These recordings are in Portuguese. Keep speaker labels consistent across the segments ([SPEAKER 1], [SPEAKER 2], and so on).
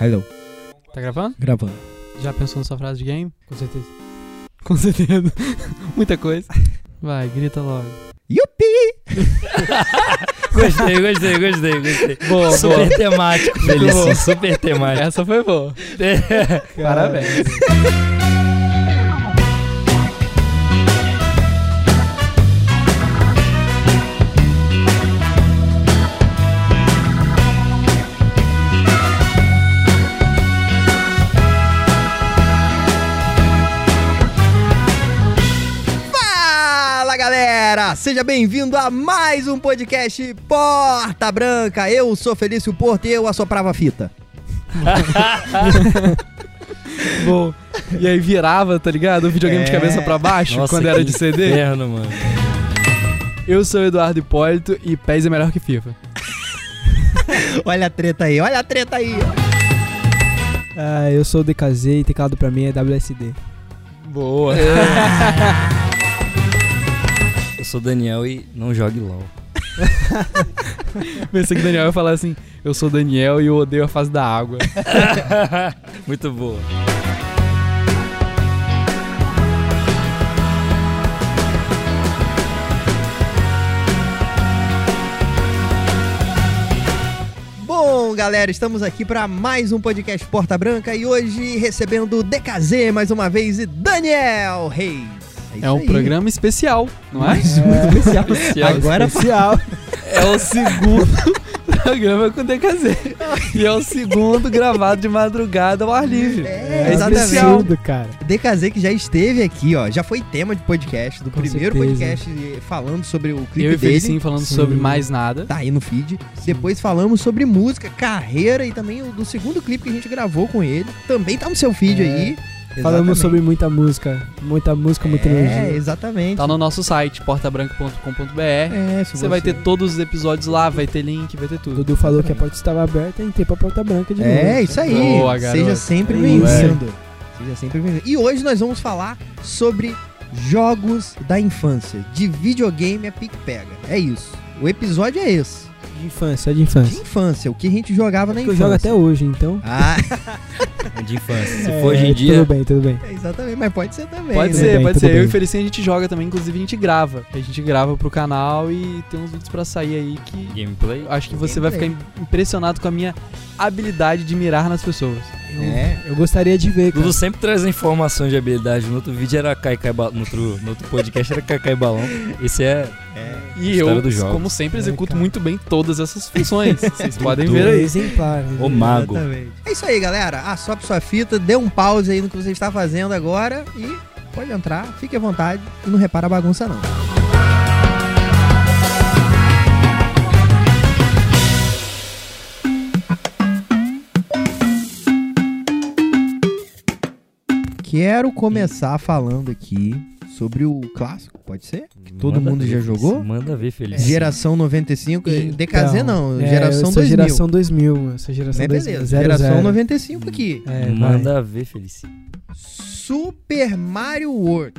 [SPEAKER 1] Hello.
[SPEAKER 2] Tá gravando?
[SPEAKER 1] Gravando.
[SPEAKER 2] Já pensou nessa frase de game? Com certeza. Com certeza. Muita coisa. Vai, grita logo.
[SPEAKER 1] Yupi!
[SPEAKER 3] Gostei, gostei, gostei, gostei.
[SPEAKER 2] Boa,
[SPEAKER 3] super temático, Felício, super temático.
[SPEAKER 2] Essa foi boa. Parabéns.
[SPEAKER 1] Fala galera! Seja bem-vindo a mais um podcast Porta Branca. Eu sou Felício Porto e eu assoprava fita.
[SPEAKER 2] Boa. E aí virava, tá ligado? O videogame de
[SPEAKER 1] É.
[SPEAKER 2] cabeça pra baixo, Tipo,
[SPEAKER 3] Nossa, é.
[SPEAKER 2] quando era de CD.
[SPEAKER 3] Inferno, mano.
[SPEAKER 2] Eu sou o Eduardo Hipólito e PES é melhor que FIFA.
[SPEAKER 1] Olha a treta aí, olha a treta aí.
[SPEAKER 4] Ah, eu sou o DKZ e teclado pra mim é WSD.
[SPEAKER 2] Boa.
[SPEAKER 3] Eu sou Daniel e não jogue LOL.
[SPEAKER 2] Pensei que o Daniel ia falar assim, eu sou o Daniel e eu odeio a fase da água.
[SPEAKER 3] Muito boa.
[SPEAKER 1] Bom, galera, estamos aqui para mais um podcast Porta Branca e hoje recebendo o DKZ mais uma vez e Daniel Reis.
[SPEAKER 2] É um
[SPEAKER 1] isso aí.
[SPEAKER 2] programa especial, não é?
[SPEAKER 4] especial.
[SPEAKER 2] um
[SPEAKER 1] Agora
[SPEAKER 4] Especial.
[SPEAKER 2] É o segundo programa com DKZ. E é o segundo gravado de madrugada ao ar livre.
[SPEAKER 1] É,
[SPEAKER 2] exatamente.
[SPEAKER 4] absurdo, cara.
[SPEAKER 1] DKZ que já esteve aqui, ó, já foi tema de podcast, do
[SPEAKER 4] Com
[SPEAKER 1] primeiro
[SPEAKER 4] certeza.
[SPEAKER 1] podcast eh, falando sobre o clipe
[SPEAKER 2] Eu e
[SPEAKER 1] dele.
[SPEAKER 2] Felicinho falando
[SPEAKER 4] Sim.
[SPEAKER 2] sobre mais nada.
[SPEAKER 1] Tá aí no feed. Depois falamos sobre música, carreira e também o do segundo clipe que a gente gravou com ele. Também tá no seu feed
[SPEAKER 4] É.
[SPEAKER 1] aí.
[SPEAKER 4] Falamos
[SPEAKER 1] Exatamente.
[SPEAKER 4] sobre muita música. Muita música, muita
[SPEAKER 1] É,
[SPEAKER 4] energia.
[SPEAKER 1] exatamente.
[SPEAKER 2] Tá no nosso site, portabranca.com.br.
[SPEAKER 1] É, se
[SPEAKER 2] Você vai ter todos os episódios lá, vai ter link, vai ter
[SPEAKER 4] O
[SPEAKER 2] tudo.
[SPEAKER 4] Dudu falou que a porta estava aberta e tempo a porta branca de novo.
[SPEAKER 1] É, isso aí.
[SPEAKER 2] Boa, garoto.
[SPEAKER 1] Seja sempre
[SPEAKER 4] É
[SPEAKER 1] bem-vindo. Seja sempre bem-vindo. E hoje nós vamos falar sobre jogos da infância. De videogame a pique-pega. É isso. O episódio é esse.
[SPEAKER 4] De infância, é de
[SPEAKER 1] De
[SPEAKER 4] infância.
[SPEAKER 1] infância, o que a gente jogava na
[SPEAKER 4] É Que eu
[SPEAKER 1] infância.
[SPEAKER 4] jogo até hoje, então.
[SPEAKER 1] Ah,
[SPEAKER 3] De infância. Se
[SPEAKER 4] É,
[SPEAKER 3] for hoje em dia,
[SPEAKER 4] Tudo bem, tudo bem.
[SPEAKER 1] exatamente, mas pode ser também.
[SPEAKER 2] Pode
[SPEAKER 1] né?
[SPEAKER 2] ser,
[SPEAKER 4] bem,
[SPEAKER 2] pode
[SPEAKER 4] tudo
[SPEAKER 2] ser. Eu
[SPEAKER 4] bem.
[SPEAKER 2] e Felicinho a gente joga também, inclusive a gente grava. A gente grava pro canal e tem uns vídeos pra sair aí que
[SPEAKER 3] é gameplay.
[SPEAKER 2] eu acho que você vai ficar impressionado com a minha habilidade de mirar nas pessoas.
[SPEAKER 1] É.
[SPEAKER 4] Eu gostaria de ver, cara.
[SPEAKER 3] Dudu sempre traz informações de habilidade. No outro vídeo era Caicai Balão. No outro, no outro podcast era Caicai Balão. Esse é
[SPEAKER 1] É.
[SPEAKER 2] E
[SPEAKER 3] História
[SPEAKER 2] eu,
[SPEAKER 3] dos jogos.
[SPEAKER 2] como sempre,
[SPEAKER 4] É,
[SPEAKER 2] executo
[SPEAKER 4] cara.
[SPEAKER 2] muito bem todas essas funções. Vocês podem
[SPEAKER 3] Tudo.
[SPEAKER 2] ver aí.
[SPEAKER 4] exemplar. né?
[SPEAKER 3] o mago.
[SPEAKER 1] Exatamente. É isso aí, galera. Assopre sua fita, dê um pause aí no que você está fazendo agora e pode entrar, fique à vontade e não repara a bagunça, não. Quero começar falando aqui sobre o clássico, pode ser? todo
[SPEAKER 3] Manda
[SPEAKER 1] mundo
[SPEAKER 3] ver,
[SPEAKER 1] já
[SPEAKER 3] Felício.
[SPEAKER 1] jogou? É.
[SPEAKER 3] Manda ver, Feliz.
[SPEAKER 1] Geração 95, eh, DKZ não,
[SPEAKER 4] Então, é,
[SPEAKER 1] geração
[SPEAKER 4] essa
[SPEAKER 1] 2000.
[SPEAKER 4] geração 2000. Essa
[SPEAKER 1] Mas
[SPEAKER 4] geração 2000.
[SPEAKER 1] beleza, geração 95 aqui.
[SPEAKER 4] É,
[SPEAKER 3] Manda ver, Felício.
[SPEAKER 1] Super Mario World.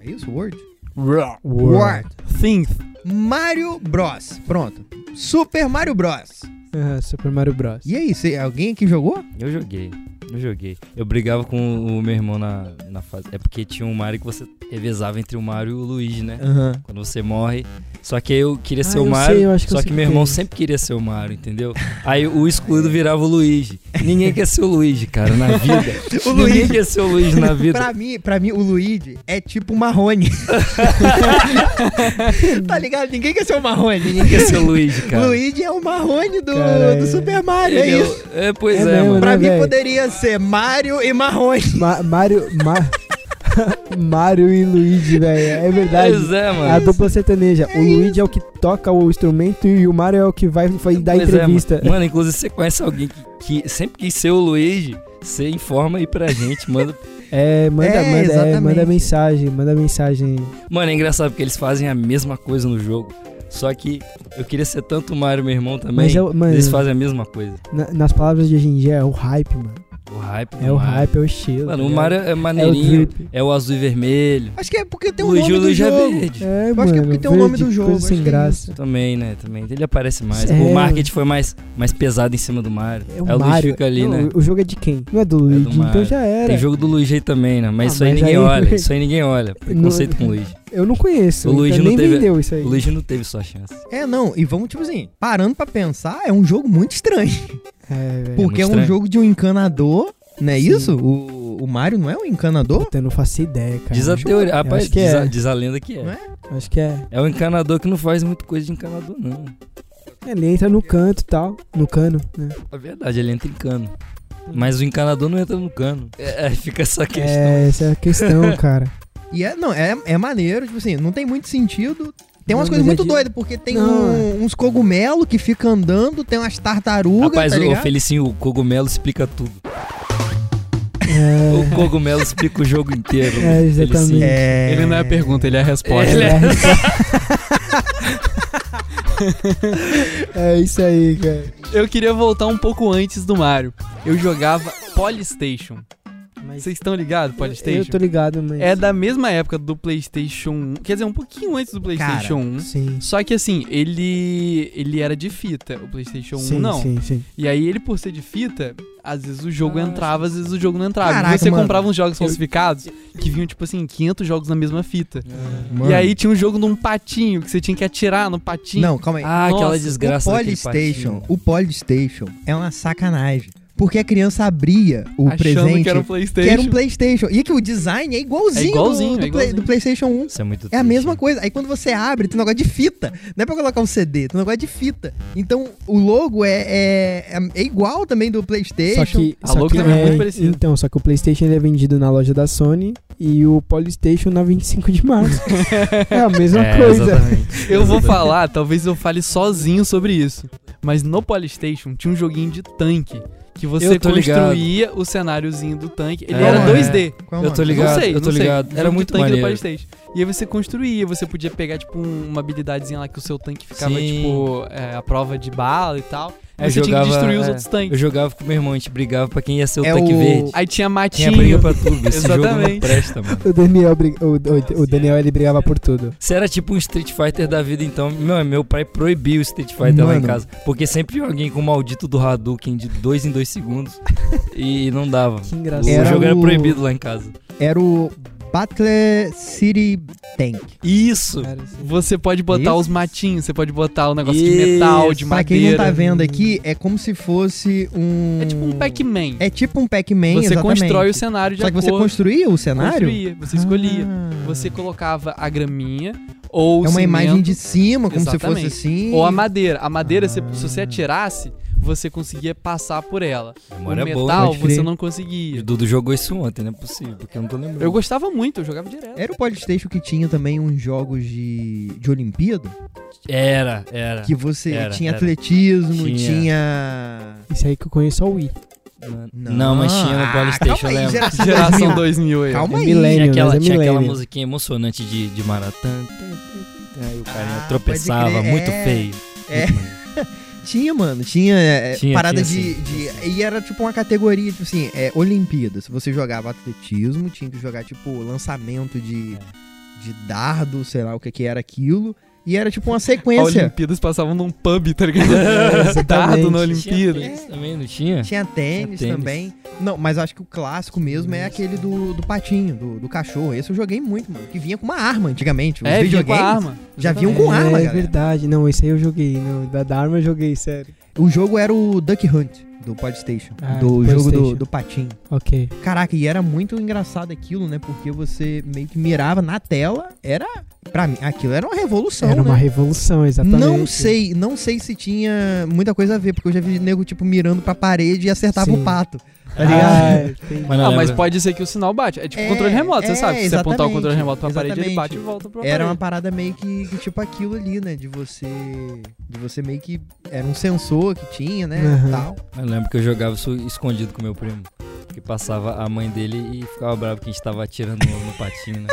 [SPEAKER 1] É isso, World?
[SPEAKER 4] World.
[SPEAKER 2] Think.
[SPEAKER 1] Mario Bros. Pronto. Super Mario Bros.
[SPEAKER 4] Aham, Super Mario Bros.
[SPEAKER 1] E aí, cê- alguém aqui jogou?
[SPEAKER 3] Eu joguei. Eu joguei. Eu brigava com o meu irmão na, na fase. É porque tinha um Mario que você revezava entre o Mario e o Luigi, né?
[SPEAKER 1] Aham.
[SPEAKER 3] Quando você morre. Só que eu queria ser
[SPEAKER 4] Ah,
[SPEAKER 3] o
[SPEAKER 4] eu
[SPEAKER 3] Mario.
[SPEAKER 4] sei, eu acho que eu
[SPEAKER 3] só
[SPEAKER 4] sei
[SPEAKER 3] que
[SPEAKER 4] o
[SPEAKER 3] meu
[SPEAKER 4] que
[SPEAKER 3] irmão
[SPEAKER 4] é isso.
[SPEAKER 3] sempre queria ser o Mario, entendeu? Aí o excluído virava o Luigi. Ninguém quer ser o Luigi, cara, na vida.
[SPEAKER 1] O
[SPEAKER 3] Ninguém
[SPEAKER 1] Luigi.
[SPEAKER 3] quer ser o Luigi na vida.
[SPEAKER 1] Pra mim, pra mim, o Luigi é tipo o Marrone. tá ligado? Ninguém quer ser o Marrone.
[SPEAKER 3] Ninguém quer ser o Luigi, cara.
[SPEAKER 1] O Luigi é o Marrone do,
[SPEAKER 4] Cara, é.
[SPEAKER 1] do Super Mario, é
[SPEAKER 3] Entendeu?
[SPEAKER 1] isso.
[SPEAKER 3] É, pois
[SPEAKER 4] É
[SPEAKER 3] é,
[SPEAKER 4] mesmo,
[SPEAKER 3] mano.
[SPEAKER 1] Pra
[SPEAKER 4] né,
[SPEAKER 1] mim
[SPEAKER 4] velho?
[SPEAKER 1] poderia ser Mario e Marrone.
[SPEAKER 4] Ma Mario. Ma Mario e Luigi, velho. É verdade.
[SPEAKER 3] Pois é,
[SPEAKER 4] A
[SPEAKER 3] mano.
[SPEAKER 4] dupla sertaneja. o Luigi é o que toca o instrumento e o Mario é o que vai, vai dar
[SPEAKER 3] Pois é,
[SPEAKER 4] entrevista.
[SPEAKER 3] mano. Mano, inclusive você conhece alguém que, que sempre quis ser o Luigi, você informa aí pra gente, manda
[SPEAKER 4] É, manda,
[SPEAKER 1] É,
[SPEAKER 4] manda, é,
[SPEAKER 1] exatamente.
[SPEAKER 4] manda mensagem, manda mensagem.
[SPEAKER 3] Mano, é engraçado porque eles fazem a mesma coisa no jogo. Só que eu queria ser tanto o Mario, meu irmão também.
[SPEAKER 4] Mas é o- mano-
[SPEAKER 3] eles fazem a mesma coisa.
[SPEAKER 4] Na- nas palavras de hoje em dia, é o hype, mano.
[SPEAKER 3] O hype. do
[SPEAKER 4] É o
[SPEAKER 3] Mario.
[SPEAKER 4] hype, é o estilo.
[SPEAKER 3] Uhum. Mano,
[SPEAKER 4] tá
[SPEAKER 3] o
[SPEAKER 4] ligado?
[SPEAKER 3] Mario é
[SPEAKER 4] é o um
[SPEAKER 3] maneirinho.
[SPEAKER 4] drip.
[SPEAKER 3] É o azul e vermelho.
[SPEAKER 1] Acho que é porque tem o
[SPEAKER 3] Luigi,
[SPEAKER 1] nome
[SPEAKER 3] o
[SPEAKER 1] do
[SPEAKER 3] Luigi é
[SPEAKER 1] jogo.
[SPEAKER 3] verde.
[SPEAKER 4] É,
[SPEAKER 1] acho que é porque tem o nome do jogo,
[SPEAKER 4] Coisa
[SPEAKER 1] acho
[SPEAKER 4] sem
[SPEAKER 1] que é
[SPEAKER 4] graça.
[SPEAKER 3] Também, né? Também. Ele aparece mais.
[SPEAKER 4] É.
[SPEAKER 3] O marketing foi mais, mais pesado em cima do Mario.
[SPEAKER 4] É o
[SPEAKER 3] Aí Luigi
[SPEAKER 4] Mario.
[SPEAKER 3] fica ali,
[SPEAKER 4] Não,
[SPEAKER 3] né?
[SPEAKER 4] O jogo é de quem? Não é do Luigi, então
[SPEAKER 3] Mario.
[SPEAKER 4] já era.
[SPEAKER 3] Tem jogo do Luigi aí também, né? Mas
[SPEAKER 4] Ah,
[SPEAKER 3] isso aí
[SPEAKER 4] mas
[SPEAKER 3] ninguém
[SPEAKER 4] aí-
[SPEAKER 3] olha. Isso aí ninguém olha. Preconceito
[SPEAKER 4] No-
[SPEAKER 3] com o Luigi.
[SPEAKER 4] Eu não conheço.
[SPEAKER 3] O
[SPEAKER 4] então
[SPEAKER 3] Luigi não
[SPEAKER 4] nem
[SPEAKER 3] teve-
[SPEAKER 4] vendeu isso aí.
[SPEAKER 3] O Luigi não teve sua chance.
[SPEAKER 1] É, não. E vamos, tipo assim, parando pra pensar, é um jogo muito estranho.
[SPEAKER 4] É, velho.
[SPEAKER 1] porque é um
[SPEAKER 3] estranho.
[SPEAKER 1] jogo de um encanador, não é
[SPEAKER 4] Sim.
[SPEAKER 1] isso? O, o Mario não é um encanador?
[SPEAKER 4] Puta, eu não faço ideia, cara.
[SPEAKER 3] Diz a teoria. Rapaz,
[SPEAKER 4] acho que
[SPEAKER 3] diz,
[SPEAKER 4] é.
[SPEAKER 3] a, diz a lenda que
[SPEAKER 1] Não
[SPEAKER 3] é.
[SPEAKER 1] é?
[SPEAKER 4] Acho que é.
[SPEAKER 3] É um encanador que não faz muita coisa de encanador, não.
[SPEAKER 4] É, Ele entra no canto e tal. No cano, né?
[SPEAKER 3] É verdade, ele entra em cano. Mas o encanador não entra no cano. É, fica essa questão.
[SPEAKER 4] É, essa é a questão, cara.
[SPEAKER 1] E é, não, é, é maneiro, tipo assim, não tem muito sentido. Tem umas
[SPEAKER 4] Não,
[SPEAKER 1] coisas
[SPEAKER 4] mas é
[SPEAKER 1] muito
[SPEAKER 4] de-
[SPEAKER 1] doidas, porque tem
[SPEAKER 4] Não,
[SPEAKER 1] um- uns cogumelos que ficam andando, tem umas tartarugas,
[SPEAKER 3] Rapaz,
[SPEAKER 1] tá
[SPEAKER 3] o
[SPEAKER 1] ligado?
[SPEAKER 3] Felicinho, o cogumelo explica tudo.
[SPEAKER 4] É,
[SPEAKER 3] O cogumelo explica o jogo inteiro.
[SPEAKER 4] É, exatamente.
[SPEAKER 3] Felicinho.
[SPEAKER 1] É...
[SPEAKER 2] Ele não é a pergunta, ele é a resposta.
[SPEAKER 3] Ele é-
[SPEAKER 4] é isso aí, cara.
[SPEAKER 2] Eu queria voltar um pouco antes do Mario. Eu jogava Polystation.
[SPEAKER 4] Mas
[SPEAKER 2] Vocês estão ligados, Polystation?
[SPEAKER 4] Eu tô ligado, mas...
[SPEAKER 2] É da mesma época do PlayStation 1. Quer dizer, um pouquinho antes do PlayStation 1.
[SPEAKER 4] Sim.
[SPEAKER 2] Só que assim, ele ele era de fita, o PlayStation 1
[SPEAKER 4] sim,
[SPEAKER 2] não.
[SPEAKER 4] Sim, sim.
[SPEAKER 2] E aí ele por ser de fita, às vezes o jogo
[SPEAKER 4] Ah.
[SPEAKER 2] entrava, às vezes o jogo não entrava. E
[SPEAKER 1] Caraca,
[SPEAKER 2] você
[SPEAKER 1] mano.
[SPEAKER 2] comprava uns jogos falsificados que vinham tipo assim, 500 jogos na mesma fita.
[SPEAKER 1] Mano.
[SPEAKER 2] E aí tinha um jogo de um patinho que você tinha que atirar no patinho.
[SPEAKER 1] Não, calma aí.
[SPEAKER 3] Ah,
[SPEAKER 2] Nossa,
[SPEAKER 3] aquela
[SPEAKER 2] o
[SPEAKER 3] desgraça
[SPEAKER 1] o
[SPEAKER 3] daquele
[SPEAKER 1] Polystation,
[SPEAKER 3] patinho.
[SPEAKER 1] o Polystation é uma sacanagem. Porque a criança abria o
[SPEAKER 2] achando
[SPEAKER 1] presente
[SPEAKER 2] que era um PlayStation.
[SPEAKER 1] que era um PlayStation. E que o design é igualzinho,
[SPEAKER 2] É igualzinho,
[SPEAKER 1] do, do Play-
[SPEAKER 2] é
[SPEAKER 1] do
[SPEAKER 2] igualzinho.
[SPEAKER 1] PlayStation 1.
[SPEAKER 3] Isso é muito
[SPEAKER 1] É a
[SPEAKER 3] triste,
[SPEAKER 1] mesma
[SPEAKER 3] né?
[SPEAKER 1] coisa. Aí quando você abre, tem um negócio de fita. Não é pra colocar um CD, tem um negócio de fita. Então o logo é, é, é- é igual também do PlayStation.
[SPEAKER 4] Só que,
[SPEAKER 2] A
[SPEAKER 4] só
[SPEAKER 2] logo
[SPEAKER 4] que
[SPEAKER 2] também é
[SPEAKER 4] é,
[SPEAKER 2] muito parecida.
[SPEAKER 4] Então, só que o PlayStation ele é vendido na loja da Sony e o Polystation na 25 de março. é a mesma
[SPEAKER 3] É,
[SPEAKER 4] coisa.
[SPEAKER 3] exatamente.
[SPEAKER 2] Eu vou
[SPEAKER 3] Exatamente.
[SPEAKER 2] falar, talvez eu fale sozinho sobre isso. Mas no Polystation tinha um joguinho de tanque. Que você
[SPEAKER 3] Eu tô ligado.
[SPEAKER 2] construía o cenáriozinho do tanque. Ele
[SPEAKER 3] É.
[SPEAKER 2] era
[SPEAKER 3] É.
[SPEAKER 2] 2D.
[SPEAKER 1] Qual é o
[SPEAKER 3] Eu tô
[SPEAKER 1] nome?
[SPEAKER 3] ligado,
[SPEAKER 2] não sei,
[SPEAKER 3] eu tô
[SPEAKER 2] não sei.
[SPEAKER 3] ligado. Era
[SPEAKER 2] Jogo de
[SPEAKER 3] muito
[SPEAKER 2] tanque do
[SPEAKER 3] maneiro.
[SPEAKER 2] Polystation. E aí você construía, você podia pegar, tipo, um- uma habilidadezinha lá que o seu tanque ficava,
[SPEAKER 3] Sim.
[SPEAKER 2] tipo, é, a prova de bala e tal. Aí
[SPEAKER 3] Eu
[SPEAKER 2] você tinha que
[SPEAKER 3] jogava,
[SPEAKER 2] destruir os
[SPEAKER 3] é,
[SPEAKER 2] outros
[SPEAKER 3] Eu
[SPEAKER 2] tanques.
[SPEAKER 3] jogava com meu irmão, a gente brigava pra quem ia ser o
[SPEAKER 1] É
[SPEAKER 3] tanque
[SPEAKER 1] o-
[SPEAKER 3] verde.
[SPEAKER 2] Aí tinha
[SPEAKER 3] Tinha
[SPEAKER 2] matinho.
[SPEAKER 3] briga pra tudo, esse jogo não
[SPEAKER 2] Exatamente.
[SPEAKER 3] presta, mano.
[SPEAKER 4] O Daniel, briga- o, o- o Daniel ele brigava por tudo.
[SPEAKER 3] Se era tipo um Street Fighter da vida, então, meu, meu pai proibiu o Street Fighter lá em
[SPEAKER 1] Mano.
[SPEAKER 3] casa. Porque sempre tinha alguém com o maldito do Hadouken de dois em dois segundos. e não dava.
[SPEAKER 4] Que
[SPEAKER 3] O
[SPEAKER 4] engraçado.
[SPEAKER 1] Era
[SPEAKER 3] jogo era
[SPEAKER 1] o-
[SPEAKER 3] proibido lá em casa.
[SPEAKER 1] Era o Battle City Tank.
[SPEAKER 3] Isso!
[SPEAKER 4] Cara, assim,
[SPEAKER 2] Você pode botar
[SPEAKER 1] Isso.
[SPEAKER 2] os matinhos, você pode botar o negócio de
[SPEAKER 3] Isso.
[SPEAKER 2] metal, de
[SPEAKER 1] Pra quem não
[SPEAKER 2] madeira.
[SPEAKER 1] tá vendo aqui, é como se fosse um.
[SPEAKER 2] É tipo um Pac-Man.
[SPEAKER 1] É tipo um Pac-Man.
[SPEAKER 2] Você
[SPEAKER 1] exatamente.
[SPEAKER 2] constrói o cenário de
[SPEAKER 1] Só que você
[SPEAKER 2] acordo-
[SPEAKER 1] construía o cenário?
[SPEAKER 2] Construía, você escolhia.
[SPEAKER 1] Ah.
[SPEAKER 2] Você colocava a graminha ou
[SPEAKER 1] É
[SPEAKER 2] o
[SPEAKER 1] uma imagem
[SPEAKER 2] cimento,
[SPEAKER 1] de cima, como se
[SPEAKER 2] Exatamente.
[SPEAKER 1] fosse assim.
[SPEAKER 2] ou a madeira. A madeira, se-
[SPEAKER 1] Ah.
[SPEAKER 2] se você atirasse, você conseguia passar por ela.
[SPEAKER 3] A
[SPEAKER 2] O
[SPEAKER 3] memória é boa.
[SPEAKER 2] metal,
[SPEAKER 1] pode
[SPEAKER 2] você
[SPEAKER 1] crer.
[SPEAKER 2] não
[SPEAKER 3] O
[SPEAKER 2] conseguia.
[SPEAKER 3] Dudu jogou isso ontem, não é possível, porque eu não tô lembrando.
[SPEAKER 2] Eu gostava muito, eu jogava direto.
[SPEAKER 1] Era o Polystation que tinha também uns jogos de, de Olimpíada?
[SPEAKER 3] Era, era.
[SPEAKER 1] Que você
[SPEAKER 3] É. Era,
[SPEAKER 1] tinha
[SPEAKER 3] era.
[SPEAKER 1] atletismo, tinha.
[SPEAKER 3] Tinha.
[SPEAKER 4] Isso aí que eu conheço é o Wii.
[SPEAKER 3] Não, mas tinha no
[SPEAKER 1] Ah,
[SPEAKER 3] Polystation,
[SPEAKER 1] calma aí,
[SPEAKER 3] eu lembro.
[SPEAKER 1] geração
[SPEAKER 2] Geração
[SPEAKER 1] 2000.
[SPEAKER 2] 2000 aí.
[SPEAKER 1] Calma
[SPEAKER 4] É
[SPEAKER 1] aí.
[SPEAKER 4] milênio.
[SPEAKER 3] Tinha aquela,
[SPEAKER 4] mas é
[SPEAKER 3] tinha aquela
[SPEAKER 4] milênio.
[SPEAKER 3] musiquinha emocionante de, de maratã. Aí o carinha
[SPEAKER 1] Ah,
[SPEAKER 3] tropeçava,
[SPEAKER 1] pode crer,
[SPEAKER 3] muito
[SPEAKER 1] é.
[SPEAKER 3] feio.
[SPEAKER 1] É.
[SPEAKER 3] Muito maneiro.
[SPEAKER 1] Tinha, mano. Tinha, é,
[SPEAKER 3] Tinha,
[SPEAKER 1] parada
[SPEAKER 3] tinha,
[SPEAKER 1] de,
[SPEAKER 3] sim.
[SPEAKER 1] de- E era tipo uma categoria, tipo assim, é, Olimpíada. Se você jogava atletismo, tinha que jogar, tipo, lançamento de,
[SPEAKER 3] É.
[SPEAKER 1] de dardo, sei lá o que, que era aquilo. E era tipo uma
[SPEAKER 2] A
[SPEAKER 1] sequência.
[SPEAKER 2] Olimpíadas passavam num pub, tá ligado?
[SPEAKER 1] É,
[SPEAKER 4] exatamente.
[SPEAKER 2] Dado na
[SPEAKER 3] Tinha
[SPEAKER 2] Olimpíada.
[SPEAKER 3] tênis também, não
[SPEAKER 4] É.
[SPEAKER 3] tinha?
[SPEAKER 1] Tinha tênis,
[SPEAKER 3] Tinha tênis.
[SPEAKER 1] também. Não, mas eu acho que o clássico mesmo é aquele do, do patinho, do, do cachorro. Esse eu joguei muito, mano. Que vinha com uma arma antigamente. Os
[SPEAKER 2] É, vinha com a
[SPEAKER 1] videogames
[SPEAKER 2] arma.
[SPEAKER 1] já vinham
[SPEAKER 2] Exatamente.
[SPEAKER 1] um com arma,
[SPEAKER 4] É
[SPEAKER 1] galera.
[SPEAKER 4] verdade. Não, esse aí eu joguei. Não, da, da arma eu joguei, sério.
[SPEAKER 1] O jogo era o Duck Hunt, do Podstation.
[SPEAKER 4] Ah,
[SPEAKER 1] do
[SPEAKER 4] do
[SPEAKER 1] jogo do,
[SPEAKER 4] Podstation.
[SPEAKER 1] do patinho.
[SPEAKER 4] Ok.
[SPEAKER 1] Caraca, e era muito engraçado aquilo, né? Porque você meio que mirava na tela. Era. Pra mim, aquilo era uma revolução,
[SPEAKER 4] Era
[SPEAKER 1] né?
[SPEAKER 4] uma revolução, exatamente.
[SPEAKER 1] Não sei, não sei se tinha muita coisa a ver, porque eu já vi nego, tipo, mirando pra parede e acertava
[SPEAKER 4] Sim.
[SPEAKER 1] o pato. Tá ligado?
[SPEAKER 4] Ah, entendi.
[SPEAKER 3] não
[SPEAKER 2] Ah, mas
[SPEAKER 3] lembro.
[SPEAKER 2] pode ser que o sinal bate. É tipo
[SPEAKER 1] É,
[SPEAKER 2] controle remoto,
[SPEAKER 1] é,
[SPEAKER 2] você sabe. Se você apontar o controle
[SPEAKER 1] exatamente,
[SPEAKER 2] remoto pra parede, ele
[SPEAKER 1] exatamente.
[SPEAKER 2] bate e volta pra
[SPEAKER 1] Era uma
[SPEAKER 2] parede.
[SPEAKER 1] parada meio que, que tipo aquilo ali, né? De você. De você meio que. Era um sensor que tinha, né?
[SPEAKER 4] Aham.
[SPEAKER 1] Tal.
[SPEAKER 3] Eu lembro que eu jogava isso escondido com meu primo. Que passava a mãe dele e ficava bravo que a gente tava atirando no, no patinho, né?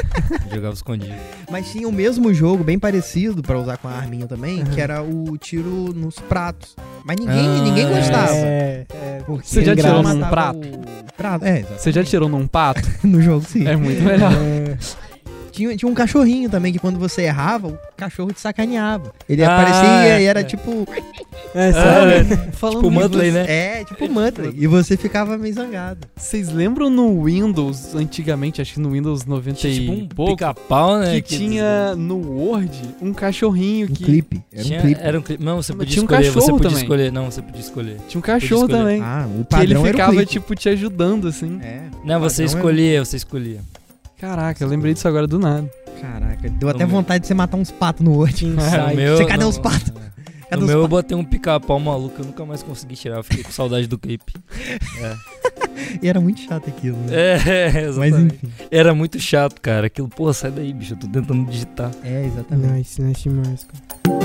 [SPEAKER 3] Eu jogava escondido.
[SPEAKER 1] Mas tinha o mesmo jogo, bem parecido, pra usar com a arminha também,
[SPEAKER 4] Aham.
[SPEAKER 1] que era o tiro nos pratos. Mas ninguém,
[SPEAKER 2] Ah,
[SPEAKER 1] ninguém
[SPEAKER 2] é.
[SPEAKER 1] gostava.
[SPEAKER 4] É, é.
[SPEAKER 1] Porque
[SPEAKER 2] Você já
[SPEAKER 1] ele
[SPEAKER 2] tirou
[SPEAKER 1] matava
[SPEAKER 2] num prato?
[SPEAKER 1] o prato? É, exato.
[SPEAKER 2] Você já tirou num pato?
[SPEAKER 1] no jogo sim.
[SPEAKER 2] É muito melhor.
[SPEAKER 1] Tinha, tinha um cachorrinho também que quando você errava, o cachorro te sacaneava. Ele
[SPEAKER 3] Ah,
[SPEAKER 1] aparecia e era
[SPEAKER 2] é.
[SPEAKER 1] tipo.
[SPEAKER 4] É, sabe?
[SPEAKER 3] Ah,
[SPEAKER 1] Falando
[SPEAKER 3] tipo
[SPEAKER 1] de
[SPEAKER 3] Muttley,
[SPEAKER 1] você-
[SPEAKER 3] né?
[SPEAKER 1] É, tipo Muttley. E você ficava meio zangado.
[SPEAKER 2] Vocês lembram no Windows, antigamente, acho que no Windows 90 e
[SPEAKER 3] Tinha tipo um
[SPEAKER 2] pouco,
[SPEAKER 3] pica-pau, né?
[SPEAKER 2] que tinha no Word um cachorrinho
[SPEAKER 1] Um
[SPEAKER 2] que...
[SPEAKER 1] clipe. Era
[SPEAKER 3] Tinha-
[SPEAKER 1] um clipe.
[SPEAKER 3] Era um clipe. Não, você
[SPEAKER 2] Mas
[SPEAKER 3] podia
[SPEAKER 2] tinha um
[SPEAKER 3] escolher. você
[SPEAKER 2] cachorro
[SPEAKER 3] podia
[SPEAKER 2] também.
[SPEAKER 3] escolher. Não, você podia escolher.
[SPEAKER 2] Tinha um cachorro
[SPEAKER 3] Podia escolher.
[SPEAKER 2] também.
[SPEAKER 1] Ah, o
[SPEAKER 2] que ele
[SPEAKER 1] padrão era o
[SPEAKER 2] ficava,
[SPEAKER 1] clipe.
[SPEAKER 2] tipo, te ajudando, assim.
[SPEAKER 1] É.
[SPEAKER 3] Não, você
[SPEAKER 1] Padrão é-
[SPEAKER 3] escolhia, você escolhia.
[SPEAKER 2] Caraca, eu lembrei disso agora do nada.
[SPEAKER 1] Caraca, deu até
[SPEAKER 3] No meu.
[SPEAKER 1] vontade de você matar uns patos no Word.
[SPEAKER 3] No
[SPEAKER 4] Inside.
[SPEAKER 3] Ah, meu,
[SPEAKER 1] Você cadê
[SPEAKER 3] no-
[SPEAKER 1] os patos? Cadê
[SPEAKER 3] No
[SPEAKER 1] os
[SPEAKER 3] meu eu
[SPEAKER 1] patos?
[SPEAKER 3] botei um pica-pau maluco, eu nunca mais consegui tirar, eu fiquei com saudade do clipe.
[SPEAKER 1] E era muito chato aquilo, né?
[SPEAKER 3] É,
[SPEAKER 1] Mas
[SPEAKER 3] exatamente.
[SPEAKER 1] enfim.
[SPEAKER 3] Era muito chato, cara. Aquilo, pô, sai daí, bicho, eu tô tentando digitar.
[SPEAKER 1] É, exatamente.
[SPEAKER 4] Nice, nice demais, cara.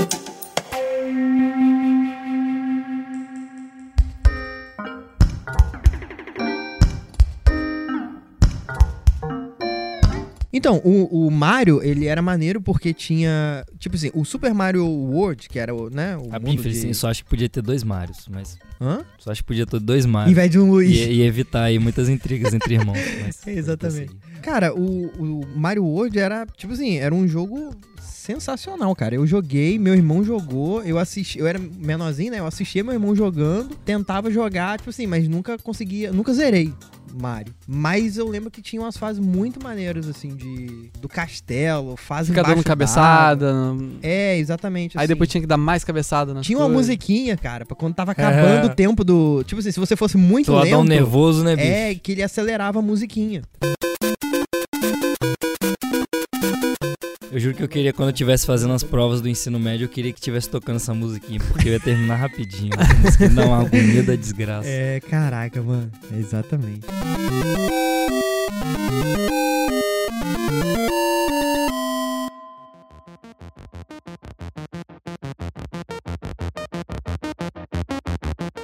[SPEAKER 1] Então, o, o Mario, ele era maneiro porque tinha. Tipo assim, o Super Mario World, que era o, né? O
[SPEAKER 3] Ah,
[SPEAKER 1] mundo
[SPEAKER 3] Infelizmente,
[SPEAKER 1] de...
[SPEAKER 3] só acho que podia ter dois Marios, mas
[SPEAKER 1] Hã?
[SPEAKER 3] só acho que podia ter dois
[SPEAKER 1] Em
[SPEAKER 3] Marios.
[SPEAKER 1] vez de um Luiz.
[SPEAKER 3] E, e evitar aí muitas intrigas entre irmãos. mas- assim.
[SPEAKER 1] Exatamente. Cara, o, o Mario World era, tipo assim, era um jogo sensacional, cara. Eu joguei, meu irmão jogou, eu assisti, eu era menorzinho, né? Eu assistia meu irmão jogando, tentava jogar, tipo assim, mas nunca conseguia, nunca zerei Mario. Mas eu lembro que tinha umas fases muito maneiras, assim, de do castelo, fase
[SPEAKER 2] Ficar dando
[SPEAKER 1] embaixo d'água.
[SPEAKER 2] cabeçada. hum.
[SPEAKER 1] É, exatamente.
[SPEAKER 2] Aí
[SPEAKER 1] assim.
[SPEAKER 2] depois tinha que dar mais cabeçada na
[SPEAKER 1] Tinha uma musiquinha, cara, pra quando tava
[SPEAKER 3] É.
[SPEAKER 1] acabando o tempo do. Tipo assim, se você fosse muito
[SPEAKER 3] Tu lá dá um
[SPEAKER 1] lento.
[SPEAKER 3] nervoso, né, bicho?
[SPEAKER 1] É, que ele acelerava a musiquinha.
[SPEAKER 3] Eu juro que eu queria, quando eu estivesse fazendo as provas do ensino médio, eu queria que tivesse tocando essa musiquinha, porque eu ia terminar rapidinho. Essa música me dá uma agonia da desgraça.
[SPEAKER 1] É, caraca, mano. Exatamente.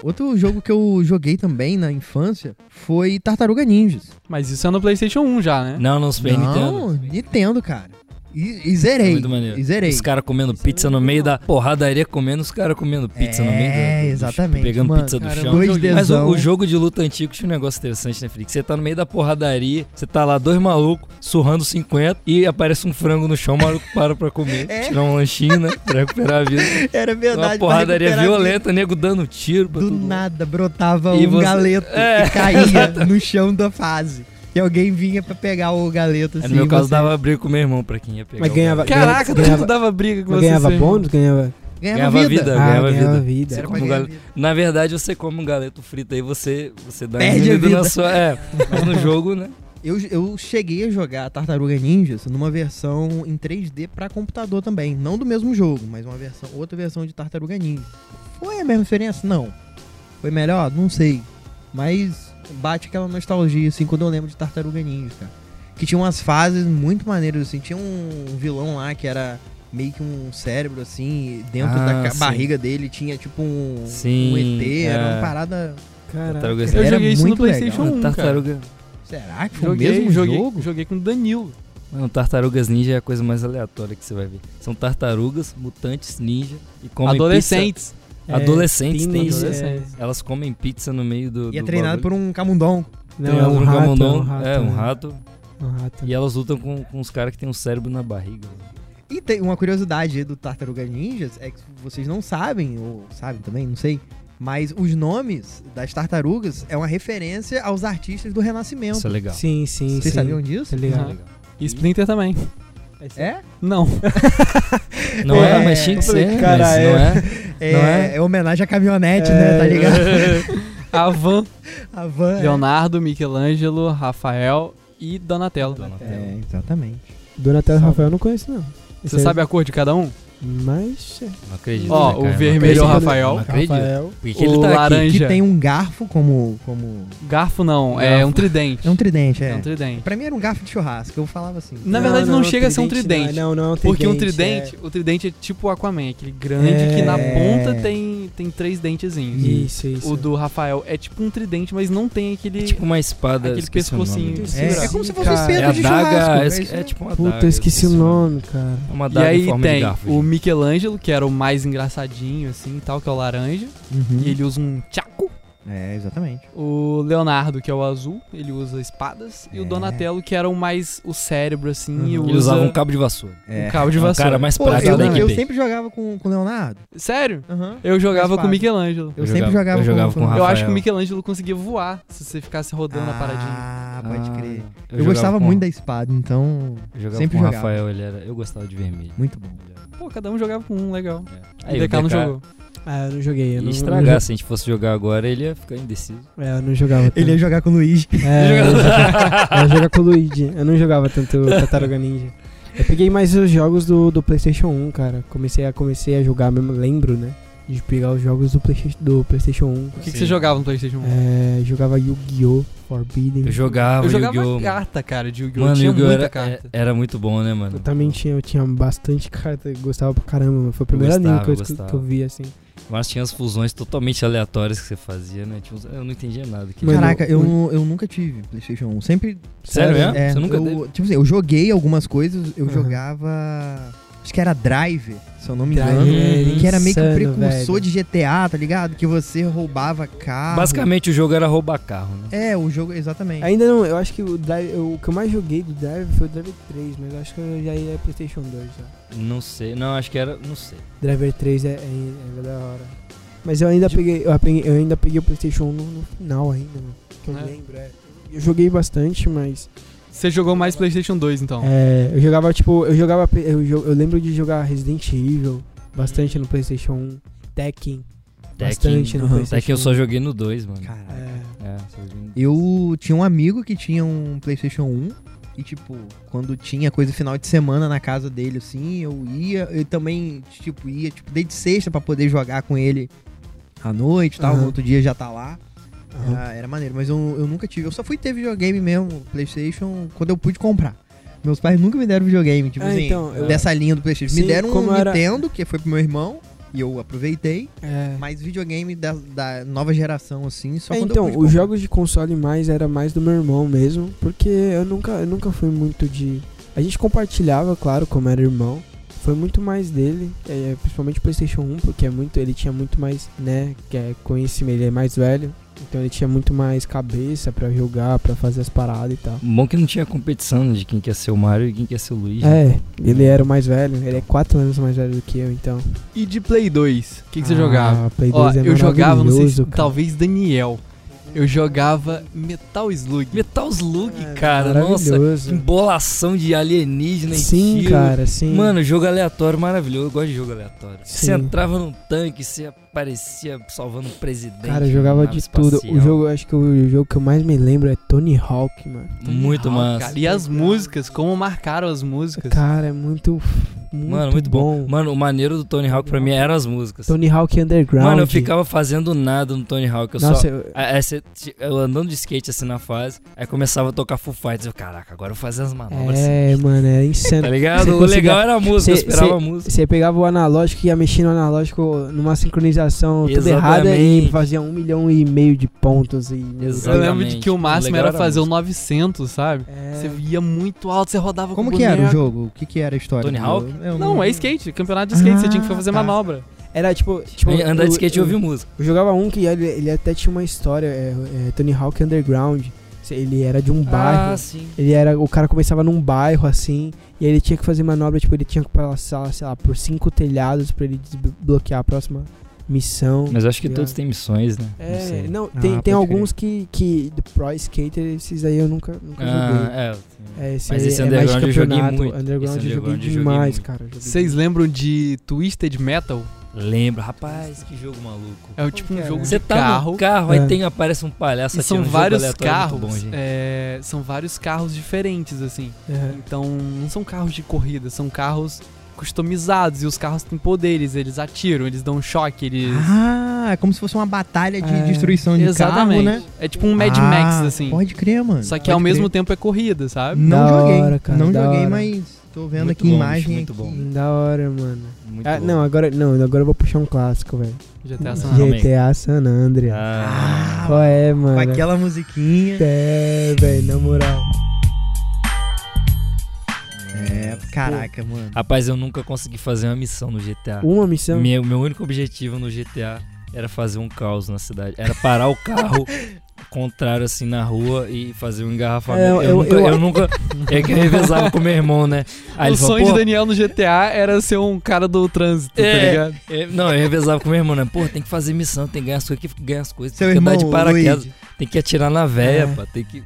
[SPEAKER 1] Outro jogo que eu joguei também na infância foi Tartaruga Ninjas.
[SPEAKER 2] Mas isso é no PlayStation 1 já, né?
[SPEAKER 3] Não, não, Super Nintendo.
[SPEAKER 1] Não, Nintendo, cara. E, e zerei.
[SPEAKER 3] É muito maneiro.
[SPEAKER 1] E zerei.
[SPEAKER 3] Os caras comendo pizza no meio da porradaria comendo, os caras comendo pizza no meio da-
[SPEAKER 1] É,
[SPEAKER 3] do- do-
[SPEAKER 1] exatamente,
[SPEAKER 3] Pegando
[SPEAKER 1] mano.
[SPEAKER 3] pizza do
[SPEAKER 2] Caramba,
[SPEAKER 3] chão.
[SPEAKER 2] eu
[SPEAKER 1] Dois
[SPEAKER 2] joguei.
[SPEAKER 3] Mas o,
[SPEAKER 1] dedão.
[SPEAKER 3] o jogo de luta antigo tinha um negócio interessante, né, Felipe? Você tá no meio da porradaria, você tá lá dois malucos, surrando 50, e aparece um frango no chão, o maluco para pra comer,
[SPEAKER 1] É.
[SPEAKER 3] tirar um lanchinho, né? Pra recuperar a vida.
[SPEAKER 1] Era verdade.
[SPEAKER 3] Uma
[SPEAKER 1] pra
[SPEAKER 3] porradaria
[SPEAKER 1] recuperar a vida.
[SPEAKER 3] violenta, nego dando tiro. pra
[SPEAKER 1] Do
[SPEAKER 3] tudo.
[SPEAKER 1] nada brotava
[SPEAKER 3] E
[SPEAKER 1] um
[SPEAKER 3] você-
[SPEAKER 1] galeto
[SPEAKER 3] É,
[SPEAKER 1] e caía no chão da fase. E alguém vinha pra pegar o galeto assim.
[SPEAKER 3] Aí, É, no meu
[SPEAKER 1] e
[SPEAKER 3] caso,
[SPEAKER 1] você
[SPEAKER 3] dava briga com meu irmão pra quem ia pegar.
[SPEAKER 4] Mas
[SPEAKER 3] o
[SPEAKER 4] ganhava-
[SPEAKER 3] galo.
[SPEAKER 2] Caraca,
[SPEAKER 4] Ganhava-
[SPEAKER 2] tudo dava briga com
[SPEAKER 4] Mas
[SPEAKER 2] você.
[SPEAKER 4] ganhava bônus? Ganhava.
[SPEAKER 1] ganhava,
[SPEAKER 3] ganhava
[SPEAKER 1] vida.
[SPEAKER 3] vida. Eu
[SPEAKER 4] ah,
[SPEAKER 3] ganhava
[SPEAKER 4] ganhava
[SPEAKER 3] vida.
[SPEAKER 4] vida.
[SPEAKER 1] Era pra
[SPEAKER 3] Como
[SPEAKER 1] ganhar
[SPEAKER 3] gale-
[SPEAKER 1] vida.
[SPEAKER 3] Na verdade, você come um galeto frito aí, você, você dá
[SPEAKER 1] Perde a
[SPEAKER 3] diminuída na
[SPEAKER 1] vida.
[SPEAKER 3] sua. É, mas no jogo, né?
[SPEAKER 1] Eu, eu cheguei a jogar Tartaruga Ninjas numa versão em 3D pra computador também. Não do mesmo jogo, mas uma versão, outra versão de Tartaruga Ninja. Foi a mesma diferença? Não. Foi melhor? Não sei. Mas bate aquela nostalgia, assim, quando eu lembro de Tartaruga Ninja, cara. Que tinha umas fases muito maneiras, assim. Tinha um vilão lá que era meio que um cérebro, assim, e dentro
[SPEAKER 3] Ah,
[SPEAKER 1] da ca-
[SPEAKER 3] sim.
[SPEAKER 1] barriga dele tinha tipo um,
[SPEAKER 3] Sim,
[SPEAKER 1] um ET, era
[SPEAKER 3] é.
[SPEAKER 1] uma parada.
[SPEAKER 4] Caraca.
[SPEAKER 3] Tartaruga
[SPEAKER 2] Eu
[SPEAKER 1] Era
[SPEAKER 2] joguei isso no
[SPEAKER 1] muito
[SPEAKER 2] PlayStation
[SPEAKER 1] legal.
[SPEAKER 2] 1, cara.
[SPEAKER 3] tartaruga.
[SPEAKER 1] Será que foi
[SPEAKER 2] Joguei,
[SPEAKER 1] o mesmo
[SPEAKER 2] joguei,
[SPEAKER 1] jogo?
[SPEAKER 2] joguei com o Danilo.
[SPEAKER 3] Mano, tartarugas ninja é a coisa mais aleatória que você vai ver. São tartarugas, mutantes, ninja e comem
[SPEAKER 2] Adolescentes.
[SPEAKER 3] pizza. Adolescentes,
[SPEAKER 4] É,
[SPEAKER 3] tem isso.
[SPEAKER 4] adolescentes.
[SPEAKER 3] Elas comem pizza no meio do.
[SPEAKER 1] E é
[SPEAKER 3] do
[SPEAKER 1] treinado por um camundongo.
[SPEAKER 4] Não, é um rato, é um rato.
[SPEAKER 3] é, um
[SPEAKER 4] né?
[SPEAKER 3] rato.
[SPEAKER 4] Um rato.
[SPEAKER 3] E elas lutam com, com os caras que tem um cérebro na barriga.
[SPEAKER 1] E tem uma curiosidade do Tartaruga Ninjas é que vocês não sabem, ou sabem também, não sei. Mas os nomes das tartarugas é uma referência aos artistas do Renascimento.
[SPEAKER 3] Isso é legal.
[SPEAKER 4] Sim, sim,
[SPEAKER 1] Vocês
[SPEAKER 4] sim.
[SPEAKER 1] sabiam disso?
[SPEAKER 4] Tá ligado.
[SPEAKER 3] Isso é legal.
[SPEAKER 2] E Splinter também.
[SPEAKER 1] É?
[SPEAKER 2] Não.
[SPEAKER 3] Não é,
[SPEAKER 1] É,
[SPEAKER 3] mas tinha que
[SPEAKER 4] eu falei,
[SPEAKER 3] ser. né?
[SPEAKER 4] cara,
[SPEAKER 3] Mas
[SPEAKER 4] é.
[SPEAKER 3] não é.
[SPEAKER 1] É,
[SPEAKER 3] Não é?
[SPEAKER 1] é homenagem à caminhonete,
[SPEAKER 4] É.
[SPEAKER 1] né? Tá ligado?
[SPEAKER 2] A Van,
[SPEAKER 1] A van. é-
[SPEAKER 2] Leonardo, Michelangelo, Rafael e Donatello.
[SPEAKER 1] É,
[SPEAKER 3] um,
[SPEAKER 1] exatamente.
[SPEAKER 4] Donatello e
[SPEAKER 1] Sabe.
[SPEAKER 4] Rafael eu não conheço, não.
[SPEAKER 2] Você sabe a cor de cada um?
[SPEAKER 4] Mas. é,
[SPEAKER 3] Não acredito.
[SPEAKER 2] Ó,
[SPEAKER 3] né,
[SPEAKER 2] o
[SPEAKER 3] cara? Não
[SPEAKER 2] vermelho é o
[SPEAKER 3] acredito.
[SPEAKER 2] Rafael.
[SPEAKER 3] Não acredito.
[SPEAKER 4] Rafael.
[SPEAKER 3] Por que que ele
[SPEAKER 2] O
[SPEAKER 3] tá aqui?
[SPEAKER 2] laranja.
[SPEAKER 1] Que
[SPEAKER 2] Já.
[SPEAKER 1] tem um garfo como. como...
[SPEAKER 2] Garfo não, é
[SPEAKER 3] Garfo.
[SPEAKER 2] um tridente.
[SPEAKER 1] É um tridente, é.
[SPEAKER 2] É um tridente.
[SPEAKER 1] Pra mim era um garfo de churrasco, eu falava assim.
[SPEAKER 2] Na verdade, não chega a ser um tridente.
[SPEAKER 4] Não, não, é um tridente.
[SPEAKER 2] Porque um
[SPEAKER 4] é-
[SPEAKER 2] tridente, o tridente é tipo o Aquaman, aquele grande
[SPEAKER 4] É.
[SPEAKER 2] que na ponta tem tem, tem três dentezinhos.
[SPEAKER 4] Isso, isso.
[SPEAKER 2] O do Rafael é tipo um tridente, mas não tem aquele.
[SPEAKER 3] É tipo uma espada.
[SPEAKER 2] aquele
[SPEAKER 3] esqueci o nome.
[SPEAKER 2] pescocinho.
[SPEAKER 1] É,
[SPEAKER 4] Sim,
[SPEAKER 1] é como se fosse
[SPEAKER 4] cara.
[SPEAKER 1] um
[SPEAKER 3] É
[SPEAKER 1] espeto
[SPEAKER 3] a
[SPEAKER 1] de
[SPEAKER 3] daga.
[SPEAKER 1] churrasco.
[SPEAKER 3] esque-
[SPEAKER 1] mas-
[SPEAKER 3] É, tipo uma daga.
[SPEAKER 4] Puta, esqueci o nome, cara.
[SPEAKER 3] É uma
[SPEAKER 2] E
[SPEAKER 3] daga em
[SPEAKER 2] aí
[SPEAKER 3] forma de
[SPEAKER 2] tem
[SPEAKER 3] garfo.
[SPEAKER 2] o
[SPEAKER 3] gente.
[SPEAKER 2] Michelangelo, que era o mais engraçadinho, assim e tal, que é o laranja.
[SPEAKER 3] Hum.
[SPEAKER 2] E ele usa um tchaco.
[SPEAKER 1] Uhum. É, exatamente.
[SPEAKER 2] O Leonardo, que é o azul, ele usa espadas. E o
[SPEAKER 1] É.
[SPEAKER 2] Donatello, que era o mais o cérebro, assim, e
[SPEAKER 3] Ele
[SPEAKER 2] usa
[SPEAKER 3] usava um cabo de vassoura.
[SPEAKER 1] É.
[SPEAKER 2] um cabo de
[SPEAKER 3] É um
[SPEAKER 2] vassoura.
[SPEAKER 3] cara mais
[SPEAKER 1] Pô, eu,
[SPEAKER 3] prateado
[SPEAKER 2] eu-
[SPEAKER 3] que
[SPEAKER 1] eu
[SPEAKER 3] tem.
[SPEAKER 1] sempre jogava com com o Leonardo.
[SPEAKER 2] Sério?
[SPEAKER 1] Aham.
[SPEAKER 2] Eu jogava com o
[SPEAKER 1] espada.
[SPEAKER 2] Michelangelo.
[SPEAKER 1] Eu, sempre jogava,
[SPEAKER 3] jogava- eu jogava com o
[SPEAKER 2] Eu
[SPEAKER 3] Rafael.
[SPEAKER 2] acho que o Michelangelo conseguia voar se você ficasse rodando a Tipo, paradinha.
[SPEAKER 1] Ah, pode crer.
[SPEAKER 3] Ah,
[SPEAKER 1] Eu,
[SPEAKER 3] jogava
[SPEAKER 1] gostava
[SPEAKER 3] com-
[SPEAKER 1] muito da espada, então.
[SPEAKER 3] Eu jogava
[SPEAKER 1] sempre
[SPEAKER 3] com o
[SPEAKER 1] jogava.
[SPEAKER 3] Rafael, ele era. Eu gostava de vermelho.
[SPEAKER 1] Muito bom.
[SPEAKER 3] Ele era-
[SPEAKER 2] Pô, cada um jogava com um, legal.
[SPEAKER 3] é.
[SPEAKER 2] o DK não jogou.
[SPEAKER 4] Ah, eu não joguei. Eu
[SPEAKER 3] Ia
[SPEAKER 4] não,
[SPEAKER 3] estragar, se a gente fosse jogar agora, ele ia ficar indeciso.
[SPEAKER 4] Não, jo- é, eu não jogava tanto.
[SPEAKER 1] Ele ia jogar com o Luigi.
[SPEAKER 4] É, eu, jogava, eu jogava com o Luigi. Eu não jogava tanto o Tataruga Ninja. Eu peguei mais os jogos do, do PlayStation 1, cara. Comecei a, comecei a jogar mesmo, lembro, né? De pegar os jogos do PlayStation, do PlayStation 1.
[SPEAKER 2] O que, que
[SPEAKER 3] Sim.
[SPEAKER 2] você jogava no PlayStation 1?
[SPEAKER 4] É, jogava Yu-Gi-Oh! Forbidden.
[SPEAKER 3] Eu jogava,
[SPEAKER 2] Eu jogava
[SPEAKER 3] Yu-Gi-Oh! mano.
[SPEAKER 2] carta, cara, de Yu-Gi-Oh!
[SPEAKER 3] Mano,
[SPEAKER 2] Tinha
[SPEAKER 3] Yu-Gi-Oh!
[SPEAKER 2] muita
[SPEAKER 3] Era,
[SPEAKER 2] carta.
[SPEAKER 3] era muito bom, né, mano?
[SPEAKER 4] Eu também tinha, eu tinha bastante carta, eu gostava pra caramba, mano. Foi o primeiro
[SPEAKER 3] gostava,
[SPEAKER 4] anime que eu,
[SPEAKER 3] eu
[SPEAKER 4] escu-
[SPEAKER 3] gostava.
[SPEAKER 4] que eu vi, assim.
[SPEAKER 3] Mas tinha as fusões totalmente aleatórias que você fazia, né? Tinha uns- Eu não entendia nada. Que...
[SPEAKER 4] Mano,
[SPEAKER 1] Caraca, eu,
[SPEAKER 4] eu-
[SPEAKER 1] nu- eu nunca tive PlayStation 1. Sempre.
[SPEAKER 3] Sério mesmo?
[SPEAKER 1] É,
[SPEAKER 3] Você nunca
[SPEAKER 1] eu,
[SPEAKER 3] teve?
[SPEAKER 1] Tipo assim, eu joguei algumas coisas, eu
[SPEAKER 4] Aham.
[SPEAKER 1] jogava. Acho que era Drive, se eu não me
[SPEAKER 4] Drive
[SPEAKER 1] engano.
[SPEAKER 4] era
[SPEAKER 1] Que era meio que
[SPEAKER 4] insano,
[SPEAKER 1] um precursor
[SPEAKER 4] velho.
[SPEAKER 1] de GTA, tá ligado? Que você roubava carro.
[SPEAKER 3] Basicamente o jogo era roubar carro, né?
[SPEAKER 1] É, o jogo, exatamente.
[SPEAKER 4] Ainda não, eu acho que o, Drive, eu- o que eu mais joguei do Drive foi o Driver 3, mas eu acho que eu já ia PlayStation 2 já.
[SPEAKER 3] Não sei, não, acho que era, não sei.
[SPEAKER 4] Driver 3 é, é, é da hora. Mas eu ainda peguei, eu, apeguei- eu ainda peguei o PlayStation 1 no, no final ainda, mano. Que eu
[SPEAKER 2] É.
[SPEAKER 4] lembro, é. Eu joguei bastante, mas
[SPEAKER 3] é.
[SPEAKER 2] Você jogou mais PlayStation 2, então.
[SPEAKER 4] é, eu jogava tipo, eu jogava pe- eu, jo- eu lembro de jogar Resident Evil bastante no PlayStation 1, Tekken, bastante no
[SPEAKER 1] aham.
[SPEAKER 4] PlayStation.
[SPEAKER 3] Até que eu só joguei no 2, mano.
[SPEAKER 1] Caraca.
[SPEAKER 4] É,
[SPEAKER 3] É, só joguei no-
[SPEAKER 1] Eu tinha um amigo que tinha um PlayStation 1 e, tipo, quando tinha coisa final de semana na casa dele, assim, eu ia. Eu também, tipo, ia, tipo, desde sexta pra poder jogar com ele à noite e tal.
[SPEAKER 4] Aham.
[SPEAKER 1] No outro dia já tá lá. Ah,
[SPEAKER 4] aham.
[SPEAKER 1] Era, era maneiro, mas eu, eu nunca tive. Eu só fui ter videogame mesmo, PlayStation, quando eu pude comprar. Meus pais nunca me deram videogame, tipo
[SPEAKER 4] Ah,
[SPEAKER 1] assim,
[SPEAKER 4] então, eu-
[SPEAKER 1] dessa linha do PlayStation.
[SPEAKER 4] Sim,
[SPEAKER 1] me deram
[SPEAKER 4] como
[SPEAKER 1] um
[SPEAKER 4] era-
[SPEAKER 1] Nintendo, que foi pro meu irmão, e eu aproveitei.
[SPEAKER 4] É.
[SPEAKER 1] Mas videogame da, da nova geração, assim, só
[SPEAKER 4] É,
[SPEAKER 1] quando eu
[SPEAKER 4] então,
[SPEAKER 1] pude
[SPEAKER 4] os
[SPEAKER 1] comprar.
[SPEAKER 4] jogos de console mais era mais do meu irmão mesmo, porque eu nunca, eu nunca fui muito de. A gente compartilhava, claro, como era irmão. Foi muito mais dele, é, é, principalmente o PlayStation 1, porque é muito, ele tinha muito mais, né, que é conhecimento, ele é mais velho, então ele tinha muito mais cabeça pra jogar, pra fazer as paradas e tal.
[SPEAKER 3] Bom que não tinha competição né, de quem quer ser o Mario e quem quer ser o Luigi.
[SPEAKER 4] É, ele era o mais velho, ele é 4 anos mais velho do que eu, então. O
[SPEAKER 2] E de Play 2, o que, que você jogava?
[SPEAKER 4] Ah, Play 2
[SPEAKER 2] Ó,
[SPEAKER 4] é
[SPEAKER 2] eu jogava, não sei se,
[SPEAKER 4] maravilhoso, cara.
[SPEAKER 2] talvez Daniel. Eu jogava Metal Slug.
[SPEAKER 3] Metal Slug,
[SPEAKER 4] É,
[SPEAKER 3] cara, nossa.
[SPEAKER 4] maravilhoso.
[SPEAKER 3] Embolação de alienígena e
[SPEAKER 4] Sim,
[SPEAKER 3] tiro.
[SPEAKER 4] cara, sim.
[SPEAKER 3] Mano, jogo aleatório maravilhoso. Eu gosto de jogo aleatório.
[SPEAKER 4] Sim.
[SPEAKER 3] Você entrava num tanque, você aparecia salvando o presidente.
[SPEAKER 4] Cara, eu jogava
[SPEAKER 3] nave
[SPEAKER 4] de
[SPEAKER 3] um espacial.
[SPEAKER 4] tudo. O jogo, acho que o jogo que eu mais me lembro é Tony Hawk, mano.
[SPEAKER 3] Muito
[SPEAKER 2] mal Ah,
[SPEAKER 3] massa.
[SPEAKER 2] E as músicas, como marcaram as músicas.
[SPEAKER 4] Cara, é muito, muito
[SPEAKER 3] Mano, muito bom. Mano, o maneiro do Tony Hawk pra mim eram as músicas.
[SPEAKER 4] Tony Hawk Underground.
[SPEAKER 3] Mano, eu ficava fazendo nada no Tony Hawk. Eu
[SPEAKER 4] Nossa,
[SPEAKER 3] só.
[SPEAKER 4] eu-
[SPEAKER 3] Aí- aí cê- eu andando de skate assim na fase, aí começava a tocar Full Fighters. Eu, caraca, Ah, agora eu vou fazer as manobras.
[SPEAKER 4] é, mano, é
[SPEAKER 3] Tá
[SPEAKER 4] insano.
[SPEAKER 3] ligado?
[SPEAKER 4] Você
[SPEAKER 3] O
[SPEAKER 4] conseguia-
[SPEAKER 3] legal era a música, eu
[SPEAKER 4] você-
[SPEAKER 3] esperava
[SPEAKER 4] você-
[SPEAKER 3] a música.
[SPEAKER 4] Você pegava o analógico e ia mexendo no analógico numa sincronização tudo
[SPEAKER 3] Exatamente.
[SPEAKER 4] errada e fazia um milhão e meio de pontos e...
[SPEAKER 2] Eu
[SPEAKER 3] Exatamente.
[SPEAKER 2] lembro de que o máximo
[SPEAKER 3] legal
[SPEAKER 2] era
[SPEAKER 3] era a
[SPEAKER 2] fazer o 900, sabe?
[SPEAKER 4] É,
[SPEAKER 2] Você ia muito alto, você rodava com
[SPEAKER 1] Como
[SPEAKER 2] o
[SPEAKER 1] que era o
[SPEAKER 2] boneco.
[SPEAKER 1] jogo? O que, que era a história?
[SPEAKER 3] Tony
[SPEAKER 1] do
[SPEAKER 3] Hawk?
[SPEAKER 1] jogo? Eu
[SPEAKER 2] Não, é skate, campeonato de skate, você tinha que
[SPEAKER 1] Ah,
[SPEAKER 2] fazer
[SPEAKER 1] tá.
[SPEAKER 2] manobra.
[SPEAKER 4] Era tipo... tipo
[SPEAKER 3] Eu ia Andar de skate e
[SPEAKER 4] eu-
[SPEAKER 3] ouvir música.
[SPEAKER 4] Eu jogava um que ele, ele até tinha uma história, é, é, Tony Hawk Underground. Ele era de um bairro.
[SPEAKER 3] Ah, sim.
[SPEAKER 4] Ele era, o cara começava num bairro assim, e aí ele tinha que fazer manobra, tipo, ele tinha que passar, sei lá, por cinco telhados pra ele desbloquear a próxima missão.
[SPEAKER 3] Mas eu acho que
[SPEAKER 4] Obrigado.
[SPEAKER 3] todos têm missões, né? não
[SPEAKER 4] É,
[SPEAKER 3] sei.
[SPEAKER 4] não,
[SPEAKER 1] Ah,
[SPEAKER 4] tem, tem
[SPEAKER 1] pode
[SPEAKER 4] alguns que, que do Pro Skater, esses aí eu nunca, nunca
[SPEAKER 3] Ah,
[SPEAKER 4] joguei.
[SPEAKER 3] é.
[SPEAKER 4] É, esse
[SPEAKER 3] mas
[SPEAKER 4] aí
[SPEAKER 3] esse
[SPEAKER 4] é mais de
[SPEAKER 3] Underground eu joguei
[SPEAKER 4] campeonato,
[SPEAKER 3] muito.
[SPEAKER 4] Underground
[SPEAKER 3] Esse
[SPEAKER 4] eu joguei
[SPEAKER 3] Underground eu joguei
[SPEAKER 4] demais,
[SPEAKER 3] muito.
[SPEAKER 4] cara. eu joguei
[SPEAKER 2] Vocês lembram de Twisted Metal?
[SPEAKER 3] Lembro, rapaz, que jogo maluco.
[SPEAKER 2] É o tipo um
[SPEAKER 4] que
[SPEAKER 2] jogo
[SPEAKER 4] era?
[SPEAKER 2] de
[SPEAKER 3] Você tá
[SPEAKER 2] carro.
[SPEAKER 3] no carro, aí
[SPEAKER 4] É.
[SPEAKER 3] tem, aparece um palhaço
[SPEAKER 2] E são
[SPEAKER 3] atirando um jogo
[SPEAKER 2] vários
[SPEAKER 3] aleatório,
[SPEAKER 2] carros.
[SPEAKER 3] muito bom, gente.
[SPEAKER 2] é, são vários carros diferentes, assim.
[SPEAKER 4] demais.
[SPEAKER 2] Então, não são carros de corrida, são carros customizados. E os carros têm poderes, eles atiram, eles dão um choque, eles.
[SPEAKER 1] Ah, é como se fosse uma batalha de
[SPEAKER 4] É,
[SPEAKER 1] destruição de
[SPEAKER 2] Exatamente.
[SPEAKER 1] carro, né?
[SPEAKER 2] É tipo um Mad Max,
[SPEAKER 1] Ah,
[SPEAKER 2] assim.
[SPEAKER 1] Pode crer, mano.
[SPEAKER 2] Só que
[SPEAKER 1] Pode
[SPEAKER 2] ao mesmo
[SPEAKER 1] crer. Hum.
[SPEAKER 2] tempo é corrida, sabe?
[SPEAKER 1] Não
[SPEAKER 4] Da
[SPEAKER 1] joguei.
[SPEAKER 4] hora, cara,
[SPEAKER 1] não
[SPEAKER 4] da
[SPEAKER 1] joguei,
[SPEAKER 4] hora.
[SPEAKER 1] mas tô vendo
[SPEAKER 3] Muito
[SPEAKER 1] aqui
[SPEAKER 3] bom, bicho,
[SPEAKER 1] imagem.
[SPEAKER 3] muito bom.
[SPEAKER 1] aqui.
[SPEAKER 4] É, da hora, mano.
[SPEAKER 3] Muito
[SPEAKER 4] Ah,
[SPEAKER 3] bom.
[SPEAKER 4] não, agora não, agora eu vou puxar um clássico, velho.
[SPEAKER 2] GTA San Andreas.
[SPEAKER 3] Calma aí.
[SPEAKER 4] GTA San Andreas.
[SPEAKER 3] Ah,
[SPEAKER 4] Qual é,
[SPEAKER 1] Com
[SPEAKER 4] mano?
[SPEAKER 1] aquela musiquinha.
[SPEAKER 4] É, velho, na moral.
[SPEAKER 1] É, caraca, mano.
[SPEAKER 4] Ah,
[SPEAKER 3] Rapaz, eu nunca consegui fazer uma missão no GTA.
[SPEAKER 4] Uma missão.
[SPEAKER 3] Meu, meu único objetivo no GTA era fazer um caos na cidade. Era parar o carro contrário assim na rua e fazer um engarrafamento.
[SPEAKER 4] É,
[SPEAKER 3] eu,
[SPEAKER 4] eu-
[SPEAKER 3] nunca,
[SPEAKER 4] É eu-
[SPEAKER 3] eu nunca. É que eu revezava com meu irmão, né?
[SPEAKER 2] o
[SPEAKER 3] Aí ele falou,
[SPEAKER 2] sonho de
[SPEAKER 3] "Pô,
[SPEAKER 2] Daniel no GTA era ser um cara do trânsito, tá
[SPEAKER 3] É.
[SPEAKER 2] ligado?
[SPEAKER 3] eu- não, eu revezava com meu irmão, né? Pô, tem que fazer missão, tem que ganhar as coisas, tem que ganhar as coisas,
[SPEAKER 1] Seu
[SPEAKER 3] tem que
[SPEAKER 1] irmão,
[SPEAKER 3] andar de paraquedas,
[SPEAKER 1] Luigi.
[SPEAKER 3] tem que atirar na véia,
[SPEAKER 4] É.
[SPEAKER 3] pá, tem que.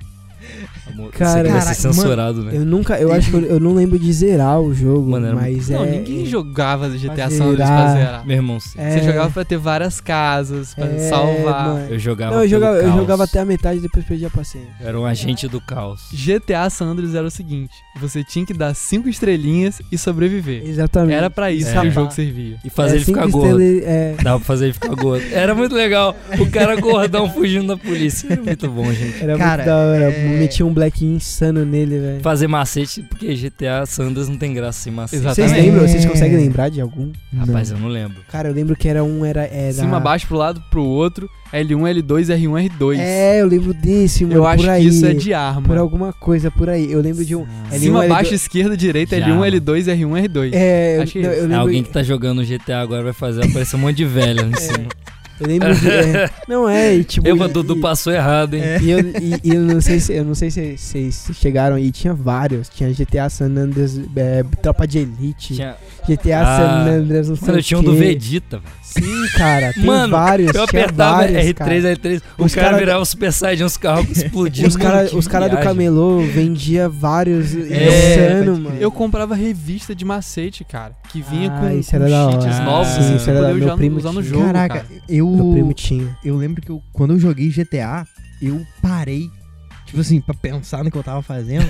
[SPEAKER 3] Amor, você vai ser
[SPEAKER 4] Cara,
[SPEAKER 1] Caraca, mano,
[SPEAKER 3] censurado,
[SPEAKER 2] É.
[SPEAKER 3] né?
[SPEAKER 4] Eu nunca, eu acho que eu, eu não lembro de zerar o jogo,
[SPEAKER 3] Mano, era
[SPEAKER 4] mas
[SPEAKER 2] Não,
[SPEAKER 4] é.
[SPEAKER 2] ninguém jogava GTA
[SPEAKER 4] pra
[SPEAKER 2] San Andreas pra
[SPEAKER 4] zerar.
[SPEAKER 2] zerar.
[SPEAKER 3] Meu irmão, sim.
[SPEAKER 4] é-
[SPEAKER 2] Você jogava pra ter várias casas, pra
[SPEAKER 4] é,
[SPEAKER 2] salvar.
[SPEAKER 4] mano.
[SPEAKER 3] Eu jogava.
[SPEAKER 4] Não, eu jogava,
[SPEAKER 3] pelo
[SPEAKER 4] eu
[SPEAKER 3] caos.
[SPEAKER 4] jogava até a metade e depois perdi a paciência.
[SPEAKER 3] Eu Era um agente do caos.
[SPEAKER 2] GTA San Andreas era o seguinte: você tinha que dar cinco estrelinhas e sobreviver.
[SPEAKER 4] Exatamente.
[SPEAKER 2] Era pra isso
[SPEAKER 3] É.
[SPEAKER 2] que o jogo servia.
[SPEAKER 3] E fazer
[SPEAKER 4] É,
[SPEAKER 3] ele ficar
[SPEAKER 4] cinco
[SPEAKER 3] gordo.
[SPEAKER 4] estrelas, é,
[SPEAKER 3] Dava pra fazer ele ficar gordo. Era muito legal. O cara gordão fugindo da polícia. Era muito bom, gente.
[SPEAKER 4] era
[SPEAKER 1] Cara,
[SPEAKER 4] muito da hora.
[SPEAKER 1] é-
[SPEAKER 4] Metia um black insano nele, velho.
[SPEAKER 3] Fazer macete, porque GTA Sanders não tem graça sem macete.
[SPEAKER 2] Exato.
[SPEAKER 4] Vocês
[SPEAKER 2] Exatamente.
[SPEAKER 4] lembram? Vocês
[SPEAKER 1] É.
[SPEAKER 4] conseguem lembrar de algum?
[SPEAKER 3] Rapaz, eu não lembro.
[SPEAKER 4] Cara, eu lembro que era um, era. era...
[SPEAKER 2] Cima, baixo, pro lado, pro outro. L1, L2, R1, R2.
[SPEAKER 4] É, eu lembro desse, mano.
[SPEAKER 2] Eu acho
[SPEAKER 4] por aí.
[SPEAKER 2] que isso é de arma.
[SPEAKER 4] Por alguma coisa, por aí. Eu lembro de um. L1,
[SPEAKER 2] Cima,
[SPEAKER 4] L2.
[SPEAKER 2] baixo, esquerda, direita,
[SPEAKER 3] Já,
[SPEAKER 2] L1,
[SPEAKER 3] mano.
[SPEAKER 2] L2, R1, R2.
[SPEAKER 4] É, eu,
[SPEAKER 2] Acho que
[SPEAKER 4] não,
[SPEAKER 2] é
[SPEAKER 4] eu
[SPEAKER 3] É,
[SPEAKER 4] lembro, É.
[SPEAKER 3] Alguém que tá jogando GTA agora vai fazer aparecer um monte de velho em cima.
[SPEAKER 4] eu lembro de. é, não é, e tipo.
[SPEAKER 3] Eu,
[SPEAKER 4] e-
[SPEAKER 3] Dudu,
[SPEAKER 4] e- é,
[SPEAKER 3] passou errado, hein?
[SPEAKER 4] E eu, e- e eu não sei se eu não sei se vocês chegaram aí, tinha vários. Tinha GTA San Andreas, é, Tropa de Elite,
[SPEAKER 3] Tinha...
[SPEAKER 4] GTA
[SPEAKER 3] Ah,
[SPEAKER 4] San Andreas, não sei
[SPEAKER 3] Mano, eu
[SPEAKER 4] o
[SPEAKER 3] tinha um do
[SPEAKER 4] quê.
[SPEAKER 3] Vegeta. velho.
[SPEAKER 4] Sim, cara, tem
[SPEAKER 3] Mano,
[SPEAKER 4] vários.
[SPEAKER 3] Eu
[SPEAKER 4] tinha
[SPEAKER 3] apertava
[SPEAKER 4] vários,
[SPEAKER 3] R3,
[SPEAKER 4] cara.
[SPEAKER 3] R3. O
[SPEAKER 4] Os
[SPEAKER 3] cara,
[SPEAKER 4] cara-
[SPEAKER 3] virava o Super Saiyajin, os carros explodiam.
[SPEAKER 4] Os caras
[SPEAKER 3] Mano,
[SPEAKER 4] os
[SPEAKER 3] que
[SPEAKER 4] cara do
[SPEAKER 3] viagem.
[SPEAKER 4] camelô vendia vários
[SPEAKER 3] É,
[SPEAKER 4] insano,
[SPEAKER 1] pode
[SPEAKER 4] mano.
[SPEAKER 1] crer.
[SPEAKER 2] Eu comprava revista de macete, cara, que vinha
[SPEAKER 4] Ah,
[SPEAKER 2] com,
[SPEAKER 4] isso
[SPEAKER 2] com
[SPEAKER 4] era da hora.
[SPEAKER 2] cheats novos,
[SPEAKER 3] Sim,
[SPEAKER 2] assim,
[SPEAKER 3] isso
[SPEAKER 2] pra
[SPEAKER 4] era da-
[SPEAKER 2] poder
[SPEAKER 4] meu
[SPEAKER 2] usar, no-
[SPEAKER 4] primo
[SPEAKER 2] usar no
[SPEAKER 4] tinha.
[SPEAKER 2] jogo,
[SPEAKER 1] caraca,
[SPEAKER 2] cara.
[SPEAKER 1] eu.
[SPEAKER 4] Meu primo tinha.
[SPEAKER 1] Eu lembro que eu, quando eu joguei GTA, eu parei, tipo assim, pra pensar no que eu tava fazendo.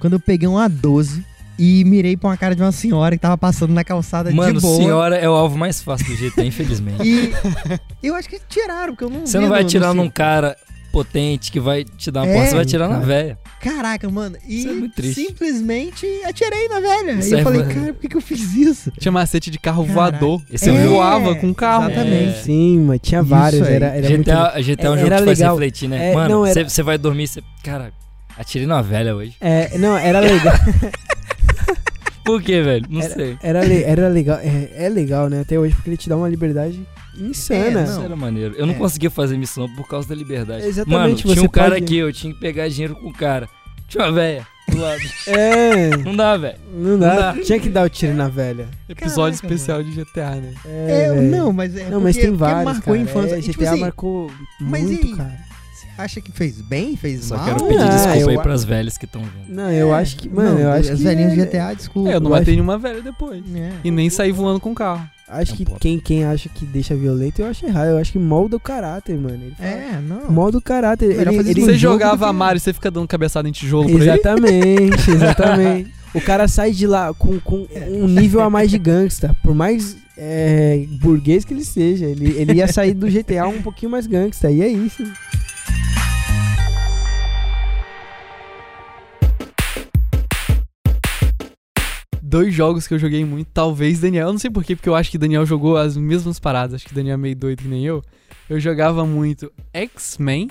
[SPEAKER 1] quando eu peguei um A12 e mirei pra uma cara de uma senhora que tava passando na
[SPEAKER 4] né?
[SPEAKER 1] calçada
[SPEAKER 3] Mano,
[SPEAKER 1] de boa.
[SPEAKER 3] senhora é o alvo mais fácil do GTA, infelizmente.
[SPEAKER 1] E eu acho que tiraram, porque eu não
[SPEAKER 3] Você
[SPEAKER 1] vi
[SPEAKER 3] não vai
[SPEAKER 1] no- no
[SPEAKER 3] atirar
[SPEAKER 1] filme.
[SPEAKER 3] num cara potente que vai te dar uma
[SPEAKER 1] É,
[SPEAKER 3] porta, você vai atirar na
[SPEAKER 4] cara.
[SPEAKER 3] véia.
[SPEAKER 1] Caraca, mano.
[SPEAKER 3] Isso é
[SPEAKER 1] E
[SPEAKER 3] muito triste.
[SPEAKER 1] simplesmente atirei na velha.
[SPEAKER 3] Isso
[SPEAKER 1] e eu
[SPEAKER 3] é-
[SPEAKER 1] falei, cara, por que, que eu fiz isso?
[SPEAKER 2] Tinha macete de carro
[SPEAKER 1] Caraca.
[SPEAKER 2] voador.
[SPEAKER 3] Esse
[SPEAKER 2] Você
[SPEAKER 3] é um jogo-
[SPEAKER 2] voava com o carro.
[SPEAKER 1] Exatamente.
[SPEAKER 3] É.
[SPEAKER 4] Sim, mas tinha
[SPEAKER 1] Isso
[SPEAKER 4] vários.
[SPEAKER 1] aí.
[SPEAKER 4] Era, era muito.
[SPEAKER 3] GTA, GTA é um
[SPEAKER 4] é-
[SPEAKER 3] jogo
[SPEAKER 4] era
[SPEAKER 3] que faz
[SPEAKER 4] legal.
[SPEAKER 3] refletir, né?
[SPEAKER 4] É,
[SPEAKER 3] Mano,
[SPEAKER 4] não, era-
[SPEAKER 3] você você vai dormir, você. Cara, atirei na velha hoje.
[SPEAKER 4] É, não, era legal.
[SPEAKER 3] Por quê, velho? Não sei.
[SPEAKER 4] Era, le- era legal. É, é legal, né? Até hoje, porque ele te dá uma liberdade insana.
[SPEAKER 1] É,
[SPEAKER 3] Isso
[SPEAKER 1] não.
[SPEAKER 3] era maneiro. Eu não
[SPEAKER 1] É.
[SPEAKER 3] conseguia fazer missão por causa da liberdade.
[SPEAKER 4] Exatamente,
[SPEAKER 3] Mano, tinha
[SPEAKER 4] você
[SPEAKER 3] um cara
[SPEAKER 4] pode-
[SPEAKER 3] aqui, eu tinha que pegar dinheiro com o cara. Tinha uma velha do lado.
[SPEAKER 4] É,
[SPEAKER 3] não dá, velho.
[SPEAKER 4] não dá.
[SPEAKER 3] Não dá.
[SPEAKER 4] Tinha que dar o tiro na velha.
[SPEAKER 2] É. Episódio
[SPEAKER 1] Caraca,
[SPEAKER 2] especial de GTA, né?
[SPEAKER 4] É,
[SPEAKER 1] É,
[SPEAKER 4] velho.
[SPEAKER 1] não, mas é.
[SPEAKER 4] Não, mas
[SPEAKER 1] porque-
[SPEAKER 4] tem
[SPEAKER 1] porque
[SPEAKER 4] vários.
[SPEAKER 1] Marcou
[SPEAKER 4] cara.
[SPEAKER 1] a infância.
[SPEAKER 4] É,
[SPEAKER 1] E,
[SPEAKER 4] GTA
[SPEAKER 1] tipo assim,
[SPEAKER 4] marcou
[SPEAKER 1] mas
[SPEAKER 4] muito,
[SPEAKER 1] e aí?
[SPEAKER 4] cara.
[SPEAKER 1] acha que fez bem? Fez
[SPEAKER 3] Só
[SPEAKER 1] mal?
[SPEAKER 3] quero pedir
[SPEAKER 4] Ah,
[SPEAKER 3] desculpa
[SPEAKER 4] eu
[SPEAKER 3] aí
[SPEAKER 4] a-
[SPEAKER 3] pras velhas que estão vendo.
[SPEAKER 4] Não, eu
[SPEAKER 1] É.
[SPEAKER 4] acho que. Mano,
[SPEAKER 1] Não,
[SPEAKER 4] eu acho
[SPEAKER 1] as
[SPEAKER 4] que.
[SPEAKER 1] velhinhas de GTA, desculpa.
[SPEAKER 2] É, eu não
[SPEAKER 4] eu
[SPEAKER 2] matei
[SPEAKER 4] acho-
[SPEAKER 2] nenhuma velha depois.
[SPEAKER 1] É.
[SPEAKER 2] E nem saí voando com o carro.
[SPEAKER 4] Acho
[SPEAKER 3] Não
[SPEAKER 1] um
[SPEAKER 4] que
[SPEAKER 3] pode.
[SPEAKER 4] quem, quem acha que deixa violento, eu acho errado. Eu acho que molda o caráter, mano. Ele fala,
[SPEAKER 1] É, não.
[SPEAKER 4] Molda o caráter.
[SPEAKER 1] Melhor
[SPEAKER 4] Ele,
[SPEAKER 1] fazer
[SPEAKER 4] ele
[SPEAKER 1] isso no
[SPEAKER 2] Você
[SPEAKER 1] jogo
[SPEAKER 2] jogava
[SPEAKER 1] do
[SPEAKER 2] a
[SPEAKER 1] que-
[SPEAKER 2] Mario e você fica dando cabeçada em tijolo por aí?
[SPEAKER 4] Exatamente, exatamente. O cara sai de lá com, com um nível a mais de gangsta. Por mais é, burguês que ele seja, ele, ele ia sair do GTA um pouquinho mais gangsta. E é isso.
[SPEAKER 2] Dois jogos que eu joguei muito, talvez Daniel. Eu não sei porquê, porque eu acho que Daniel jogou as mesmas paradas. Acho que Daniel é meio doido que nem eu. Eu jogava muito X-Men.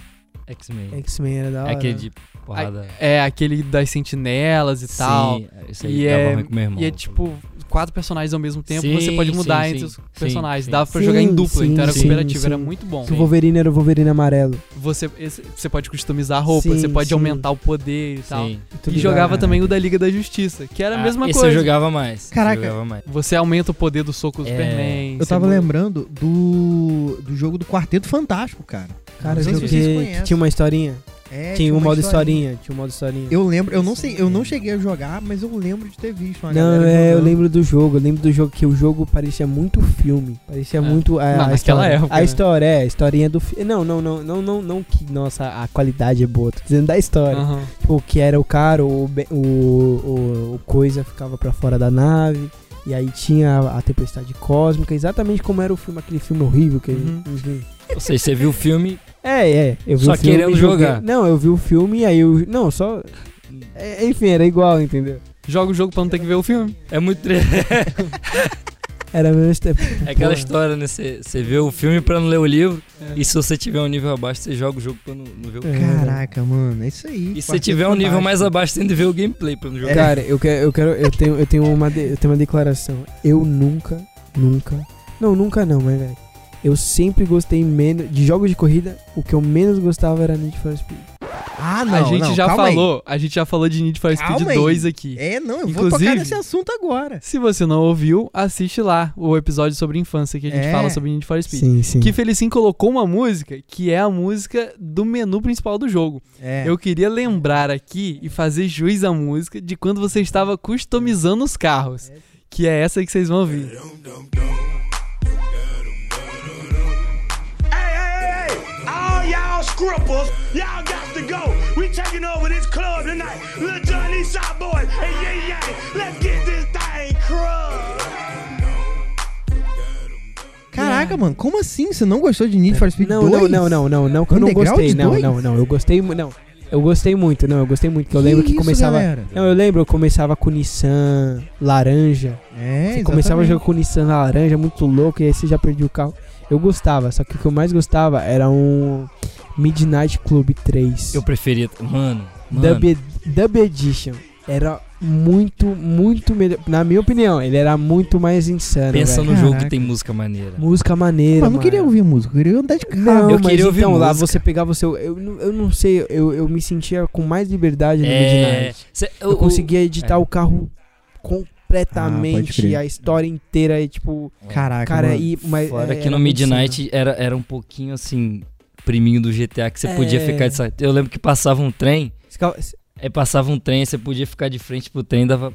[SPEAKER 3] X-Men.
[SPEAKER 4] X-Men era da
[SPEAKER 3] É
[SPEAKER 4] hora.
[SPEAKER 3] aquele de porrada.
[SPEAKER 2] É, aquele das sentinelas e tal.
[SPEAKER 3] Sim, isso aí
[SPEAKER 2] E
[SPEAKER 3] dava
[SPEAKER 2] é-
[SPEAKER 3] ruim com meu irmão.
[SPEAKER 2] E é tipo, quatro personagens ao mesmo tempo,
[SPEAKER 3] Sim,
[SPEAKER 2] você pode
[SPEAKER 3] sim,
[SPEAKER 2] mudar
[SPEAKER 3] sim,
[SPEAKER 2] entre os
[SPEAKER 3] sim,
[SPEAKER 2] personagens.
[SPEAKER 3] sim.
[SPEAKER 2] Dava pra
[SPEAKER 4] Sim,
[SPEAKER 2] jogar em dupla,
[SPEAKER 4] sim,
[SPEAKER 2] então era
[SPEAKER 4] sim,
[SPEAKER 2] cooperativo,
[SPEAKER 4] sim.
[SPEAKER 2] era muito bom.
[SPEAKER 4] Que o Wolverine era o Wolverine amarelo.
[SPEAKER 2] Você, esse- você pode customizar a roupa,
[SPEAKER 4] Sim,
[SPEAKER 2] você pode
[SPEAKER 4] sim. né?
[SPEAKER 2] aumentar o poder e tal.
[SPEAKER 3] Sim.
[SPEAKER 4] Tô
[SPEAKER 2] E
[SPEAKER 4] ligado.
[SPEAKER 2] jogava também o da Liga da Justiça, que era a
[SPEAKER 3] Ah,
[SPEAKER 2] mesma
[SPEAKER 3] esse
[SPEAKER 2] coisa.
[SPEAKER 3] eu jogava mais. esse eu
[SPEAKER 1] Caraca.
[SPEAKER 3] jogava mais.
[SPEAKER 2] Você aumenta o poder do soco do
[SPEAKER 3] É.
[SPEAKER 2] Superman.
[SPEAKER 1] Eu
[SPEAKER 2] você
[SPEAKER 1] tava
[SPEAKER 2] muda-
[SPEAKER 1] lembrando do, do jogo do Quarteto Fantástico, cara.
[SPEAKER 4] Cara,
[SPEAKER 1] Não sei se
[SPEAKER 4] joguei.
[SPEAKER 1] vocês
[SPEAKER 4] que
[SPEAKER 1] conhecem.
[SPEAKER 4] tinha uma historinha.
[SPEAKER 1] É,
[SPEAKER 4] tinha um modo historinha. Tinha um modo historinha.
[SPEAKER 1] Eu lembro, eu não sei, eu não cheguei a jogar, mas eu lembro de ter visto uma
[SPEAKER 4] Não,
[SPEAKER 1] galera
[SPEAKER 4] é, eu
[SPEAKER 1] jogando.
[SPEAKER 4] lembro do jogo, eu lembro do jogo que o jogo parecia muito filme. Parecia
[SPEAKER 2] É.
[SPEAKER 4] muito. A,
[SPEAKER 2] Não,
[SPEAKER 4] a
[SPEAKER 2] naquela
[SPEAKER 4] história,
[SPEAKER 2] época,
[SPEAKER 4] A
[SPEAKER 2] né?
[SPEAKER 4] história, é, a historinha do filme. Não, não, não, não, não, não que, nossa, a qualidade é boa. Tô dizendo da história.
[SPEAKER 2] Aham.
[SPEAKER 4] Tipo, que era o cara, o, be- o, o, o coisa ficava pra fora da nave. E aí tinha a, a tempestade cósmica, exatamente como era o filme, aquele filme horrível que.
[SPEAKER 2] Uhum.
[SPEAKER 4] Enfim.
[SPEAKER 3] Ou seja, você viu o filme.
[SPEAKER 4] É, é. Eu vi
[SPEAKER 3] Só
[SPEAKER 4] o filme,
[SPEAKER 3] querendo
[SPEAKER 4] joguei-
[SPEAKER 3] jogar.
[SPEAKER 4] Não, eu vi o filme e aí eu. Não, só. é, enfim, era igual, entendeu?
[SPEAKER 2] Joga o jogo pra não ter que ver o filme.
[SPEAKER 3] É muito. tre-
[SPEAKER 4] Era meu step.
[SPEAKER 3] É aquela
[SPEAKER 4] Porra.
[SPEAKER 3] história, né? Você você vê o filme pra não ler o livro.
[SPEAKER 2] É.
[SPEAKER 3] E se você tiver um nível abaixo, você joga o jogo pra não, não ver o
[SPEAKER 4] É.
[SPEAKER 1] Caraca, mano, é isso aí.
[SPEAKER 3] E se você tiver um nível mais abaixo, você tem que ver o gameplay pra não jogar.
[SPEAKER 4] Cara, eu quero. Eu, quero eu, tenho, eu, tenho uma de- eu tenho uma declaração. Eu nunca, nunca. Não, nunca não, mas velho. Eu sempre gostei menos. De jogos de corrida, o que eu menos gostava era Need for Speed.
[SPEAKER 1] Ah, não,
[SPEAKER 2] a gente
[SPEAKER 1] não,
[SPEAKER 2] já
[SPEAKER 1] calma aí.
[SPEAKER 2] falou, a gente já falou de Need for Speed
[SPEAKER 1] Calma aí.
[SPEAKER 2] 2 aqui.
[SPEAKER 1] É, não, eu vou
[SPEAKER 2] Inclusive-
[SPEAKER 1] tocar nesse assunto agora.
[SPEAKER 2] Se você não ouviu, assiste lá o episódio sobre infância que a gente
[SPEAKER 1] É.
[SPEAKER 2] fala sobre Need for Speed.
[SPEAKER 4] Sim, sim.
[SPEAKER 2] Que Felicim colocou uma música que é a música do menu principal do jogo.
[SPEAKER 1] É.
[SPEAKER 2] Eu queria lembrar aqui e fazer juiz à música de quando você estava customizando os carros. Que é essa que vocês vão ouvir.
[SPEAKER 5] Hey, hey, hey, hey! All y'all scribbles, y'all got to go. We taking over this club tonight. Little Johnny Side Boy and Yay Yang. Let's get this thing crushed.
[SPEAKER 1] Caraca, mano, como assim? Você não gostou de Need for Speed
[SPEAKER 4] Não,
[SPEAKER 1] 2?
[SPEAKER 4] não, não, não, não, não, que eu não
[SPEAKER 1] Underground
[SPEAKER 4] gostei, não,
[SPEAKER 1] dois?
[SPEAKER 4] não, não, eu gostei, mu- não, eu gostei muito, não, eu gostei muito, que eu lembro que
[SPEAKER 1] isso,
[SPEAKER 4] começava,
[SPEAKER 1] galera?
[SPEAKER 4] não, eu lembro, eu começava com Nissan laranja,
[SPEAKER 1] É,
[SPEAKER 4] você começava o
[SPEAKER 1] exatamente.
[SPEAKER 4] jogo com Nissan laranja, muito louco, e aí você já perdia o carro, eu gostava, só que o que eu mais gostava era um Midnight Club 3,
[SPEAKER 3] Eu preferia. Mano, mano.
[SPEAKER 4] Dub, Dub Edition, era muito, muito melhor, na minha opinião, ele era muito mais insano,
[SPEAKER 3] Pensa
[SPEAKER 4] velho.
[SPEAKER 3] no jogo que
[SPEAKER 1] Caraca.
[SPEAKER 3] tem música maneira.
[SPEAKER 4] é música maneira,
[SPEAKER 1] Mas não
[SPEAKER 4] mano.
[SPEAKER 1] queria ouvir música, eu queria andar de carro.
[SPEAKER 4] Não,
[SPEAKER 3] Eu
[SPEAKER 4] mas
[SPEAKER 3] queria ouvir
[SPEAKER 4] então lá
[SPEAKER 3] música.
[SPEAKER 4] você pegava o seu. Eu, não- eu não sei, eu, eu me sentia com mais liberdade no
[SPEAKER 3] É.
[SPEAKER 4] Midnight.
[SPEAKER 3] cê-
[SPEAKER 4] Eu, conseguia editar
[SPEAKER 3] é.
[SPEAKER 4] o carro
[SPEAKER 1] Ah, pode
[SPEAKER 4] completamente,
[SPEAKER 1] crer.
[SPEAKER 4] a história inteira e tipo,
[SPEAKER 1] Caraca,
[SPEAKER 4] cara,
[SPEAKER 1] mano.
[SPEAKER 4] e mas
[SPEAKER 3] Fora
[SPEAKER 4] é,
[SPEAKER 3] que no
[SPEAKER 4] era muito
[SPEAKER 3] Midnight era, era um pouquinho assim, priminho do GTA, que você podia
[SPEAKER 4] É.
[SPEAKER 3] ficar de sa- Eu lembro que passava um trem,
[SPEAKER 4] insano. Você ficava-
[SPEAKER 3] aí passava um trem, você podia ficar de frente pro trem, dava.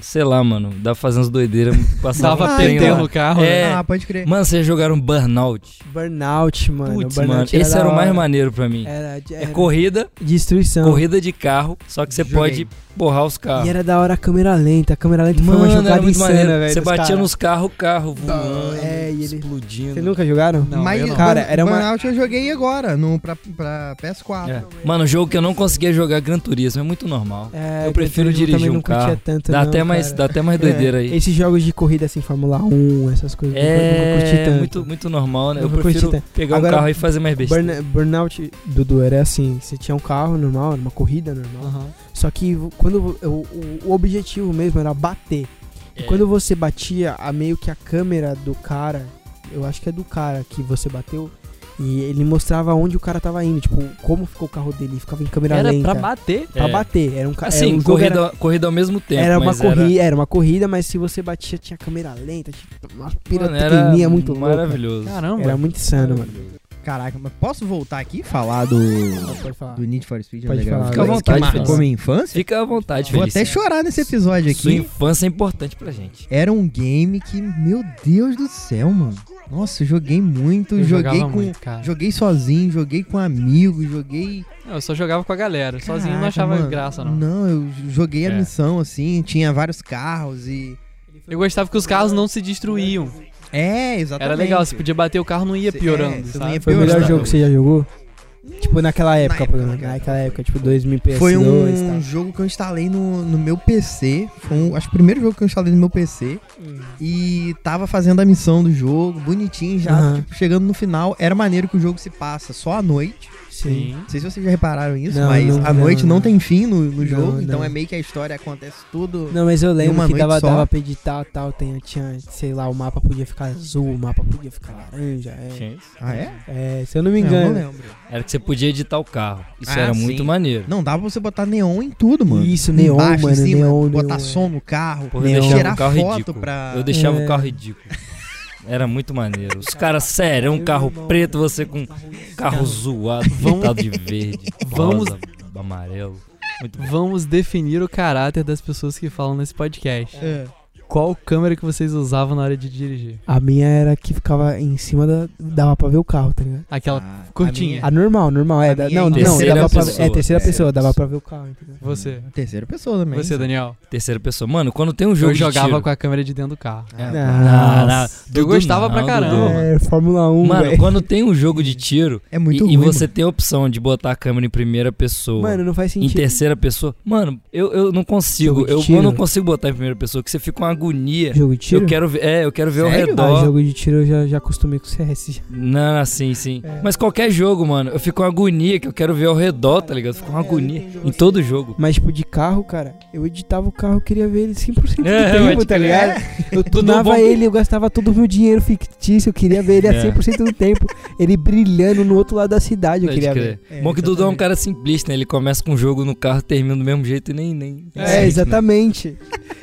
[SPEAKER 3] Sei lá, mano, dava fazer umas doideiras, passava
[SPEAKER 2] Tava
[SPEAKER 3] um
[SPEAKER 1] Ah,
[SPEAKER 3] trem
[SPEAKER 2] perdendo
[SPEAKER 3] lá.
[SPEAKER 2] o carro. né?
[SPEAKER 3] É.
[SPEAKER 1] Ah, pode crer.
[SPEAKER 3] Mano, vocês jogaram Burnout.
[SPEAKER 4] Burnout, mano.
[SPEAKER 3] Putz,
[SPEAKER 4] burnout
[SPEAKER 3] mano, esse
[SPEAKER 4] da
[SPEAKER 3] era o mais
[SPEAKER 4] hora.
[SPEAKER 3] maneiro pra mim.
[SPEAKER 4] Era, de-
[SPEAKER 3] É,
[SPEAKER 4] era
[SPEAKER 3] corrida,
[SPEAKER 4] destruição.
[SPEAKER 3] corrida de carro, só que você
[SPEAKER 1] Joguei.
[SPEAKER 3] pode borrar os
[SPEAKER 4] E
[SPEAKER 3] carros.
[SPEAKER 4] era da hora a câmera lenta. A câmera lenta foi uma jogada insana, velho.
[SPEAKER 3] Você
[SPEAKER 4] dos
[SPEAKER 3] batia
[SPEAKER 4] cara.
[SPEAKER 3] nos carros, o carro voando,
[SPEAKER 4] é, e ele-
[SPEAKER 3] explodindo.
[SPEAKER 4] Vocês nunca jogaram?
[SPEAKER 2] Não,
[SPEAKER 1] Mas, então,
[SPEAKER 2] eu não.
[SPEAKER 4] Cara, era uma-
[SPEAKER 1] Burnout eu joguei agora, no, pra, pra PS4.
[SPEAKER 3] É. Mano, jogo que eu não conseguia jogar Gran Turismo, é muito normal.
[SPEAKER 4] É,
[SPEAKER 3] Eu prefiro
[SPEAKER 4] Gran Turismo
[SPEAKER 3] dirigir
[SPEAKER 4] também
[SPEAKER 3] um
[SPEAKER 4] não curtia
[SPEAKER 3] carro.
[SPEAKER 4] Tanto,
[SPEAKER 3] Dá,
[SPEAKER 4] não,
[SPEAKER 3] até mais,
[SPEAKER 4] cara.
[SPEAKER 3] dá até mais doideira
[SPEAKER 4] É,
[SPEAKER 3] aí.
[SPEAKER 4] Esses jogos de corrida assim, Fórmula 1, essas coisas. nunca- nunca curti
[SPEAKER 3] É,
[SPEAKER 4] tanto.
[SPEAKER 3] muito, muito normal, né? Eu
[SPEAKER 4] Nunca curti
[SPEAKER 3] prefiro
[SPEAKER 4] tanto.
[SPEAKER 3] pegar
[SPEAKER 4] Agora,
[SPEAKER 3] um carro e fazer mais besteira.
[SPEAKER 4] Burn- burnout, Dudu, era assim: você tinha um carro normal, era uma corrida normal.
[SPEAKER 2] Aham.
[SPEAKER 3] Ah.
[SPEAKER 4] Só que vo- quando vo- o, o- o objetivo mesmo era bater. E
[SPEAKER 3] É.
[SPEAKER 4] quando você batia, a meio que a câmera do cara, eu acho que é do cara que você bateu. E ele mostrava onde o cara tava indo, tipo, como ficou o carro dele, ficava em câmera
[SPEAKER 2] Era
[SPEAKER 4] lenta.
[SPEAKER 2] pra bater.
[SPEAKER 4] pra
[SPEAKER 3] É.
[SPEAKER 4] bater, era um ca- era,
[SPEAKER 3] Assim,
[SPEAKER 4] o jogo era-
[SPEAKER 3] corrida, corrida ao mesmo tempo.
[SPEAKER 4] era uma
[SPEAKER 3] mas
[SPEAKER 4] corrida, era... uma corrida, mas se você batia tinha câmera lenta, tinha uma
[SPEAKER 3] Mano, era
[SPEAKER 4] pirotecnia muito louca.
[SPEAKER 3] Maravilhoso.
[SPEAKER 2] Caramba.
[SPEAKER 4] Era muito insano, mano.
[SPEAKER 1] Caraca, mas posso voltar aqui e falar do,
[SPEAKER 4] Pode falar.
[SPEAKER 1] Ah. do Need for Speed é
[SPEAKER 4] Pode
[SPEAKER 1] Underground 2,
[SPEAKER 4] falar.
[SPEAKER 3] Fica à vontade,
[SPEAKER 1] que marcou
[SPEAKER 3] Feliz.
[SPEAKER 1] minha infância?
[SPEAKER 3] Fica à vontade,
[SPEAKER 1] Vou
[SPEAKER 3] Feliz.
[SPEAKER 1] até chorar nesse episódio
[SPEAKER 3] Sua
[SPEAKER 1] aqui.
[SPEAKER 3] infância é importante pra gente.
[SPEAKER 1] Era um game que, meu Deus do céu, mano. Nossa, eu joguei muito,
[SPEAKER 2] Eu
[SPEAKER 1] joguei
[SPEAKER 2] jogava
[SPEAKER 1] com...
[SPEAKER 2] muito, cara.
[SPEAKER 1] Joguei sozinho, joguei com amigo, joguei...
[SPEAKER 2] Não, Eu só jogava com a galera. Sozinho eu não
[SPEAKER 1] Caraca,
[SPEAKER 2] achava
[SPEAKER 1] mano.
[SPEAKER 2] graça, não.
[SPEAKER 1] Não, eu joguei a
[SPEAKER 3] É.
[SPEAKER 1] missão, assim, tinha vários carros e...
[SPEAKER 2] Eu gostava que os carros não se destruíam.
[SPEAKER 1] É, exatamente.
[SPEAKER 2] Era legal, você podia bater o carro não ia
[SPEAKER 1] Cê- é,
[SPEAKER 2] piorando.
[SPEAKER 1] você não
[SPEAKER 2] sabe?
[SPEAKER 1] ia
[SPEAKER 4] Foi o melhor
[SPEAKER 1] Piorando.
[SPEAKER 4] jogo que você já jogou? Tipo, naquela época,
[SPEAKER 1] época,
[SPEAKER 4] por exemplo.
[SPEAKER 1] naquela
[SPEAKER 4] Naquela época, tipo, 2000 PS2
[SPEAKER 1] Foi
[SPEAKER 4] e
[SPEAKER 1] um
[SPEAKER 4] tal.
[SPEAKER 1] jogo que eu instalei no, no meu PC. Foi um, acho que o primeiro jogo que eu instalei no meu PC.
[SPEAKER 4] Hum.
[SPEAKER 1] E tava fazendo a missão do jogo, bonitinho já.
[SPEAKER 4] Aham.
[SPEAKER 1] Tipo, chegando no final, era maneiro que o jogo se passa só à noite.
[SPEAKER 4] Sim.
[SPEAKER 1] Não sei se vocês já repararam isso,
[SPEAKER 4] Não,
[SPEAKER 1] mas
[SPEAKER 4] não,
[SPEAKER 1] à
[SPEAKER 4] não,
[SPEAKER 1] noite não,
[SPEAKER 4] não.
[SPEAKER 1] tem fim no, no
[SPEAKER 4] Não,
[SPEAKER 1] jogo. Então
[SPEAKER 4] não.
[SPEAKER 1] é meio que a história acontece tudo.
[SPEAKER 4] Não, mas eu lembro
[SPEAKER 1] Numa
[SPEAKER 4] que
[SPEAKER 1] noite
[SPEAKER 4] dava,
[SPEAKER 1] só.
[SPEAKER 4] dava pra editar e tal. Tinha, tinha, sei lá, o mapa podia ficar azul, o mapa podia ficar laranja. É,
[SPEAKER 1] Ah, é?
[SPEAKER 4] É, se eu não me
[SPEAKER 1] Não, não
[SPEAKER 4] engano.
[SPEAKER 1] lembro.
[SPEAKER 3] Era que você podia editar o carro. Isso
[SPEAKER 1] Ah,
[SPEAKER 3] era
[SPEAKER 1] sim.
[SPEAKER 3] muito maneiro.
[SPEAKER 1] Não, dava pra você botar neon em tudo, mano.
[SPEAKER 4] Isso, neon,
[SPEAKER 1] Embaixo,
[SPEAKER 4] mano,
[SPEAKER 1] em cima,
[SPEAKER 4] neon, é.
[SPEAKER 1] botar
[SPEAKER 4] neon.
[SPEAKER 1] som no carro,
[SPEAKER 3] Porra, eu
[SPEAKER 4] Neon.
[SPEAKER 3] deixava
[SPEAKER 1] tirar
[SPEAKER 3] o carro
[SPEAKER 1] foto
[SPEAKER 3] ridículo.
[SPEAKER 1] pra...
[SPEAKER 3] Eu deixava
[SPEAKER 4] É.
[SPEAKER 3] o carro ridículo. Era muito maneiro. Os caras, sério, é um carro preto, você com carro zoado,
[SPEAKER 2] Vamos-
[SPEAKER 3] pintado de verde,
[SPEAKER 2] Vamos-
[SPEAKER 3] rosa, amarelo. Muito bom.
[SPEAKER 2] Vamos definir o caráter das pessoas que falam nesse podcast.
[SPEAKER 1] É.
[SPEAKER 2] Qual câmera que vocês usavam na hora de dirigir?
[SPEAKER 4] A minha era que ficava em cima da. Dava pra ver o carro, tá ligado?
[SPEAKER 2] Aquela
[SPEAKER 1] Ah, a
[SPEAKER 2] curtinha.
[SPEAKER 1] minha-
[SPEAKER 4] A normal, normal, é.
[SPEAKER 1] A
[SPEAKER 4] da-
[SPEAKER 1] minha
[SPEAKER 4] não,
[SPEAKER 1] é
[SPEAKER 4] não,
[SPEAKER 3] terceira
[SPEAKER 4] dava pra ver.
[SPEAKER 3] pessoa.
[SPEAKER 4] É, terceira
[SPEAKER 1] É.
[SPEAKER 4] pessoa, dava pra ver o carro, entendeu?
[SPEAKER 2] Você.
[SPEAKER 1] Terceira pessoa também.
[SPEAKER 2] Você, Daniel.
[SPEAKER 3] Terceira pessoa. Mano, quando tem um
[SPEAKER 2] Eu
[SPEAKER 3] jogo de
[SPEAKER 2] jogava
[SPEAKER 3] tiro...
[SPEAKER 2] com a câmera de dentro do carro.
[SPEAKER 1] Ah,
[SPEAKER 3] Ah, não.
[SPEAKER 4] Nossa.
[SPEAKER 2] Eu gostava pra
[SPEAKER 3] Dudu,
[SPEAKER 2] caramba.
[SPEAKER 3] mano.
[SPEAKER 4] É, Fórmula 1,
[SPEAKER 3] Mano,
[SPEAKER 4] velho.
[SPEAKER 3] quando tem um jogo de tiro
[SPEAKER 1] É
[SPEAKER 3] e,
[SPEAKER 1] muito
[SPEAKER 3] e
[SPEAKER 1] ruim,
[SPEAKER 3] você tem a opção de botar a câmera em primeira pessoa,
[SPEAKER 4] Mano, não faz
[SPEAKER 3] em
[SPEAKER 4] sentido.
[SPEAKER 3] terceira pessoa... Mano, eu, eu não consigo.
[SPEAKER 4] Jogo de
[SPEAKER 3] Eu, eu
[SPEAKER 4] tiro.
[SPEAKER 3] não consigo botar em primeira pessoa, que você fica uma agonia.
[SPEAKER 4] Jogo de tiro?
[SPEAKER 3] Eu quero ver, é, eu quero ver ao
[SPEAKER 1] Sério?
[SPEAKER 3] redor.
[SPEAKER 4] Ah, jogo de tiro eu já, já acostumei com o CS. já.
[SPEAKER 3] Não, sim, sim.
[SPEAKER 4] É.
[SPEAKER 3] Mas qualquer jogo, mano, eu fico com agonia que eu quero ver ao redor, tá ligado? Eu fico com
[SPEAKER 4] É,
[SPEAKER 3] agonia
[SPEAKER 4] tem jogo
[SPEAKER 3] em
[SPEAKER 4] assim.
[SPEAKER 3] todo jogo.
[SPEAKER 4] Mas, tipo, de carro, cara, eu editava o carro, eu queria ver ele 100% do
[SPEAKER 3] É,
[SPEAKER 4] tempo,
[SPEAKER 3] pode
[SPEAKER 4] tá
[SPEAKER 3] crer.
[SPEAKER 4] ligado? Eu tunava
[SPEAKER 3] é um bom-
[SPEAKER 4] ele, eu gastava todo o meu dinheiro fictício, eu queria ver ele a
[SPEAKER 3] É.
[SPEAKER 4] 100% do tempo, ele brilhando no outro lado da cidade, eu
[SPEAKER 3] Pode
[SPEAKER 4] queria
[SPEAKER 3] crer.
[SPEAKER 4] ver.
[SPEAKER 1] É,
[SPEAKER 3] Bom que o Dudu é um
[SPEAKER 1] exatamente.
[SPEAKER 3] cara simplista, né? Ele começa com o jogo no carro, termina do mesmo jeito e nem. nem nem sente,
[SPEAKER 4] É,
[SPEAKER 3] né?
[SPEAKER 4] exatamente.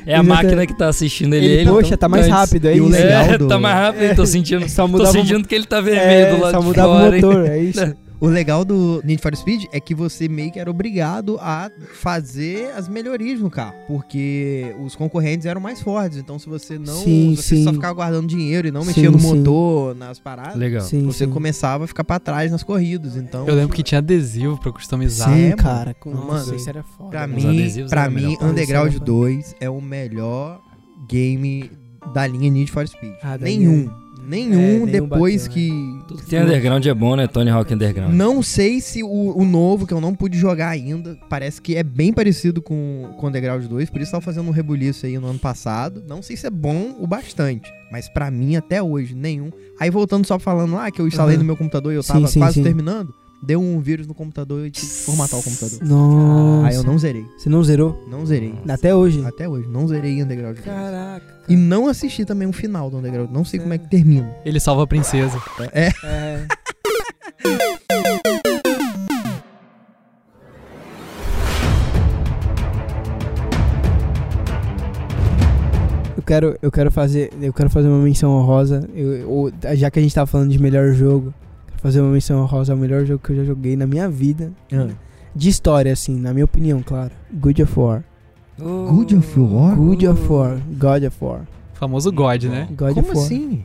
[SPEAKER 3] É a
[SPEAKER 4] Exata-
[SPEAKER 3] máquina que tá assistindo ele.
[SPEAKER 4] Ele,
[SPEAKER 3] ele
[SPEAKER 4] poxa,
[SPEAKER 3] então-
[SPEAKER 4] tá mais
[SPEAKER 3] então,
[SPEAKER 4] rápido, é
[SPEAKER 1] e o
[SPEAKER 4] isso.
[SPEAKER 3] É,
[SPEAKER 1] legal do-
[SPEAKER 3] tá mais rápido, eu tô sentindo.
[SPEAKER 4] É. Só
[SPEAKER 3] tô
[SPEAKER 4] mudava, um
[SPEAKER 3] sentindo que ele tá vermelho
[SPEAKER 4] é,
[SPEAKER 3] do lado
[SPEAKER 4] só
[SPEAKER 3] de
[SPEAKER 4] mudava o
[SPEAKER 3] fora, hein?
[SPEAKER 4] motor, é isso.
[SPEAKER 1] O legal do Need for Speed é que você meio que era obrigado a fazer as melhorias no carro, porque os concorrentes eram mais fortes. Então, se você não,
[SPEAKER 4] Sim,
[SPEAKER 1] se você
[SPEAKER 4] sim.
[SPEAKER 1] só ficava guardando dinheiro e não
[SPEAKER 4] Sim,
[SPEAKER 1] mexia no
[SPEAKER 4] sim.
[SPEAKER 1] motor, nas paradas,
[SPEAKER 3] Legal.
[SPEAKER 4] Sim,
[SPEAKER 1] você
[SPEAKER 4] sim.
[SPEAKER 1] começava a ficar pra trás nas corridas. Então,
[SPEAKER 2] Eu lembro que tinha adesivo pra customizar.
[SPEAKER 1] Sim.
[SPEAKER 4] Sim,
[SPEAKER 1] É,
[SPEAKER 4] cara. com-
[SPEAKER 2] mano.
[SPEAKER 4] Nossa,
[SPEAKER 2] Mano,
[SPEAKER 4] isso era foda.
[SPEAKER 1] pra
[SPEAKER 4] mano.
[SPEAKER 3] Os
[SPEAKER 1] mim,
[SPEAKER 3] adesivos
[SPEAKER 1] para
[SPEAKER 2] né?
[SPEAKER 3] eram
[SPEAKER 1] mim,
[SPEAKER 3] melhor.
[SPEAKER 1] Underground
[SPEAKER 4] Isso era
[SPEAKER 1] 2 é o melhor game da linha Need for Speed.
[SPEAKER 4] Ah, da
[SPEAKER 1] nenhum,
[SPEAKER 4] É,
[SPEAKER 1] nenhum
[SPEAKER 4] nenhum
[SPEAKER 1] depois
[SPEAKER 4] bateu, né?
[SPEAKER 1] que
[SPEAKER 3] né? Tudo que tem underground é bom, né? Tony Hawk Underground.
[SPEAKER 1] Não sei se o, o novo, que eu não pude jogar ainda, parece que é bem parecido com, com o Underground 2, por isso tava fazendo um rebuliço aí no ano passado. Não sei se é bom o bastante, mas pra mim até hoje, nenhum. Aí voltando só falando lá, que eu instalei
[SPEAKER 4] Aham.
[SPEAKER 1] no meu computador e eu
[SPEAKER 4] Sim,
[SPEAKER 1] tava
[SPEAKER 4] sim,
[SPEAKER 1] quase
[SPEAKER 4] sim.
[SPEAKER 1] terminando, deu um vírus no computador e tive que formatar o computador.
[SPEAKER 4] Nossa.
[SPEAKER 1] Aí eu não zerei,
[SPEAKER 4] Você não zerou?
[SPEAKER 1] não zerei.
[SPEAKER 4] Até hoje.
[SPEAKER 1] Até hoje, não zerei Underground 2.
[SPEAKER 4] Caraca.
[SPEAKER 1] E não assisti também o final do Underground, não sei como é que termina.
[SPEAKER 2] Ele salva a princesa.
[SPEAKER 1] É,
[SPEAKER 4] É. Eu quero, eu quero fazer, eu quero fazer uma menção honrosa. Eu, eu- já que a gente tava falando de melhor jogo, quero fazer uma menção honrosa ao melhor jogo que eu já joguei na minha vida. De história, assim, na minha opinião, claro. Good of War.
[SPEAKER 3] Oh.
[SPEAKER 1] Good of War?
[SPEAKER 4] Good
[SPEAKER 3] Ah.
[SPEAKER 4] of War. God of War.
[SPEAKER 2] O famoso God, né?
[SPEAKER 4] God
[SPEAKER 1] como
[SPEAKER 4] of War.
[SPEAKER 1] assim?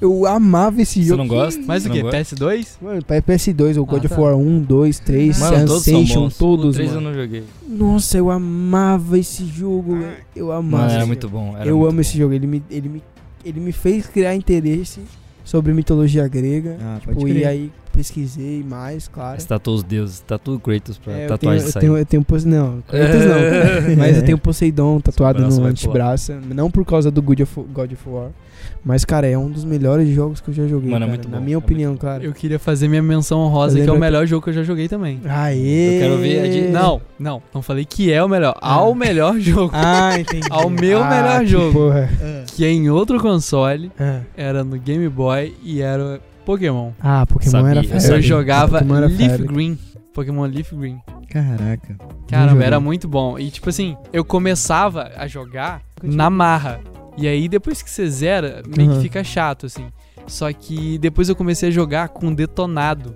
[SPEAKER 4] Eu amava esse
[SPEAKER 3] Você
[SPEAKER 4] jogo.
[SPEAKER 3] não gosta?
[SPEAKER 2] Mas o
[SPEAKER 3] Você não
[SPEAKER 2] quê?
[SPEAKER 3] gosta?
[SPEAKER 2] PS2?
[SPEAKER 4] Mano, pra PS2, o God
[SPEAKER 2] Ah,
[SPEAKER 4] of
[SPEAKER 2] tá.
[SPEAKER 4] War 1, 2, 3,
[SPEAKER 3] Mano, todos são
[SPEAKER 4] Sensation,
[SPEAKER 3] bons. O
[SPEAKER 4] todos,
[SPEAKER 3] 3 eu
[SPEAKER 4] mano.
[SPEAKER 3] não joguei.
[SPEAKER 4] Nossa, eu amava esse jogo, velho. Eu amava.
[SPEAKER 3] Mano,
[SPEAKER 4] esse
[SPEAKER 3] era
[SPEAKER 4] jogo.
[SPEAKER 3] muito bom. era
[SPEAKER 4] eu
[SPEAKER 3] muito
[SPEAKER 4] amo esse jogo. Ele me, ele, me, ele me fez criar interesse sobre mitologia grega.
[SPEAKER 1] Ah,
[SPEAKER 4] Tipo, e aí pesquisei mais, claro.
[SPEAKER 3] Mas Tatuou os deuses, tatuou o Kratos pra
[SPEAKER 4] É, eu tenho,
[SPEAKER 3] tatuagem
[SPEAKER 4] eu
[SPEAKER 3] sair.
[SPEAKER 4] tenho, eu tenho Pose- não, Kratos não. mas eu tenho Poseidon tatuado
[SPEAKER 3] braço
[SPEAKER 4] no
[SPEAKER 3] vai pular.
[SPEAKER 4] antebraço, não por causa do God of, God of War, mas cara, é um dos melhores jogos que eu já joguei,
[SPEAKER 3] Mano, é
[SPEAKER 4] cara,
[SPEAKER 3] muito
[SPEAKER 4] na
[SPEAKER 3] bom,
[SPEAKER 4] minha
[SPEAKER 3] é
[SPEAKER 4] opinião, claro.
[SPEAKER 2] Eu queria fazer minha menção honrosa,
[SPEAKER 4] Eu
[SPEAKER 2] que é o
[SPEAKER 4] lembro-
[SPEAKER 2] melhor jogo que eu já joguei também.
[SPEAKER 4] Aê!
[SPEAKER 3] Eu quero ver a de-
[SPEAKER 2] Não, não, não falei que é o melhor. Ao melhor jogo.
[SPEAKER 4] Ah, entendi.
[SPEAKER 2] Ao meu
[SPEAKER 4] Ah,
[SPEAKER 2] melhor
[SPEAKER 4] que
[SPEAKER 2] jogo.
[SPEAKER 4] Porra.
[SPEAKER 2] Que é em outro console,
[SPEAKER 4] Ah.
[SPEAKER 2] era no Game Boy e era Pokémon.
[SPEAKER 4] Ah, Pokémon
[SPEAKER 3] Sabia,
[SPEAKER 4] era
[SPEAKER 3] eu
[SPEAKER 4] febre.
[SPEAKER 2] Eu
[SPEAKER 3] sabia.
[SPEAKER 2] jogava
[SPEAKER 4] Pokémon era
[SPEAKER 2] Leaf
[SPEAKER 4] febre.
[SPEAKER 2] Green. Pokémon Leaf Green.
[SPEAKER 1] Caraca.
[SPEAKER 2] Caramba,
[SPEAKER 4] joguei.
[SPEAKER 2] era muito bom. E tipo assim, eu começava a jogar na marra. E aí depois que você zera, meio
[SPEAKER 4] Aham.
[SPEAKER 2] que fica chato, assim. Só que depois eu comecei a jogar com detonado.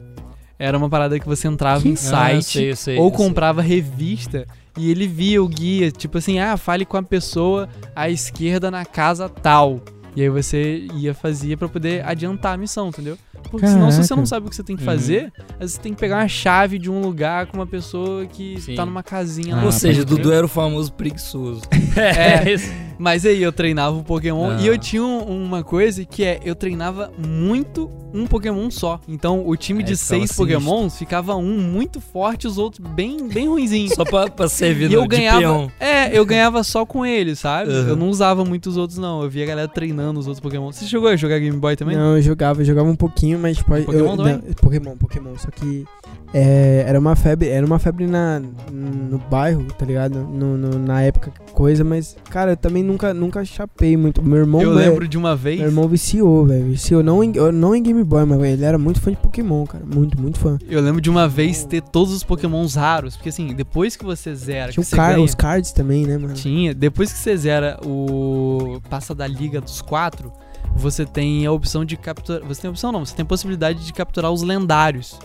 [SPEAKER 2] Era uma parada que você entrava em
[SPEAKER 3] Ah, eu
[SPEAKER 2] site
[SPEAKER 3] sei, eu sei,
[SPEAKER 2] ou
[SPEAKER 3] eu sei.
[SPEAKER 2] comprava revista e ele via o guia, tipo assim, ah, fale com a pessoa à esquerda na casa tal. E aí você ia fazia pra poder adiantar a missão, entendeu? Porque senão se você
[SPEAKER 4] Caraca.
[SPEAKER 2] não sabe o que você tem que
[SPEAKER 3] Uhum.
[SPEAKER 2] fazer, aí você tem que pegar uma chave de um lugar com uma pessoa que
[SPEAKER 3] Sim.
[SPEAKER 2] tá numa casinha
[SPEAKER 1] Ah,
[SPEAKER 2] lá.
[SPEAKER 3] Ou seja, o
[SPEAKER 2] pode
[SPEAKER 3] Dudu é
[SPEAKER 2] crer.
[SPEAKER 3] era o famoso preguiçoso.
[SPEAKER 2] É. Mas aí eu treinava o Pokémon
[SPEAKER 3] Ah.
[SPEAKER 2] e eu tinha um- uma coisa que é, eu treinava muito um Pokémon só. Então o time
[SPEAKER 3] Aí
[SPEAKER 2] de
[SPEAKER 3] ficava
[SPEAKER 2] seis
[SPEAKER 3] é um sinistro.
[SPEAKER 2] Pokémons ficava um muito forte, os outros bem, bem ruinzinhos.
[SPEAKER 3] Só pra, pra servir
[SPEAKER 2] E
[SPEAKER 3] no,
[SPEAKER 2] eu ganhava.
[SPEAKER 3] de peão.
[SPEAKER 2] É, eu ganhava só com ele, sabe?
[SPEAKER 3] Uhum.
[SPEAKER 2] Eu não usava muitos outros, não. Eu via a galera treinando os outros Pokémon. Você chegou a jogar Game Boy também?
[SPEAKER 4] Não, eu jogava, eu jogava um pouquinho, mas tipo,
[SPEAKER 2] Pokémon
[SPEAKER 4] eu,
[SPEAKER 2] também?
[SPEAKER 4] não, Pokémon, Pokémon, só que é, era uma febre, era uma febre na no bairro, tá ligado? No, no- na época coisa, mas cara, eu também nunca nunca chapei muito. Meu irmão,
[SPEAKER 2] eu
[SPEAKER 4] velho,
[SPEAKER 2] lembro de uma vez.
[SPEAKER 4] é. meu irmão viciou, velho, viciou não em, eu- não em Game Boy, mas velho, ele era muito fã de Pokémon, cara, muito, muito fã.
[SPEAKER 2] Eu lembro de uma vez ter todos os Pokémons raros. Porque assim, depois que você zera.
[SPEAKER 4] Tinha
[SPEAKER 2] que
[SPEAKER 4] o
[SPEAKER 2] você
[SPEAKER 4] car-
[SPEAKER 2] ganha-
[SPEAKER 4] os cards também, né, mano?
[SPEAKER 2] Tinha. Depois que você zera o. Passa da Liga dos Quatro, você tem a opção de capturar. Você tem a opção não, você tem a possibilidade de capturar os lendários.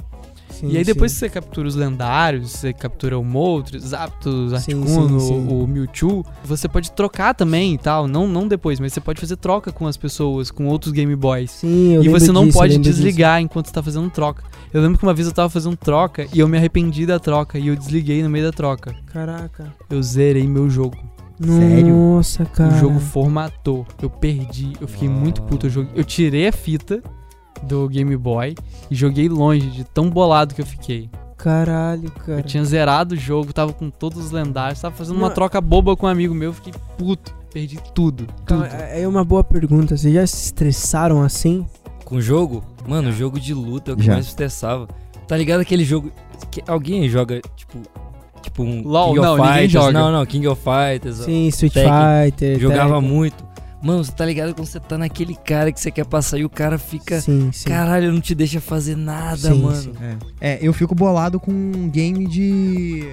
[SPEAKER 4] Sim,
[SPEAKER 2] e aí depois
[SPEAKER 4] sim.
[SPEAKER 2] que você captura os lendários, você captura o Moltres, Zapdos,
[SPEAKER 4] Sim,
[SPEAKER 2] Articuno,
[SPEAKER 4] sim, sim.
[SPEAKER 2] o Mewtwo, você pode trocar também e tal, não, não depois, mas você pode fazer troca com as pessoas, com outros Game Boys.
[SPEAKER 4] Sim, eu
[SPEAKER 2] e
[SPEAKER 4] lembro
[SPEAKER 2] você não
[SPEAKER 4] disso, eu
[SPEAKER 2] pode
[SPEAKER 4] lembro disso.
[SPEAKER 2] desligar enquanto você tá fazendo troca. Eu lembro que uma vez eu tava fazendo troca e eu me arrependi da troca e eu desliguei no meio da troca.
[SPEAKER 4] Caraca.
[SPEAKER 2] Eu zerei meu jogo.
[SPEAKER 1] Sério?
[SPEAKER 4] Nossa, cara.
[SPEAKER 2] O Um jogo formatou. Eu perdi. Eu fiquei muito puto. Eu, joguei- eu tirei a fita do Game Boy e joguei longe de tão bolado que eu fiquei.
[SPEAKER 4] Caralho,
[SPEAKER 2] Eu
[SPEAKER 4] cara.
[SPEAKER 2] tinha zerado o jogo, tava com todos os lendários, tava fazendo uma
[SPEAKER 4] Não.
[SPEAKER 2] troca boba com um amigo meu, fiquei puto. Perdi tudo.
[SPEAKER 4] Então,
[SPEAKER 2] Tudo.
[SPEAKER 4] é é uma boa pergunta. Vocês já se estressaram assim?
[SPEAKER 3] Com jogo? Mano, jogo de luta é o que
[SPEAKER 1] Já.
[SPEAKER 3] mais me estressava. Tá ligado aquele jogo que alguém joga, tipo, tipo um
[SPEAKER 2] LOL?
[SPEAKER 3] King of
[SPEAKER 2] Não, ninguém
[SPEAKER 3] Fighters.
[SPEAKER 2] joga.
[SPEAKER 3] Não, não, King of Fighters.
[SPEAKER 4] Sim, Street
[SPEAKER 3] Tekken.
[SPEAKER 4] Fighter.
[SPEAKER 3] Jogava
[SPEAKER 4] Tekken.
[SPEAKER 3] muito. Mano, você tá ligado quando você tá naquele cara que você quer passar e o cara fica.
[SPEAKER 4] Sim, sim.
[SPEAKER 3] Caralho, não te deixa fazer nada,
[SPEAKER 4] Sim,
[SPEAKER 3] mano.
[SPEAKER 4] sim.
[SPEAKER 1] É. É, eu fico bolado com um game de.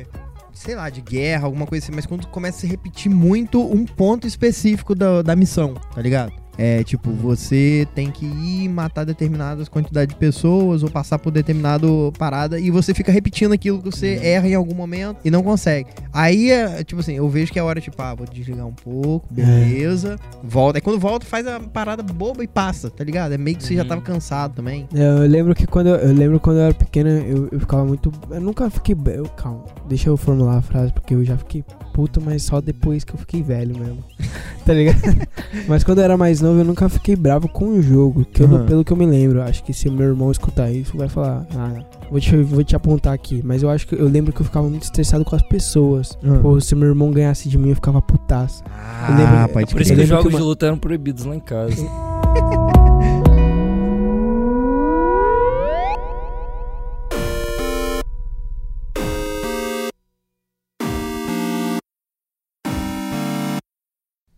[SPEAKER 1] Sei lá, de guerra, alguma coisa assim, mas quando começa a se repetir muito um ponto específico da, da missão, tá ligado? É tipo, você tem que ir matar determinadas quantidades de pessoas ou passar por determinado parada e você fica repetindo aquilo que
[SPEAKER 3] Uhum.
[SPEAKER 1] você erra em algum momento e não consegue. Aí, é, tipo assim, eu vejo que é hora, tipo, ah, vou desligar um pouco,
[SPEAKER 3] É.
[SPEAKER 1] beleza, volta. Aí quando volta, faz a parada boba e passa, tá ligado? É meio que você já
[SPEAKER 3] Uhum.
[SPEAKER 1] tava cansado também.
[SPEAKER 4] É, Eu eu lembro que quando eu, eu lembro quando eu era pequena, eu, eu ficava muito. Eu nunca fiquei. be- Eu, calma, deixa eu formular a frase, porque eu já fiquei puto, mas só depois que eu fiquei velho mesmo. tá ligado? mas quando eu era mais novo, eu nunca fiquei bravo com o jogo. Que eu não-
[SPEAKER 1] Aham.
[SPEAKER 4] pelo que eu me lembro, acho que se meu irmão escutar isso, vai falar. Ah, vou te, vou te apontar aqui. Mas eu acho que eu lembro que eu ficava muito estressado com as pessoas.
[SPEAKER 1] Hum.
[SPEAKER 4] Pô, se meu irmão ganhasse de mim, eu ficava putaço.
[SPEAKER 1] Ah,
[SPEAKER 4] Eu lembro-
[SPEAKER 1] pode
[SPEAKER 3] é Por isso que
[SPEAKER 4] Eu
[SPEAKER 1] crer.
[SPEAKER 3] os
[SPEAKER 4] lembro que
[SPEAKER 3] jogos
[SPEAKER 4] uma-
[SPEAKER 3] de luta eram proibidos lá em casa.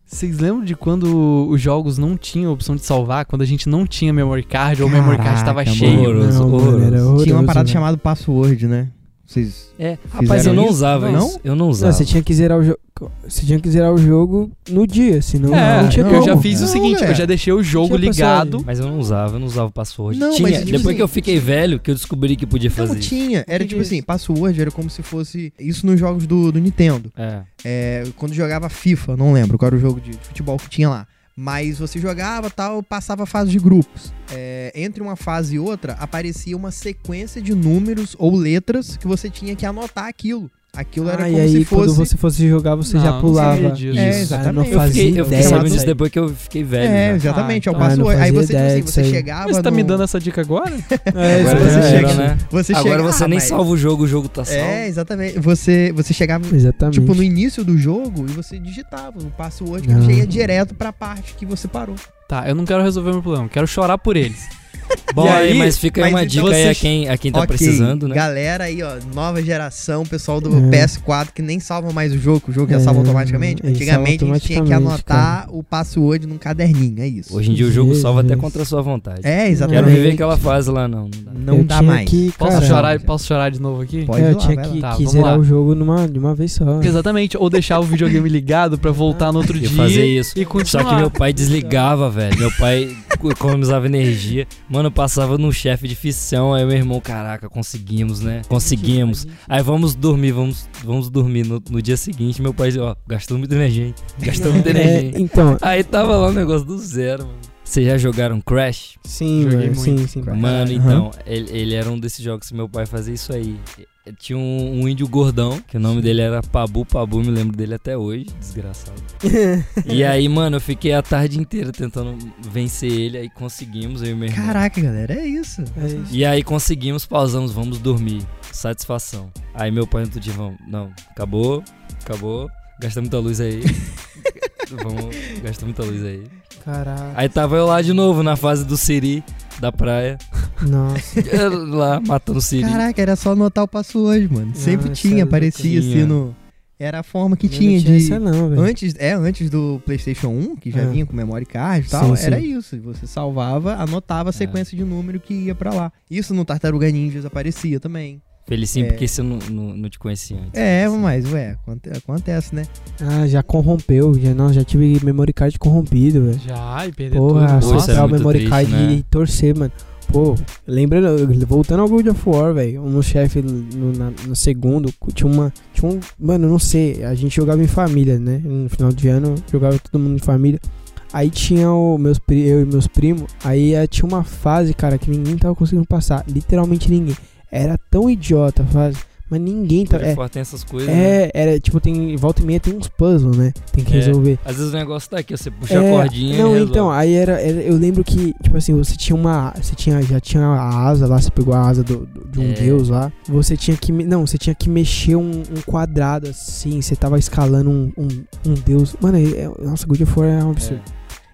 [SPEAKER 2] Vocês lembram de quando os jogos não tinham a opção de salvar? Quando a gente não tinha memory card ou o memory card tava
[SPEAKER 1] Caraca,
[SPEAKER 2] cheio?
[SPEAKER 1] mano.
[SPEAKER 3] Horroroso,
[SPEAKER 4] Não, mano, era
[SPEAKER 3] horroroso.
[SPEAKER 1] Tinha uma
[SPEAKER 4] horroroso,
[SPEAKER 1] parada
[SPEAKER 4] velho.
[SPEAKER 1] chamada password, né? Vocês.
[SPEAKER 3] É,
[SPEAKER 1] Fizeram
[SPEAKER 3] rapaz, eu não
[SPEAKER 1] isso?
[SPEAKER 3] usava
[SPEAKER 1] Não?
[SPEAKER 3] isso. Eu não usava.
[SPEAKER 4] Não, você tinha que zerar o jogo. Você tinha que zerar o jogo no dia, senão
[SPEAKER 2] É,
[SPEAKER 4] não tinha
[SPEAKER 2] eu
[SPEAKER 4] como.
[SPEAKER 2] já fiz
[SPEAKER 1] Não,
[SPEAKER 2] o seguinte, eu
[SPEAKER 1] velho.
[SPEAKER 2] já deixei o jogo
[SPEAKER 4] Tinha
[SPEAKER 2] ligado.
[SPEAKER 3] Mas eu não usava, eu não usava password.
[SPEAKER 1] Não,
[SPEAKER 3] tinha.
[SPEAKER 1] mas, tipo
[SPEAKER 3] Depois
[SPEAKER 1] assim-
[SPEAKER 3] que eu fiquei velho, que eu descobri que podia
[SPEAKER 1] Não
[SPEAKER 3] fazer. isso.
[SPEAKER 1] tinha. Era
[SPEAKER 4] que
[SPEAKER 1] tipo
[SPEAKER 4] que é
[SPEAKER 1] assim,
[SPEAKER 4] isso?
[SPEAKER 1] password era como se fosse. Isso nos jogos do, do Nintendo.
[SPEAKER 3] É.
[SPEAKER 1] É, quando jogava FIFA, não lembro qual era o jogo de futebol que tinha lá. Mas você jogava tal, passava a fase de grupos. É, entre uma fase e outra, aparecia uma sequência de números ou letras que você tinha que anotar aquilo. Aquilo era
[SPEAKER 4] Ah, e
[SPEAKER 1] como
[SPEAKER 4] aí
[SPEAKER 1] se fosse.
[SPEAKER 4] quando você fosse jogar, você
[SPEAKER 2] Não,
[SPEAKER 4] já
[SPEAKER 2] não
[SPEAKER 4] pulava.
[SPEAKER 2] sabia disso.
[SPEAKER 1] É,
[SPEAKER 4] Isso.
[SPEAKER 1] exatamente.
[SPEAKER 4] Ah,
[SPEAKER 1] Eu
[SPEAKER 4] não
[SPEAKER 3] Eu
[SPEAKER 4] fazia
[SPEAKER 3] fiquei, eu fiquei
[SPEAKER 4] ideia, É,
[SPEAKER 3] sabendo disso
[SPEAKER 4] velho.
[SPEAKER 3] depois que eu fiquei velho.
[SPEAKER 1] É,
[SPEAKER 3] já.
[SPEAKER 1] exatamente, é o
[SPEAKER 4] Ah, então.
[SPEAKER 1] password.
[SPEAKER 4] Ah,
[SPEAKER 1] Aí
[SPEAKER 4] não
[SPEAKER 1] você, tipo
[SPEAKER 4] fazia
[SPEAKER 1] assim,
[SPEAKER 4] ideia
[SPEAKER 1] você
[SPEAKER 4] disso aí.
[SPEAKER 1] chegava.
[SPEAKER 2] Mas você tá me
[SPEAKER 1] no-
[SPEAKER 2] dando essa dica agora?
[SPEAKER 4] É, isso
[SPEAKER 3] Agora
[SPEAKER 4] você
[SPEAKER 3] já
[SPEAKER 4] chega-
[SPEAKER 3] era, né?
[SPEAKER 1] Você
[SPEAKER 3] Agora
[SPEAKER 1] chega-
[SPEAKER 3] você
[SPEAKER 1] Ah,
[SPEAKER 3] nem
[SPEAKER 1] mas-
[SPEAKER 3] salva o jogo, o jogo tá salvo.
[SPEAKER 1] É, exatamente. Você, você chegava
[SPEAKER 4] Exatamente. Ah.
[SPEAKER 1] Tipo, no início do jogo, e você digitava no password que
[SPEAKER 4] Não.
[SPEAKER 1] você ia direto pra parte que você parou.
[SPEAKER 2] Tá, eu não quero resolver meu problema, quero chorar por eles.
[SPEAKER 3] Bom,
[SPEAKER 2] E
[SPEAKER 3] aí,
[SPEAKER 2] aí-
[SPEAKER 3] mas fica aí
[SPEAKER 1] mas
[SPEAKER 3] uma
[SPEAKER 1] então
[SPEAKER 3] dica aí a
[SPEAKER 1] vocês-
[SPEAKER 3] quem, a quem tá
[SPEAKER 1] Ok,
[SPEAKER 3] precisando, né?
[SPEAKER 1] Galera aí, ó, nova geração, pessoal do
[SPEAKER 4] É.
[SPEAKER 1] PS4 que nem salva mais o jogo, que o jogo já
[SPEAKER 4] É,
[SPEAKER 1] salva automaticamente.
[SPEAKER 4] ele
[SPEAKER 1] Antigamente
[SPEAKER 4] salva
[SPEAKER 1] a gente tinha que
[SPEAKER 4] automaticamente,
[SPEAKER 1] anotar o password num caderninho, é isso.
[SPEAKER 3] Hoje em dia o jogo
[SPEAKER 4] Jesus.
[SPEAKER 3] salva até contra a sua vontade.
[SPEAKER 1] É,
[SPEAKER 3] Quero
[SPEAKER 1] exatamente.
[SPEAKER 3] viver aquela fase lá, não. não dá.
[SPEAKER 1] Não
[SPEAKER 4] Eu
[SPEAKER 1] dá
[SPEAKER 4] tinha
[SPEAKER 1] mais.
[SPEAKER 4] que-
[SPEAKER 2] Posso
[SPEAKER 4] Caramba.
[SPEAKER 2] chorar, posso chorar de novo aqui?
[SPEAKER 1] Pode
[SPEAKER 4] É,
[SPEAKER 1] ir
[SPEAKER 4] eu
[SPEAKER 1] lá,
[SPEAKER 4] tinha
[SPEAKER 1] vai
[SPEAKER 4] que,
[SPEAKER 1] lá.
[SPEAKER 2] Tá,
[SPEAKER 4] que
[SPEAKER 2] vamos
[SPEAKER 4] zerar
[SPEAKER 2] lá.
[SPEAKER 4] o jogo numa, de uma vez só.
[SPEAKER 2] Exatamente, ou deixar o videogame ligado pra voltar no outro
[SPEAKER 3] Eu
[SPEAKER 2] dia
[SPEAKER 3] fazia isso.
[SPEAKER 2] e
[SPEAKER 3] Só
[SPEAKER 2] continuar.
[SPEAKER 3] que meu pai desligava, velho. Meu pai economizava energia. Mano, eu passava num chefe de ficção. Aí meu irmão, caraca, conseguimos, né? Conseguimos. Aí vamos dormir, vamos, vamos dormir. No, no dia seguinte, meu pai, ó, gastamos muita energia, hein? Gastamos muita energia.
[SPEAKER 4] É,
[SPEAKER 3] hein?
[SPEAKER 4] então,
[SPEAKER 3] Aí tava lá o negócio do zero, mano. Vocês já jogaram Crash?
[SPEAKER 4] sim,
[SPEAKER 2] Joguei
[SPEAKER 4] mano,
[SPEAKER 2] muito.
[SPEAKER 4] sim, sim.
[SPEAKER 3] Mano,
[SPEAKER 4] Aham.
[SPEAKER 3] então, ele, ele era um desses jogos que meu pai fazia isso aí. E- Tinha um, um índio gordão, que o nome dele era Pabu Pabu, me lembro dele até hoje, desgraçado. e aí, mano, eu fiquei a tarde inteira tentando vencer ele, aí conseguimos, eu e meu irmão.
[SPEAKER 1] Caraca, galera, é isso.
[SPEAKER 4] É isso.
[SPEAKER 3] E aí conseguimos, pausamos, vamos dormir. Satisfação. Aí meu pai no outro dia, vamos, não, acabou, acabou, gasta muita luz aí. vamos, gasta muita luz aí.
[SPEAKER 4] Caraca.
[SPEAKER 3] Aí tava eu lá de novo, na fase do Siri, da praia.
[SPEAKER 4] Nossa.
[SPEAKER 3] Eu lá, matando o Siri.
[SPEAKER 1] Caraca, era só anotar o password, mano. Sempre
[SPEAKER 4] Nossa,
[SPEAKER 1] tinha,
[SPEAKER 4] era
[SPEAKER 1] aparecia
[SPEAKER 3] loucura.
[SPEAKER 1] assim no. Era a forma que
[SPEAKER 4] eu
[SPEAKER 1] tinha
[SPEAKER 4] Ah, não
[SPEAKER 1] de.
[SPEAKER 4] tinha essa não, velho.
[SPEAKER 1] Antes, é, antes do PlayStation 1, que já
[SPEAKER 4] É.
[SPEAKER 1] vinha com memory card e tal,
[SPEAKER 4] Sim, sim.
[SPEAKER 1] era isso. Você salvava, anotava a sequência de número que ia pra lá. Isso no Tartaruga Ninjas aparecia também. É.
[SPEAKER 3] Felicinho, porque você não, não, não te conhecia antes.
[SPEAKER 1] É,
[SPEAKER 3] Assim.
[SPEAKER 1] mas, ué, aconte- acontece, né?
[SPEAKER 4] Ah, já corrompeu. Já, nossa, já tive memory card corrompido, velho.
[SPEAKER 2] Já, e perder
[SPEAKER 4] Porra,
[SPEAKER 2] tudo.
[SPEAKER 3] Poxa,
[SPEAKER 2] Nossa,
[SPEAKER 3] era
[SPEAKER 4] assoprar o
[SPEAKER 3] é muito
[SPEAKER 4] memory
[SPEAKER 3] triste,
[SPEAKER 4] card
[SPEAKER 3] né?
[SPEAKER 4] e torcer, mano. Pô, lembra, voltando ao God of War, velho, um chefe no, na- no segundo, tinha uma, tinha um, mano, eu não sei, a gente jogava em família, né, no final de ano, jogava todo mundo em família, aí tinha o, meus, pri- eu e meus primos, aí eh, tinha uma fase, cara, que ninguém tava conseguindo passar, literalmente ninguém, era tão idiota a fase, Mas ninguém tá.
[SPEAKER 3] Então,
[SPEAKER 4] É,
[SPEAKER 3] tem essas coisas. né?
[SPEAKER 4] é, era tipo, tem. Volta e meia tem uns puzzles, né? Tem que
[SPEAKER 3] É.
[SPEAKER 4] resolver.
[SPEAKER 3] Às vezes o negócio tá aqui, você puxa
[SPEAKER 4] É,
[SPEAKER 3] a cordinha e
[SPEAKER 4] Não,
[SPEAKER 3] resolve. É.
[SPEAKER 4] então, aí era, era- Eu lembro que, tipo assim, você tinha uma. Você tinha, já tinha a asa lá, você pegou a asa do- do- de um
[SPEAKER 3] É.
[SPEAKER 4] deus lá. Você tinha que. me- Não, você tinha que mexer um, um quadrado assim. Você tava escalando um, um, um deus. Mano, aí, é, nossa, God of War é um absurdo.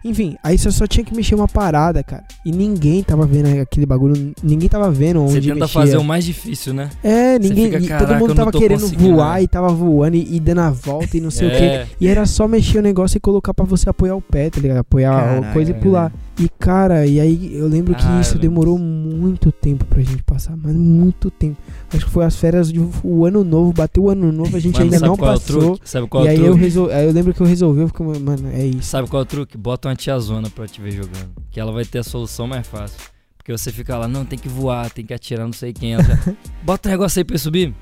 [SPEAKER 4] Enfim, aí você só tinha que mexer uma parada, cara. E ninguém tava vendo aquele bagulho. Ninguém tava vendo onde
[SPEAKER 3] Você tenta
[SPEAKER 4] mexia.
[SPEAKER 3] fazer o mais difícil, né?
[SPEAKER 4] É,
[SPEAKER 3] Você
[SPEAKER 4] ninguém.
[SPEAKER 3] fica,
[SPEAKER 4] e
[SPEAKER 3] "Caraca,
[SPEAKER 4] todo
[SPEAKER 3] eu
[SPEAKER 4] mundo
[SPEAKER 3] não
[SPEAKER 4] tava
[SPEAKER 3] tô
[SPEAKER 4] querendo
[SPEAKER 3] conseguindo,
[SPEAKER 4] voar
[SPEAKER 3] né?"
[SPEAKER 4] e tava voando e, e dando a volta e não sei o quê.
[SPEAKER 3] é.
[SPEAKER 4] E era só mexer o negócio e colocar pra você apoiar o pé, tá ligado? Apoiar a
[SPEAKER 1] Caralho,
[SPEAKER 4] coisa e pular. E cara, e aí eu lembro que
[SPEAKER 3] Ah, eu
[SPEAKER 4] isso
[SPEAKER 3] lembro.
[SPEAKER 4] demorou muito tempo pra gente passar, mas muito tempo. Acho que foi as férias de o ano novo, bateu o ano novo, a gente
[SPEAKER 3] Mano,
[SPEAKER 4] ainda
[SPEAKER 3] sabe
[SPEAKER 4] não
[SPEAKER 3] qual É o
[SPEAKER 4] passou.
[SPEAKER 3] truque? Sabe qual
[SPEAKER 4] e
[SPEAKER 3] é o
[SPEAKER 4] aí eu,
[SPEAKER 3] truque?
[SPEAKER 4] resol... aí eu lembro que eu resolvi, eu fico, mano, é isso.
[SPEAKER 3] Sabe qual é o truque? Bota uma tiazona pra te ver jogando. Que ela vai ter a solução mais fácil. Porque você fica lá, não, tem que voar, tem que atirar, não sei quem. Ela já, Bota um negócio aí pra eu subir.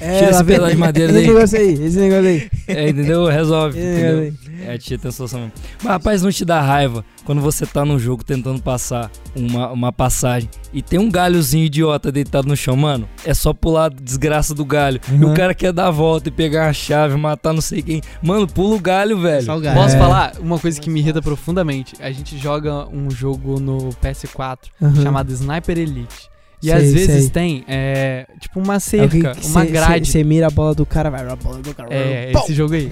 [SPEAKER 4] É,
[SPEAKER 3] Tira
[SPEAKER 4] lá
[SPEAKER 3] esse
[SPEAKER 4] vem-
[SPEAKER 3] pedaço de madeira
[SPEAKER 4] esse
[SPEAKER 3] daí.
[SPEAKER 4] negócio aí, esse negócio aí.
[SPEAKER 3] É, entendeu? Resolve.
[SPEAKER 4] Esse negócio
[SPEAKER 3] entendeu?
[SPEAKER 4] aí.
[SPEAKER 3] É, a tia tem a solução mesmo. Mas rapaz, não te dá raiva quando você tá num jogo tentando passar uma, uma passagem e tem um galhozinho idiota deitado no chão, mano. É só pular a desgraça do galho. E o
[SPEAKER 1] Uhum.
[SPEAKER 3] cara quer dar a volta e pegar a chave, matar não sei quem. Mano, pula o galho, velho.
[SPEAKER 1] Salgado.
[SPEAKER 2] Posso
[SPEAKER 4] É.
[SPEAKER 2] falar uma coisa que me irrita profundamente? A gente joga um jogo no PS4
[SPEAKER 4] Aham.
[SPEAKER 2] chamado Sniper Elite. E
[SPEAKER 4] Hum. Sei,
[SPEAKER 2] às vezes
[SPEAKER 4] sei.
[SPEAKER 2] tem, é, tipo, uma
[SPEAKER 4] É o que-
[SPEAKER 2] cerca,
[SPEAKER 4] que
[SPEAKER 2] uma
[SPEAKER 4] cê- cê-
[SPEAKER 2] grade.
[SPEAKER 4] Você mira a bola do cara, vai, a bola do cara.
[SPEAKER 2] É,
[SPEAKER 4] pau.
[SPEAKER 2] esse jogo aí.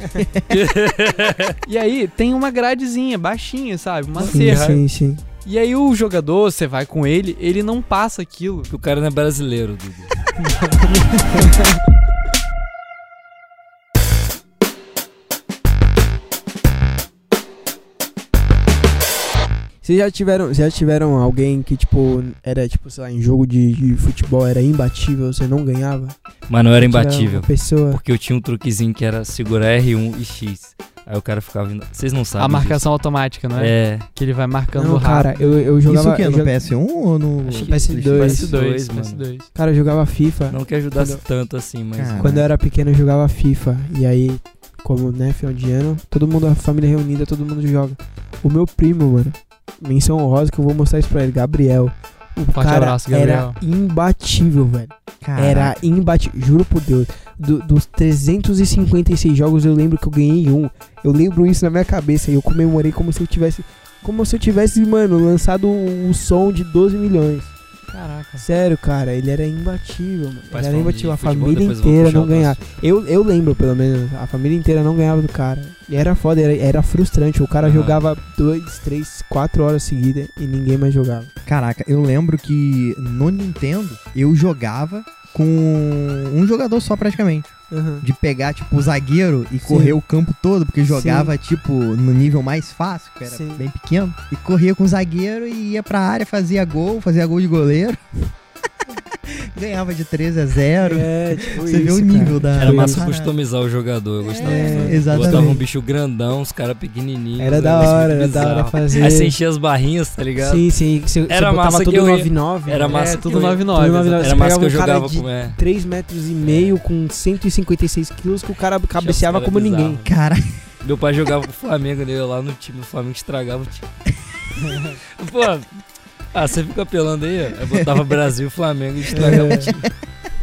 [SPEAKER 2] e aí, tem uma gradezinha baixinha, sabe? Uma
[SPEAKER 4] Sim,
[SPEAKER 2] cerca.
[SPEAKER 4] sim, sim.
[SPEAKER 2] E aí, o jogador, você vai com ele, ele não passa aquilo.
[SPEAKER 3] Porque o cara não é brasileiro, Dudu.
[SPEAKER 4] Vocês já tiveram, já tiveram alguém que, tipo, era, tipo, sei lá, em jogo de, de futebol era imbatível, você não ganhava?
[SPEAKER 3] Mano, eu era
[SPEAKER 4] Tiveram
[SPEAKER 3] imbatível.
[SPEAKER 4] Uma pessoa.
[SPEAKER 3] Porque eu tinha um truquezinho que era segurar R1 e X. Aí o cara ficava vindo. Vocês não sabem.
[SPEAKER 2] a marcação automática, não
[SPEAKER 3] disso.
[SPEAKER 2] é?
[SPEAKER 3] É.
[SPEAKER 2] Que ele vai marcando
[SPEAKER 4] Não,
[SPEAKER 2] rápido.
[SPEAKER 4] cara, é eu, eu jogava.
[SPEAKER 1] Isso o quê?
[SPEAKER 4] eu
[SPEAKER 1] No
[SPEAKER 4] joga-
[SPEAKER 1] PS1 ou no
[SPEAKER 3] Acho que
[SPEAKER 4] PS2.
[SPEAKER 2] PS2,
[SPEAKER 3] PS2, mano.
[SPEAKER 2] PS2.
[SPEAKER 4] Cara, eu jogava FIFA.
[SPEAKER 3] Não que ajudasse
[SPEAKER 4] Quando-
[SPEAKER 3] tanto assim, mas.
[SPEAKER 1] Cara.
[SPEAKER 4] Quando eu era pequeno, eu jogava FIFA. E aí, como, né, final de ano, todo mundo, a família reunida, todo mundo joga. O meu primo, mano, menção honrosa que eu vou mostrar isso pra ele, Gabriel. O
[SPEAKER 2] Forte
[SPEAKER 4] cara
[SPEAKER 2] abraço, Gabriel.
[SPEAKER 4] era imbatível, velho. Era imbatível, juro por Deus. Do- dos 356 jogos, eu lembro que eu ganhei um. Eu lembro isso na minha cabeça e eu comemorei como se eu tivesse. Como se eu tivesse, mano, lançado um, um som de 12 milhões.
[SPEAKER 2] Caraca.
[SPEAKER 4] Sério, cara, ele era imbatível, mano.
[SPEAKER 3] Faz
[SPEAKER 4] ele era
[SPEAKER 3] falando
[SPEAKER 4] imbatível,
[SPEAKER 3] de
[SPEAKER 4] a
[SPEAKER 3] futebol,
[SPEAKER 4] família
[SPEAKER 3] depois eu vou
[SPEAKER 4] inteira
[SPEAKER 3] puxar
[SPEAKER 4] não
[SPEAKER 3] o próximo.
[SPEAKER 4] ganhava. Eu, eu lembro, pelo menos, a família inteira não ganhava do cara. E era foda, era, era frustrante. O cara
[SPEAKER 3] Aham.
[SPEAKER 4] jogava 2, 3, 4 horas seguidas e ninguém mais jogava.
[SPEAKER 1] Caraca, eu lembro que no Nintendo eu jogava com um jogador só praticamente.
[SPEAKER 4] Aham.
[SPEAKER 1] De pegar, tipo, o zagueiro e correr o campo todo, porque jogava, tipo, no nível mais fácil, que era
[SPEAKER 4] Sim.
[SPEAKER 1] bem pequeno. E corria com o zagueiro e ia pra área, fazia gol, fazia gol de goleiro. Ganhava de 13 a 0.
[SPEAKER 4] É, tipo
[SPEAKER 1] Você vê
[SPEAKER 4] isso,
[SPEAKER 1] o nível da.
[SPEAKER 3] Era
[SPEAKER 4] Foi
[SPEAKER 3] massa
[SPEAKER 1] parada.
[SPEAKER 3] customizar o jogador. Eu gostava.
[SPEAKER 1] É,
[SPEAKER 3] Eu Botava um
[SPEAKER 1] exatamente.
[SPEAKER 3] bicho grandão, os caras pequenininhos.
[SPEAKER 4] Era
[SPEAKER 3] um
[SPEAKER 4] da
[SPEAKER 3] negócio
[SPEAKER 4] hora,
[SPEAKER 3] muito
[SPEAKER 4] era da hora
[SPEAKER 3] bizarro.
[SPEAKER 4] fazer.
[SPEAKER 3] Aí você enchia as barrinhas, tá ligado?
[SPEAKER 4] Sim, sim. que Você, você
[SPEAKER 3] Era
[SPEAKER 4] botava
[SPEAKER 3] massa
[SPEAKER 4] tudo
[SPEAKER 3] que eu ia-
[SPEAKER 4] 99.
[SPEAKER 3] Era
[SPEAKER 4] né?
[SPEAKER 3] massa
[SPEAKER 2] É,
[SPEAKER 3] que
[SPEAKER 2] tudo
[SPEAKER 3] eu-
[SPEAKER 2] 99.
[SPEAKER 4] tudo 99.
[SPEAKER 2] exatamente.
[SPEAKER 3] Era
[SPEAKER 4] Você
[SPEAKER 3] massa que eu
[SPEAKER 4] pegava um cara
[SPEAKER 3] jogava
[SPEAKER 4] de-
[SPEAKER 3] com. É.
[SPEAKER 4] 3 metros e meio com 156 quilos que o cara cabeceava
[SPEAKER 3] Tinha uns cara
[SPEAKER 4] como ninguém.
[SPEAKER 3] bizarro.
[SPEAKER 1] Cara,
[SPEAKER 3] Meu pai jogava com o Flamengo, né? Eu lá no time do Flamengo estragava o time. Pô, ah, você fica apelando aí, ó. Eu botava Brasil e Flamengo e
[SPEAKER 4] É.
[SPEAKER 3] estragava o time.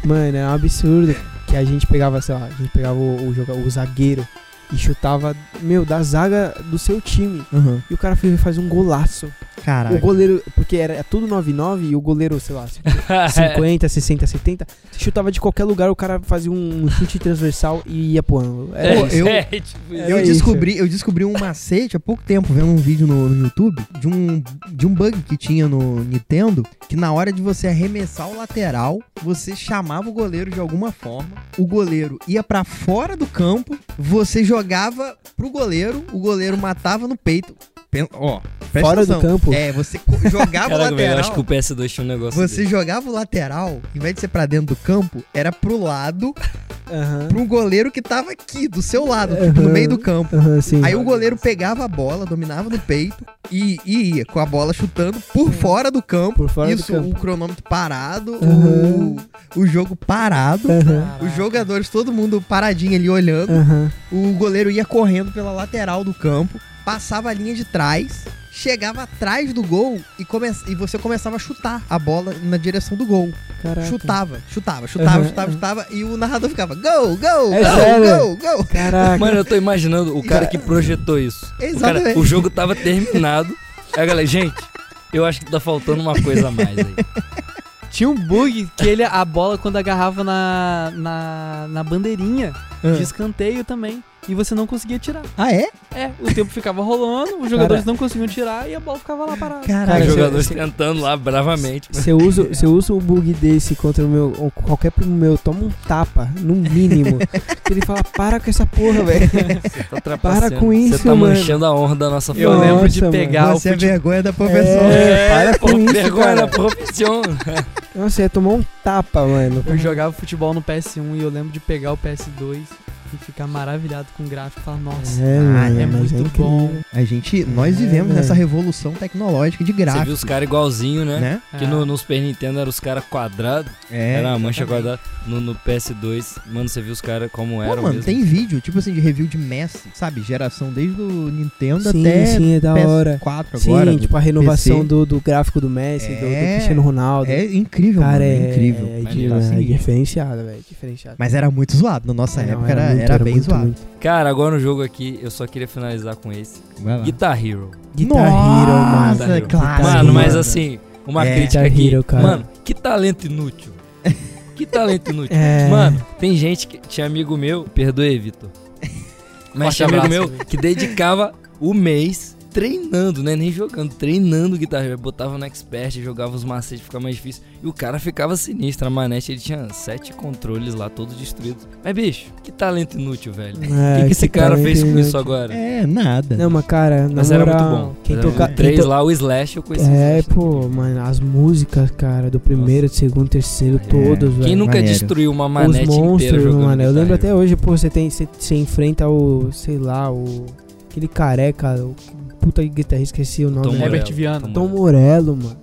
[SPEAKER 4] Mano, é um absurdo que a gente pegava, sei lá, a gente pegava o, o, joga- o zagueiro e chutava, meu, da zaga do seu time.
[SPEAKER 1] Uhum.
[SPEAKER 4] E o cara fez, faz um golaço.
[SPEAKER 1] Caraca.
[SPEAKER 4] O goleiro, porque era é tudo 99 e o goleiro, sei lá, 50, 60, 70, você chutava de qualquer lugar, o cara fazia um, chute transversal e ia pro ângulo. Era
[SPEAKER 3] É,
[SPEAKER 1] Pô,
[SPEAKER 4] isso.
[SPEAKER 1] eu-
[SPEAKER 3] é, tipo isso.
[SPEAKER 4] Era
[SPEAKER 1] Eu
[SPEAKER 4] isso.
[SPEAKER 1] descobri, eu descobri um macete há pouco tempo, vendo um vídeo no, no YouTube, de um, de um bug que tinha no Nintendo, que na hora de você arremessar o lateral, você chamava o goleiro de alguma forma, o goleiro ia pra fora do campo, você jogava pro goleiro, o goleiro matava no peito. Pen- ó, presta
[SPEAKER 4] Fora do
[SPEAKER 1] atenção.
[SPEAKER 4] campo.
[SPEAKER 1] É, você co- jogava o
[SPEAKER 3] Caraca,
[SPEAKER 1] lateral.
[SPEAKER 3] velho, eu acho que o PS2 tinha um negócio
[SPEAKER 1] Você
[SPEAKER 3] desse.
[SPEAKER 1] jogava o lateral, em vez de ser pra dentro do campo, era pro lado,
[SPEAKER 4] Aham.
[SPEAKER 1] pro goleiro que tava aqui, do seu lado, tipo, no
[SPEAKER 4] Aham.
[SPEAKER 1] meio do campo.
[SPEAKER 4] Aham, sim.
[SPEAKER 1] Aí o goleiro pegava a bola, dominava no peito e, e ia com a bola chutando por fora do campo.
[SPEAKER 4] Por fora do
[SPEAKER 1] Isso, um
[SPEAKER 4] campo.
[SPEAKER 1] o cronômetro parado,
[SPEAKER 4] Aham.
[SPEAKER 1] o, o jogo parado,
[SPEAKER 4] Aham.
[SPEAKER 1] os jogadores, todo mundo paradinho ali olhando.
[SPEAKER 4] Aham.
[SPEAKER 1] O goleiro ia correndo pela lateral do campo, passava a linha de trás, chegava atrás do gol e, come- e você começava a chutar a bola na direção do gol.
[SPEAKER 4] Caraca.
[SPEAKER 1] Chutava, chutava, chutava,
[SPEAKER 4] Aham,
[SPEAKER 1] chutava,
[SPEAKER 4] aham.
[SPEAKER 1] chutava. E o narrador ficava, go, go,
[SPEAKER 4] É
[SPEAKER 1] go,
[SPEAKER 4] sério?
[SPEAKER 1] go, go.
[SPEAKER 4] Caraca.
[SPEAKER 3] Mano, eu tô imaginando o cara que projetou isso. O, cara-
[SPEAKER 1] Exatamente.
[SPEAKER 3] o jogo tava terminado. Aí a galera, gente, eu acho que tá faltando uma coisa a mais aí.
[SPEAKER 2] Tinha um bug que ele, a bola, quando agarrava na, na, na bandeirinha
[SPEAKER 1] Ah.
[SPEAKER 4] É.
[SPEAKER 2] de escanteio também. E você não conseguia tirar.
[SPEAKER 1] Ah, é?
[SPEAKER 2] É, o tempo ficava rolando, os jogadores não conseguiam tirar e a bola ficava lá parada.
[SPEAKER 3] Os
[SPEAKER 4] Cara,
[SPEAKER 1] Caralho.
[SPEAKER 4] eu-
[SPEAKER 3] jogadores
[SPEAKER 4] você-
[SPEAKER 3] tentando lá bravamente.
[SPEAKER 4] Se eu, uso, se eu uso um bug desse contra o meu. ou qualquer primo meu, toma um tapa, no mínimo. ele fala, para com essa porra, velho.
[SPEAKER 3] Você tá trapaceando.
[SPEAKER 4] Para com isso,
[SPEAKER 3] Você tá
[SPEAKER 4] mano.
[SPEAKER 3] manchando a honra da nossa
[SPEAKER 2] Eu
[SPEAKER 3] família.
[SPEAKER 2] lembro de
[SPEAKER 4] Nossa, mano.
[SPEAKER 2] pegar
[SPEAKER 1] Você
[SPEAKER 2] o
[SPEAKER 1] é
[SPEAKER 2] futebol.
[SPEAKER 1] vergonha da professora.
[SPEAKER 4] É, para com isso,
[SPEAKER 3] vergonha
[SPEAKER 4] cara.
[SPEAKER 3] na profissão.
[SPEAKER 4] Nossa, ia tomar um tapa, mano.
[SPEAKER 2] Eu jogava futebol no PS1 e eu lembro de pegar o PS2 e ficar maravilhado com o gráfico e falar, nossa,
[SPEAKER 4] É,
[SPEAKER 1] mano,
[SPEAKER 2] é
[SPEAKER 1] mas
[SPEAKER 2] muito
[SPEAKER 4] incrível.
[SPEAKER 2] bom.
[SPEAKER 1] A gente, nós
[SPEAKER 4] É,
[SPEAKER 1] vivemos
[SPEAKER 4] velho.
[SPEAKER 1] nessa revolução tecnológica de
[SPEAKER 3] Você viu
[SPEAKER 1] gráficos,
[SPEAKER 3] os caras igualzinho, né?
[SPEAKER 1] né?
[SPEAKER 3] Que
[SPEAKER 2] É.
[SPEAKER 3] no, no Super Nintendo eram os caras quadrados,
[SPEAKER 1] É.
[SPEAKER 3] era uma mancha
[SPEAKER 2] exatamente.
[SPEAKER 3] quadrada. No, no PS2, mano, você viu os caras como
[SPEAKER 1] Pô,
[SPEAKER 3] eram
[SPEAKER 1] mano,
[SPEAKER 3] mesmo.
[SPEAKER 1] tem vídeo, tipo assim, de review de Messi, sabe? Geração desde o Nintendo
[SPEAKER 4] Sim,
[SPEAKER 1] até
[SPEAKER 4] sim, é da hora.
[SPEAKER 1] PS4 agora.
[SPEAKER 4] Sim,
[SPEAKER 1] do
[SPEAKER 4] tipo a renovação
[SPEAKER 1] PC.
[SPEAKER 4] do, do gráfico do Messi, do, do
[SPEAKER 1] É,
[SPEAKER 4] Cristiano Ronaldo.
[SPEAKER 1] É incrível,
[SPEAKER 4] cara,
[SPEAKER 1] mano,
[SPEAKER 4] é,
[SPEAKER 1] é incrível.
[SPEAKER 4] É,
[SPEAKER 3] Maneiro.
[SPEAKER 4] de-
[SPEAKER 1] Tá
[SPEAKER 4] é
[SPEAKER 1] sinistro.
[SPEAKER 4] diferenciado, velho. Diferenciado.
[SPEAKER 1] Mas era muito zoado, na nossa
[SPEAKER 4] Não,
[SPEAKER 1] época era,
[SPEAKER 4] muito,
[SPEAKER 1] era bem
[SPEAKER 4] muito,
[SPEAKER 1] zoado.
[SPEAKER 4] muito.
[SPEAKER 3] Cara, agora no jogo aqui, eu só queria finalizar com esse.
[SPEAKER 1] Vai
[SPEAKER 4] Ah.
[SPEAKER 1] lá.
[SPEAKER 3] Guitar Hero.
[SPEAKER 4] Guitar Hero, mano.
[SPEAKER 1] Nossa,
[SPEAKER 3] Guitar
[SPEAKER 1] clássico.
[SPEAKER 4] Guitar
[SPEAKER 3] mano,
[SPEAKER 4] Hero,
[SPEAKER 3] mas
[SPEAKER 4] mano.
[SPEAKER 3] assim, uma
[SPEAKER 1] É.
[SPEAKER 3] crítica
[SPEAKER 4] Guitar
[SPEAKER 3] aqui.
[SPEAKER 4] Hero, cara.
[SPEAKER 3] Mano, que talento inútil. que talento inútil.
[SPEAKER 4] É.
[SPEAKER 3] Mano, tem gente que tinha amigo meu, perdoe, Vitor.
[SPEAKER 2] Forte
[SPEAKER 3] Mas tinha amigo
[SPEAKER 2] abraço,
[SPEAKER 3] meu
[SPEAKER 2] Vitor.
[SPEAKER 3] que dedicava o mês treinando, né? Nem jogando, treinando guitarra. Hero. Botava no expert, jogava os macetes, ficava mais difícil. E o cara ficava sinistro. A manete, ele tinha sete controles lá, todos destruídos. Mas, bicho, que talento inútil, velho. O
[SPEAKER 4] É,
[SPEAKER 3] que, que esse cara
[SPEAKER 4] talento,
[SPEAKER 3] fez com
[SPEAKER 4] né?
[SPEAKER 3] isso agora?
[SPEAKER 1] É, nada.
[SPEAKER 4] Não, mas cara, na
[SPEAKER 3] Mas
[SPEAKER 4] moral,
[SPEAKER 3] era muito bom.
[SPEAKER 4] Quem
[SPEAKER 3] Era
[SPEAKER 4] toca,
[SPEAKER 3] muito-
[SPEAKER 4] quem
[SPEAKER 3] Três
[SPEAKER 4] to-
[SPEAKER 3] lá, o Slash, eu conheci. o
[SPEAKER 4] É,
[SPEAKER 3] Slash naquele
[SPEAKER 4] pô, mano, as músicas, cara, do primeiro, do segundo, terceiro,
[SPEAKER 3] É.
[SPEAKER 4] todos,
[SPEAKER 3] Quem
[SPEAKER 4] velho.
[SPEAKER 3] nunca
[SPEAKER 1] maneiro.
[SPEAKER 3] destruiu uma
[SPEAKER 4] Os
[SPEAKER 3] manete inteira
[SPEAKER 4] monstros,
[SPEAKER 3] jogando
[SPEAKER 4] mano. Eu
[SPEAKER 3] Guitar
[SPEAKER 4] lembro até
[SPEAKER 3] Hero?
[SPEAKER 4] hoje, pô, você tem. Você você enfrenta o. sei lá, o. Aquele careca, o puta guitarrista, esqueci o nome.
[SPEAKER 3] Tom
[SPEAKER 4] dele.
[SPEAKER 2] Morello.
[SPEAKER 3] Herbert
[SPEAKER 2] Tom
[SPEAKER 3] Viana.
[SPEAKER 4] Tom Morello, mano.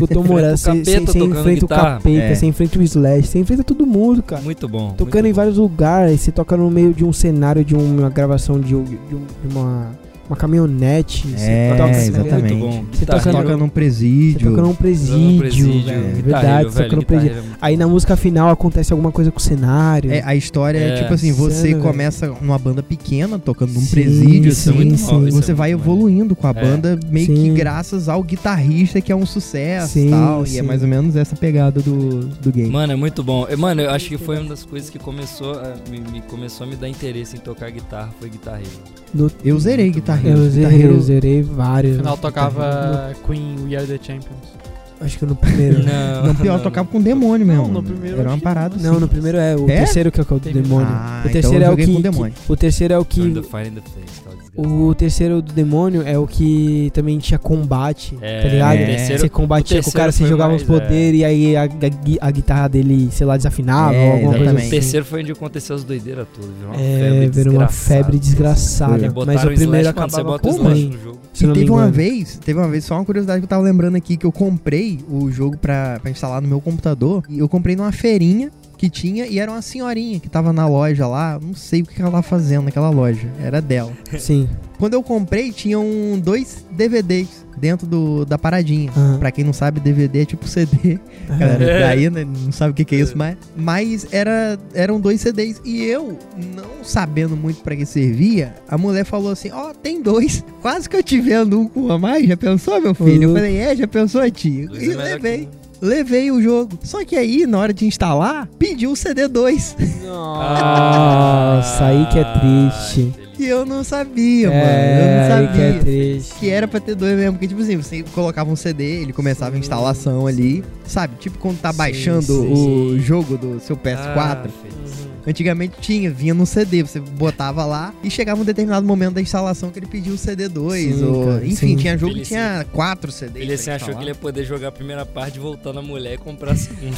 [SPEAKER 4] O Tom Morello, você
[SPEAKER 3] Enfrenta o capeta
[SPEAKER 4] você- você
[SPEAKER 3] tocando
[SPEAKER 4] enfrenta o
[SPEAKER 3] guitarra.
[SPEAKER 1] É.
[SPEAKER 4] capeta, você enfrenta o Slash, você enfrenta todo mundo, cara.
[SPEAKER 3] Muito bom.
[SPEAKER 4] Tocando
[SPEAKER 3] muito
[SPEAKER 4] em
[SPEAKER 3] bom.
[SPEAKER 4] vários lugares, você toca no meio de um cenário, de uma gravação de, um- de um- de uma, uma caminhonete.
[SPEAKER 1] É,
[SPEAKER 4] você toca,
[SPEAKER 1] exatamente.
[SPEAKER 3] Muito bom.
[SPEAKER 4] Você toca
[SPEAKER 1] Você
[SPEAKER 4] Guitar
[SPEAKER 1] toca
[SPEAKER 4] Hero.
[SPEAKER 1] num
[SPEAKER 4] Você
[SPEAKER 1] presídio.
[SPEAKER 4] toca num presídio,
[SPEAKER 3] presídio,
[SPEAKER 4] velho,
[SPEAKER 1] Guitar
[SPEAKER 4] é
[SPEAKER 1] Hero,
[SPEAKER 4] verdade, você toca num presídio.
[SPEAKER 3] é
[SPEAKER 4] Aí na música final acontece alguma coisa com o cenário.
[SPEAKER 1] É, a história é,
[SPEAKER 3] É.
[SPEAKER 1] tipo assim, você
[SPEAKER 4] Insano, velho.
[SPEAKER 1] começa numa banda pequena, tocando num
[SPEAKER 4] Sim,
[SPEAKER 1] presídio,
[SPEAKER 4] sim,
[SPEAKER 1] assim,
[SPEAKER 4] sim.
[SPEAKER 1] e
[SPEAKER 3] Isso
[SPEAKER 1] você
[SPEAKER 3] é
[SPEAKER 1] vai
[SPEAKER 3] muito
[SPEAKER 1] evoluindo com a
[SPEAKER 3] É.
[SPEAKER 1] banda, meio que
[SPEAKER 4] Sim.
[SPEAKER 1] graças ao guitarrista que é um sucesso e
[SPEAKER 4] Sim,
[SPEAKER 1] tal. E é
[SPEAKER 4] sim.
[SPEAKER 1] mais ou menos essa pegada do, do game.
[SPEAKER 3] Mano, é muito bom. Eu- Mano, eu acho que foi uma das coisas que começou a me, me- começou a me dar interesse em tocar guitarra, foi Guitar Hero.
[SPEAKER 4] No-
[SPEAKER 1] eu zerei guitarrista.
[SPEAKER 4] eu zerei, eu zerei vários.
[SPEAKER 2] No final
[SPEAKER 4] No- tá
[SPEAKER 2] tocava Queen, We Are The Champions.
[SPEAKER 4] no- acho que no primeiro.
[SPEAKER 3] Não,
[SPEAKER 1] Não, pior, eu tocava com demônio
[SPEAKER 2] Não,
[SPEAKER 1] mesmo.
[SPEAKER 2] no primeiro
[SPEAKER 1] Era
[SPEAKER 2] acho
[SPEAKER 1] uma
[SPEAKER 2] que
[SPEAKER 1] parada
[SPEAKER 4] Não,
[SPEAKER 1] assim.
[SPEAKER 4] no primeiro é o
[SPEAKER 1] É?
[SPEAKER 4] terceiro que é o que é o
[SPEAKER 2] Teve-
[SPEAKER 4] demônio.
[SPEAKER 1] Ah,
[SPEAKER 4] o terceiro
[SPEAKER 1] então eu
[SPEAKER 4] é o
[SPEAKER 1] joguei
[SPEAKER 4] que,
[SPEAKER 1] com
[SPEAKER 4] que-
[SPEAKER 1] demônio.
[SPEAKER 4] o terceiro é o que
[SPEAKER 3] Turn the Fire tá in the Face, tal desgraça.
[SPEAKER 4] o terceiro do demônio é o que também tinha combate,
[SPEAKER 3] É,
[SPEAKER 4] tá ligado?
[SPEAKER 1] o terceiro-
[SPEAKER 4] você combatia
[SPEAKER 3] o
[SPEAKER 4] com o cara,
[SPEAKER 3] terceiro
[SPEAKER 4] você
[SPEAKER 3] foi
[SPEAKER 4] jogava
[SPEAKER 3] mais, é.
[SPEAKER 4] os poderes e aí a, a gui- a guitarra dele, sei lá, desafinava
[SPEAKER 1] É,
[SPEAKER 4] ou alguma coisa
[SPEAKER 1] exatamente.
[SPEAKER 4] assim.
[SPEAKER 3] O terceiro foi onde aconteceu as doideiras todas. Virou uma
[SPEAKER 4] É,
[SPEAKER 3] febre
[SPEAKER 4] virou uma
[SPEAKER 3] desgraçada.
[SPEAKER 4] febre desgraçada.
[SPEAKER 3] E botaram
[SPEAKER 4] Mas o
[SPEAKER 3] Slash,
[SPEAKER 4] primeiro
[SPEAKER 3] mano, você
[SPEAKER 4] acabava
[SPEAKER 3] bota o
[SPEAKER 4] com
[SPEAKER 3] Slash
[SPEAKER 4] ruim,
[SPEAKER 3] no jogo.
[SPEAKER 4] se
[SPEAKER 1] E
[SPEAKER 4] não me
[SPEAKER 1] teve uma
[SPEAKER 4] engano.
[SPEAKER 1] vez, teve uma vez, só uma curiosidade que eu tava lembrando aqui, que eu comprei o jogo pra, pra instalar no meu computador. E eu comprei numa feirinha que tinha, e era uma senhorinha que tava na loja lá. Não sei o que que ela tava fazendo naquela loja. Era dela.
[SPEAKER 4] Sim.
[SPEAKER 1] Quando eu comprei, tinham dois DVDs dentro do, da paradinha.
[SPEAKER 4] Aham.
[SPEAKER 1] Pra quem não sabe, DVD é tipo CD. Galera,
[SPEAKER 3] É.
[SPEAKER 1] daí né, não sabe o que, que é isso, mas, mas era, eram dois CDs. E eu, não sabendo muito pra que servia, a mulher falou assim: Ó, tem dois. Quase que eu te vendo um com a mais. Já pensou, meu filho? Eu
[SPEAKER 4] louco.
[SPEAKER 1] falei: É, já pensou, tio?
[SPEAKER 3] Dois
[SPEAKER 1] E
[SPEAKER 3] é melhor que
[SPEAKER 1] levei.
[SPEAKER 3] um.
[SPEAKER 1] Levei o jogo. Só que aí, na hora de instalar, pediu o CD2.
[SPEAKER 4] Nossa, aí que é triste.
[SPEAKER 1] E Ah, eu não sabia, mano.
[SPEAKER 4] é,
[SPEAKER 1] Eu não
[SPEAKER 4] aí que
[SPEAKER 1] sabia.
[SPEAKER 4] é triste.
[SPEAKER 1] Que era pra ter dois mesmo, porque tipo assim, você colocava um CD, ele começava a
[SPEAKER 4] Sim.
[SPEAKER 1] instalação ali, sabe? Tipo quando tá
[SPEAKER 4] Sim,
[SPEAKER 1] baixando
[SPEAKER 4] sim. Ah.
[SPEAKER 1] o jogo do seu
[SPEAKER 3] Ah,
[SPEAKER 1] PS4. Antigamente tinha, vinha num CD, você botava lá e chegava um determinado momento da instalação que ele pedia o CD2,
[SPEAKER 4] Sim,
[SPEAKER 1] ou
[SPEAKER 4] cara,
[SPEAKER 1] enfim,
[SPEAKER 4] sim.
[SPEAKER 1] tinha jogo que
[SPEAKER 3] Envelheci.
[SPEAKER 1] tinha quatro CDs.
[SPEAKER 3] Ele assim
[SPEAKER 1] pra
[SPEAKER 3] achou que ele
[SPEAKER 1] instalar.
[SPEAKER 3] ia poder jogar a primeira parte, voltar na mulher e comprar a segunda.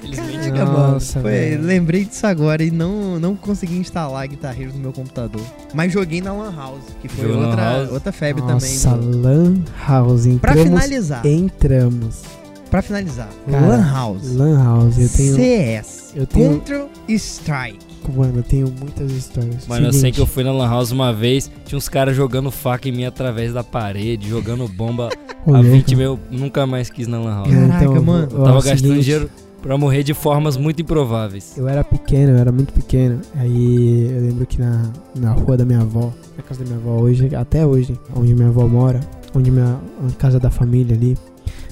[SPEAKER 3] Felizmente.
[SPEAKER 1] Caraca, mano,
[SPEAKER 4] Nossa,
[SPEAKER 1] foi-
[SPEAKER 4] velho.
[SPEAKER 1] lembrei disso agora e não, não consegui instalar guitarreiros no meu computador. Mas joguei na Lan House, que foi
[SPEAKER 3] Jogou na
[SPEAKER 1] outra,
[SPEAKER 3] Lan House?
[SPEAKER 1] outra febre
[SPEAKER 4] Nossa,
[SPEAKER 1] também. né?
[SPEAKER 4] Lan House,
[SPEAKER 1] Pra
[SPEAKER 4] entramos,
[SPEAKER 1] finalizar,
[SPEAKER 4] entramos.
[SPEAKER 1] pra finalizar,
[SPEAKER 4] Cara,
[SPEAKER 1] Lan House.
[SPEAKER 4] Lan House, eu tenho...
[SPEAKER 1] CS.
[SPEAKER 4] eu tenho-
[SPEAKER 1] Contra Strike.
[SPEAKER 4] Caraca, mano, eu tenho muitas histórias.
[SPEAKER 3] Mano, eu sei
[SPEAKER 4] Seguinte,
[SPEAKER 3] que eu fui na Lan House uma vez, tinha uns caras jogando faca em mim através da parede, jogando bomba.
[SPEAKER 4] Ô,
[SPEAKER 3] a
[SPEAKER 4] louco. Então,
[SPEAKER 3] 20 meu nunca mais quis na Lan House.
[SPEAKER 1] Caraca,
[SPEAKER 4] eu vou-
[SPEAKER 1] mano.
[SPEAKER 4] ó,
[SPEAKER 3] Eu tava
[SPEAKER 4] o
[SPEAKER 3] gastando
[SPEAKER 4] seguinte,
[SPEAKER 3] dinheiro pra morrer de formas muito improváveis.
[SPEAKER 4] Eu era pequeno, eu era muito pequeno. Aí eu lembro que na, na rua da minha avó, na casa da minha avó hoje, até hoje, onde minha avó mora, onde minha a casa da família ali,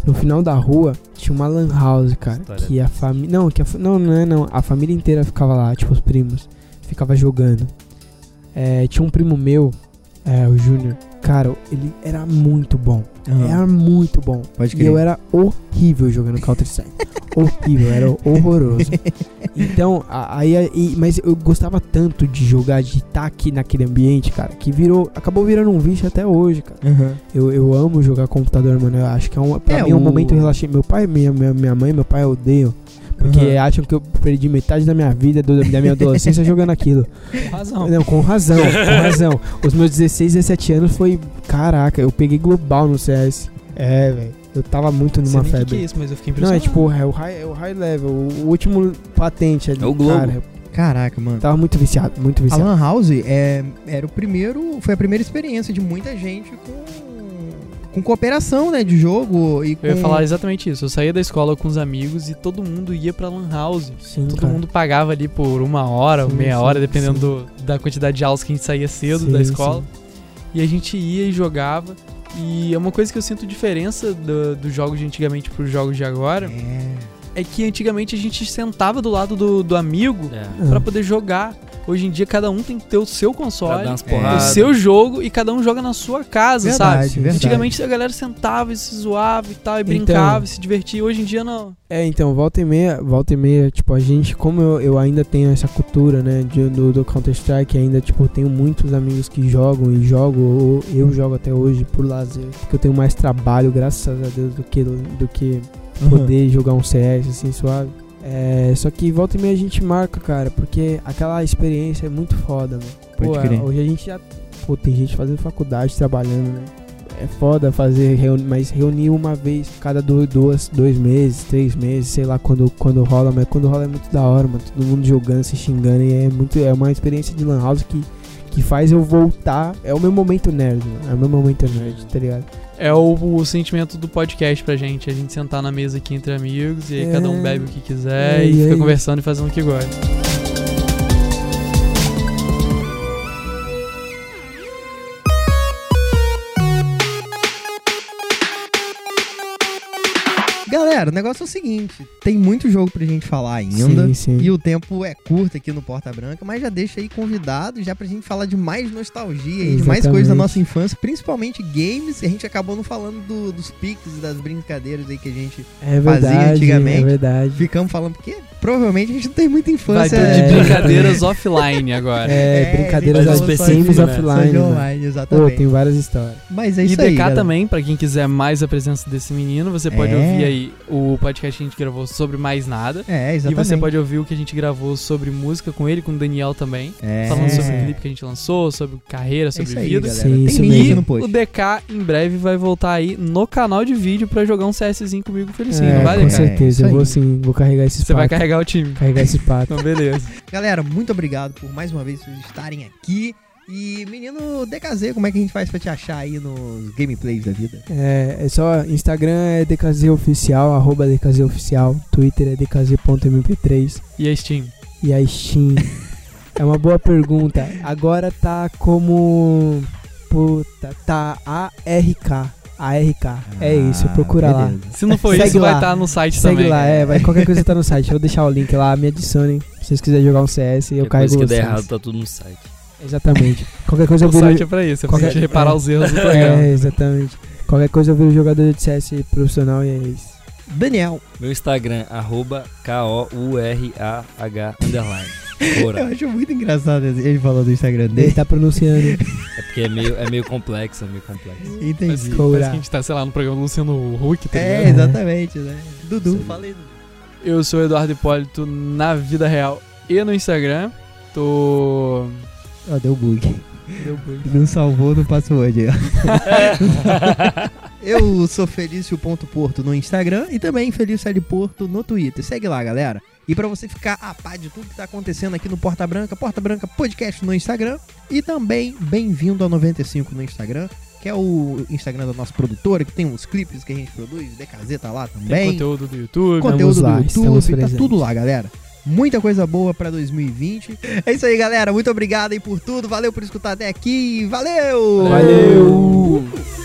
[SPEAKER 4] no final da rua tinha uma lan house, cara,
[SPEAKER 3] História
[SPEAKER 4] que a família, não, que a, fa- não, não é não, a família inteira ficava lá, tipo os primos, ficava jogando. É, tinha um primo meu, é, o Júnior, cara, ele era muito bom, era muito bom.
[SPEAKER 1] Pode
[SPEAKER 4] E eu era horrível jogando Counter-Strike. horrível, era horroroso. Então, a- aí, aí- mas eu gostava tanto de jogar, de estar aqui naquele ambiente, cara, que virou, acabou virando um vício até hoje, cara.
[SPEAKER 1] Aham.
[SPEAKER 4] Eu, eu amo jogar computador, mano. Eu acho que é um, pra
[SPEAKER 1] É,
[SPEAKER 4] mim é um
[SPEAKER 1] o-
[SPEAKER 4] momento relaxante. Meu pai, minha, minha minha mãe, meu pai odeiam. Porque
[SPEAKER 1] Aham.
[SPEAKER 4] acham que eu perdi metade da minha vida, do- da minha adolescência jogando aquilo.
[SPEAKER 2] Com razão.
[SPEAKER 4] Não, com razão, com razão. Os meus 16, 17 anos foi. Caraca, eu peguei global no CS. É, velho. Eu tava muito
[SPEAKER 2] Não sei
[SPEAKER 4] numa
[SPEAKER 2] nem o que que
[SPEAKER 4] febre.
[SPEAKER 2] é isso, mas eu fiquei
[SPEAKER 4] Não, é
[SPEAKER 2] impressionado.
[SPEAKER 4] tipo, é o high, é o high level, o último patente ali.
[SPEAKER 3] É o Globo.
[SPEAKER 4] Cara,
[SPEAKER 1] Caraca, mano.
[SPEAKER 4] eu tava muito viciado, muito
[SPEAKER 1] A
[SPEAKER 4] viciado.
[SPEAKER 1] Lan House é, era o primeiro, foi a primeira experiência de muita gente com, com cooperação, né, de jogo
[SPEAKER 4] tipo,
[SPEAKER 1] e com...
[SPEAKER 2] Eu
[SPEAKER 4] é.
[SPEAKER 2] ia falar exatamente isso. Eu saía da escola com os amigos e todo mundo ia pra Lan House.
[SPEAKER 4] Sim,
[SPEAKER 2] Todo mundo pagava ali por uma hora,
[SPEAKER 4] Sim,
[SPEAKER 2] meia
[SPEAKER 4] sim,
[SPEAKER 2] hora, dependendo do- da quantidade de aulas que a gente saía cedo
[SPEAKER 4] Sim,
[SPEAKER 2] da escola.
[SPEAKER 4] sim.
[SPEAKER 2] E a gente ia e jogava. E é uma coisa que eu sinto diferença do- dos jogos de antigamente pros jogos de agora
[SPEAKER 1] É,
[SPEAKER 2] é que antigamente a gente sentava do lado do, do amigo
[SPEAKER 3] É.
[SPEAKER 4] Ah,
[SPEAKER 2] pra poder jogar. Hoje em dia cada um tem que ter o seu
[SPEAKER 3] Pra
[SPEAKER 2] console,
[SPEAKER 3] dar umas
[SPEAKER 1] É.
[SPEAKER 2] o
[SPEAKER 3] porradas.
[SPEAKER 2] seu jogo e cada um joga na sua casa, sabe?
[SPEAKER 1] verdade,
[SPEAKER 4] sabe?
[SPEAKER 1] verdade.
[SPEAKER 2] Antigamente a galera sentava e se zoava e tal, e
[SPEAKER 4] Então.
[SPEAKER 2] brincava e se divertia. Hoje em dia não.
[SPEAKER 4] É, então, volta e meia, volta e meia, tipo, a gente, como eu, eu ainda tenho essa cultura, né, de- do, do Counter-Strike, ainda, tipo, eu tenho muitos amigos que jogam e jogo, ou eu jogo até hoje por lazer, porque eu tenho mais trabalho, graças a Deus, do que, do que
[SPEAKER 1] Uhum.
[SPEAKER 4] poder jogar um CS assim suave. É, só que volta e meia a gente marca, cara, porque aquela experiência é muito foda, mano.
[SPEAKER 1] Pode
[SPEAKER 4] Pô, é,
[SPEAKER 1] crer.
[SPEAKER 4] hoje a gente já. Pô, tem gente fazendo faculdade, trabalhando, né? É foda fazer, reuni mas reunir uma vez cada do- duas, dois meses, três meses, sei lá, quando, quando rola, mas quando rola é muito da hora, mano. Todo mundo jogando, se xingando, e é muito. É uma experiência de Lan House que, que faz eu voltar. É o meu momento nerd, mano. É o meu momento nerd, tá ligado?
[SPEAKER 2] É o, o sentimento do podcast pra gente. A gente sentar na mesa aqui entre amigos e aí
[SPEAKER 4] É.
[SPEAKER 2] cada um bebe o que quiser
[SPEAKER 4] É,
[SPEAKER 2] e
[SPEAKER 4] e
[SPEAKER 2] fica
[SPEAKER 4] aí?
[SPEAKER 2] conversando e fazendo o que gosta.
[SPEAKER 1] Galera, o negócio é o seguinte, tem muito jogo pra gente falar ainda.
[SPEAKER 4] Sim, sim.
[SPEAKER 1] E o tempo é curto aqui no Porta Branca, mas já deixa aí convidado já pra gente falar de mais nostalgia e de mais
[SPEAKER 4] Exatamente.
[SPEAKER 1] coisas da nossa infância, principalmente games. E a gente acabou não falando do- dos piques e das brincadeiras aí que a gente
[SPEAKER 4] É
[SPEAKER 1] fazia
[SPEAKER 4] verdade,
[SPEAKER 1] antigamente.
[SPEAKER 4] É verdade.
[SPEAKER 1] ficamos falando, porque provavelmente a gente não tem muita
[SPEAKER 2] Vai
[SPEAKER 1] infância.
[SPEAKER 2] ter
[SPEAKER 4] é-
[SPEAKER 2] de brincadeiras offline agora.
[SPEAKER 4] É,
[SPEAKER 1] É,
[SPEAKER 4] brincadeiras
[SPEAKER 3] mas
[SPEAKER 4] das
[SPEAKER 3] específico,
[SPEAKER 4] games
[SPEAKER 3] né?
[SPEAKER 1] Só
[SPEAKER 4] offline.
[SPEAKER 1] de
[SPEAKER 4] mano.
[SPEAKER 1] online,
[SPEAKER 4] Pô,
[SPEAKER 1] exatamente.
[SPEAKER 4] tem um várias histórias.
[SPEAKER 1] Mas é
[SPEAKER 2] e
[SPEAKER 1] isso
[SPEAKER 2] DK
[SPEAKER 1] aí. galera.
[SPEAKER 2] também, pra quem quiser mais a presença desse menino, você pode
[SPEAKER 1] É.
[SPEAKER 2] ouvir aí o podcast que a gente gravou sobre mais nada.
[SPEAKER 1] É, exatamente.
[SPEAKER 2] E você pode ouvir o que a gente gravou sobre música com ele, com o Daniel também.
[SPEAKER 1] É.
[SPEAKER 2] Falando sobre o clipe que a gente lançou, sobre carreira,
[SPEAKER 1] É
[SPEAKER 2] sobre
[SPEAKER 1] isso aí,
[SPEAKER 2] vida.
[SPEAKER 1] galera.
[SPEAKER 4] Sim,
[SPEAKER 1] tem
[SPEAKER 4] isso
[SPEAKER 1] link
[SPEAKER 4] mesmo.
[SPEAKER 1] no
[SPEAKER 2] O
[SPEAKER 1] post.
[SPEAKER 2] DK em breve vai voltar aí no canal de vídeo pra jogar um CSzinho comigo, Felicinho,
[SPEAKER 4] é,
[SPEAKER 2] não vai,
[SPEAKER 4] com
[SPEAKER 2] DK?
[SPEAKER 1] cara? É isso
[SPEAKER 4] certeza, eu
[SPEAKER 1] aí.
[SPEAKER 4] vou sim, vou carregar esses
[SPEAKER 2] Você vai
[SPEAKER 4] patos.
[SPEAKER 2] carregar o time.
[SPEAKER 4] Carregar esse pato.
[SPEAKER 2] Então, beleza.
[SPEAKER 1] Galera, muito obrigado por mais uma vez vocês estarem aqui. E menino DKZ, como é que a gente faz pra te achar aí nos gameplays da vida?
[SPEAKER 4] É, é só, Instagram é DKZOficial, arroba DKZOficial, Twitter é DKZ.mp3
[SPEAKER 2] E a Steam?
[SPEAKER 4] e a Steam. é uma boa pergunta. Agora tá como... Puta, tá ARK. ARK, é isso, procura lá.
[SPEAKER 1] Ah, beleza.
[SPEAKER 2] Se não for
[SPEAKER 4] Segue
[SPEAKER 2] isso, vai
[SPEAKER 4] lá.
[SPEAKER 2] estar no site
[SPEAKER 4] Segue
[SPEAKER 2] também.
[SPEAKER 4] lá, é, vai, qualquer coisa tá no site. Eu vou deixar o link lá, me adicionem. Se vocês quiserem jogar um CS, eu
[SPEAKER 3] Depois
[SPEAKER 4] carrego
[SPEAKER 3] que der
[SPEAKER 4] vocês.
[SPEAKER 3] errado, tá tudo no site.
[SPEAKER 4] Exatamente. Qualquer coisa eu
[SPEAKER 2] O
[SPEAKER 4] viro,
[SPEAKER 2] site é pra isso, é pra
[SPEAKER 4] Qualquer-
[SPEAKER 2] gente reparar os erros do programa.
[SPEAKER 4] É, exatamente. Qualquer coisa eu viro jogador de CS profissional e é isso.
[SPEAKER 1] Daniel,
[SPEAKER 3] Meu Instagram, arroba K-O-U-R-A-H underline.
[SPEAKER 1] eu
[SPEAKER 3] Cora.
[SPEAKER 1] acho muito engraçado ele falando do Instagram
[SPEAKER 4] Ele
[SPEAKER 1] dele.
[SPEAKER 4] tá pronunciando.
[SPEAKER 3] É porque é meio, é meio complexo, é meio complexo.
[SPEAKER 2] Parece
[SPEAKER 1] Entendi.
[SPEAKER 2] que, parece que a
[SPEAKER 4] Cobrar.
[SPEAKER 2] gente tá, sei lá, no programa do Luciano Huck, tá
[SPEAKER 1] É,
[SPEAKER 2] ligado?
[SPEAKER 1] exatamente, né? Dudu,
[SPEAKER 3] Sim.
[SPEAKER 1] falei.
[SPEAKER 2] Eu sou o Eduardo Hipólito na vida real e no Instagram. Tô.
[SPEAKER 1] Ó, deu bug.
[SPEAKER 2] Deu bug.
[SPEAKER 1] Não salvou no password. aí, ó. Eu sou Felício.porto no Instagram e também Felício L. Porto no Twitter. Segue lá, galera. E pra você ficar a par de tudo que tá acontecendo aqui no Porta Branca, Porta Branca Podcast no Instagram e também Bem-vindo ao 95 no Instagram, que é o Instagram da nossa produtora, que tem uns clipes que a gente produz, DKZ tá lá
[SPEAKER 2] Tem
[SPEAKER 1] também.
[SPEAKER 2] conteúdo do YouTube.
[SPEAKER 1] conteúdo
[SPEAKER 4] lá,
[SPEAKER 1] do
[SPEAKER 4] estamos
[SPEAKER 1] YouTube, tá
[SPEAKER 4] presentes.
[SPEAKER 1] tudo lá, galera. Muita coisa boa pra 2020. É isso aí, galera. Muito obrigado aí por tudo. Valeu por escutar até aqui. Valeu!
[SPEAKER 2] Valeu!
[SPEAKER 4] Valeu.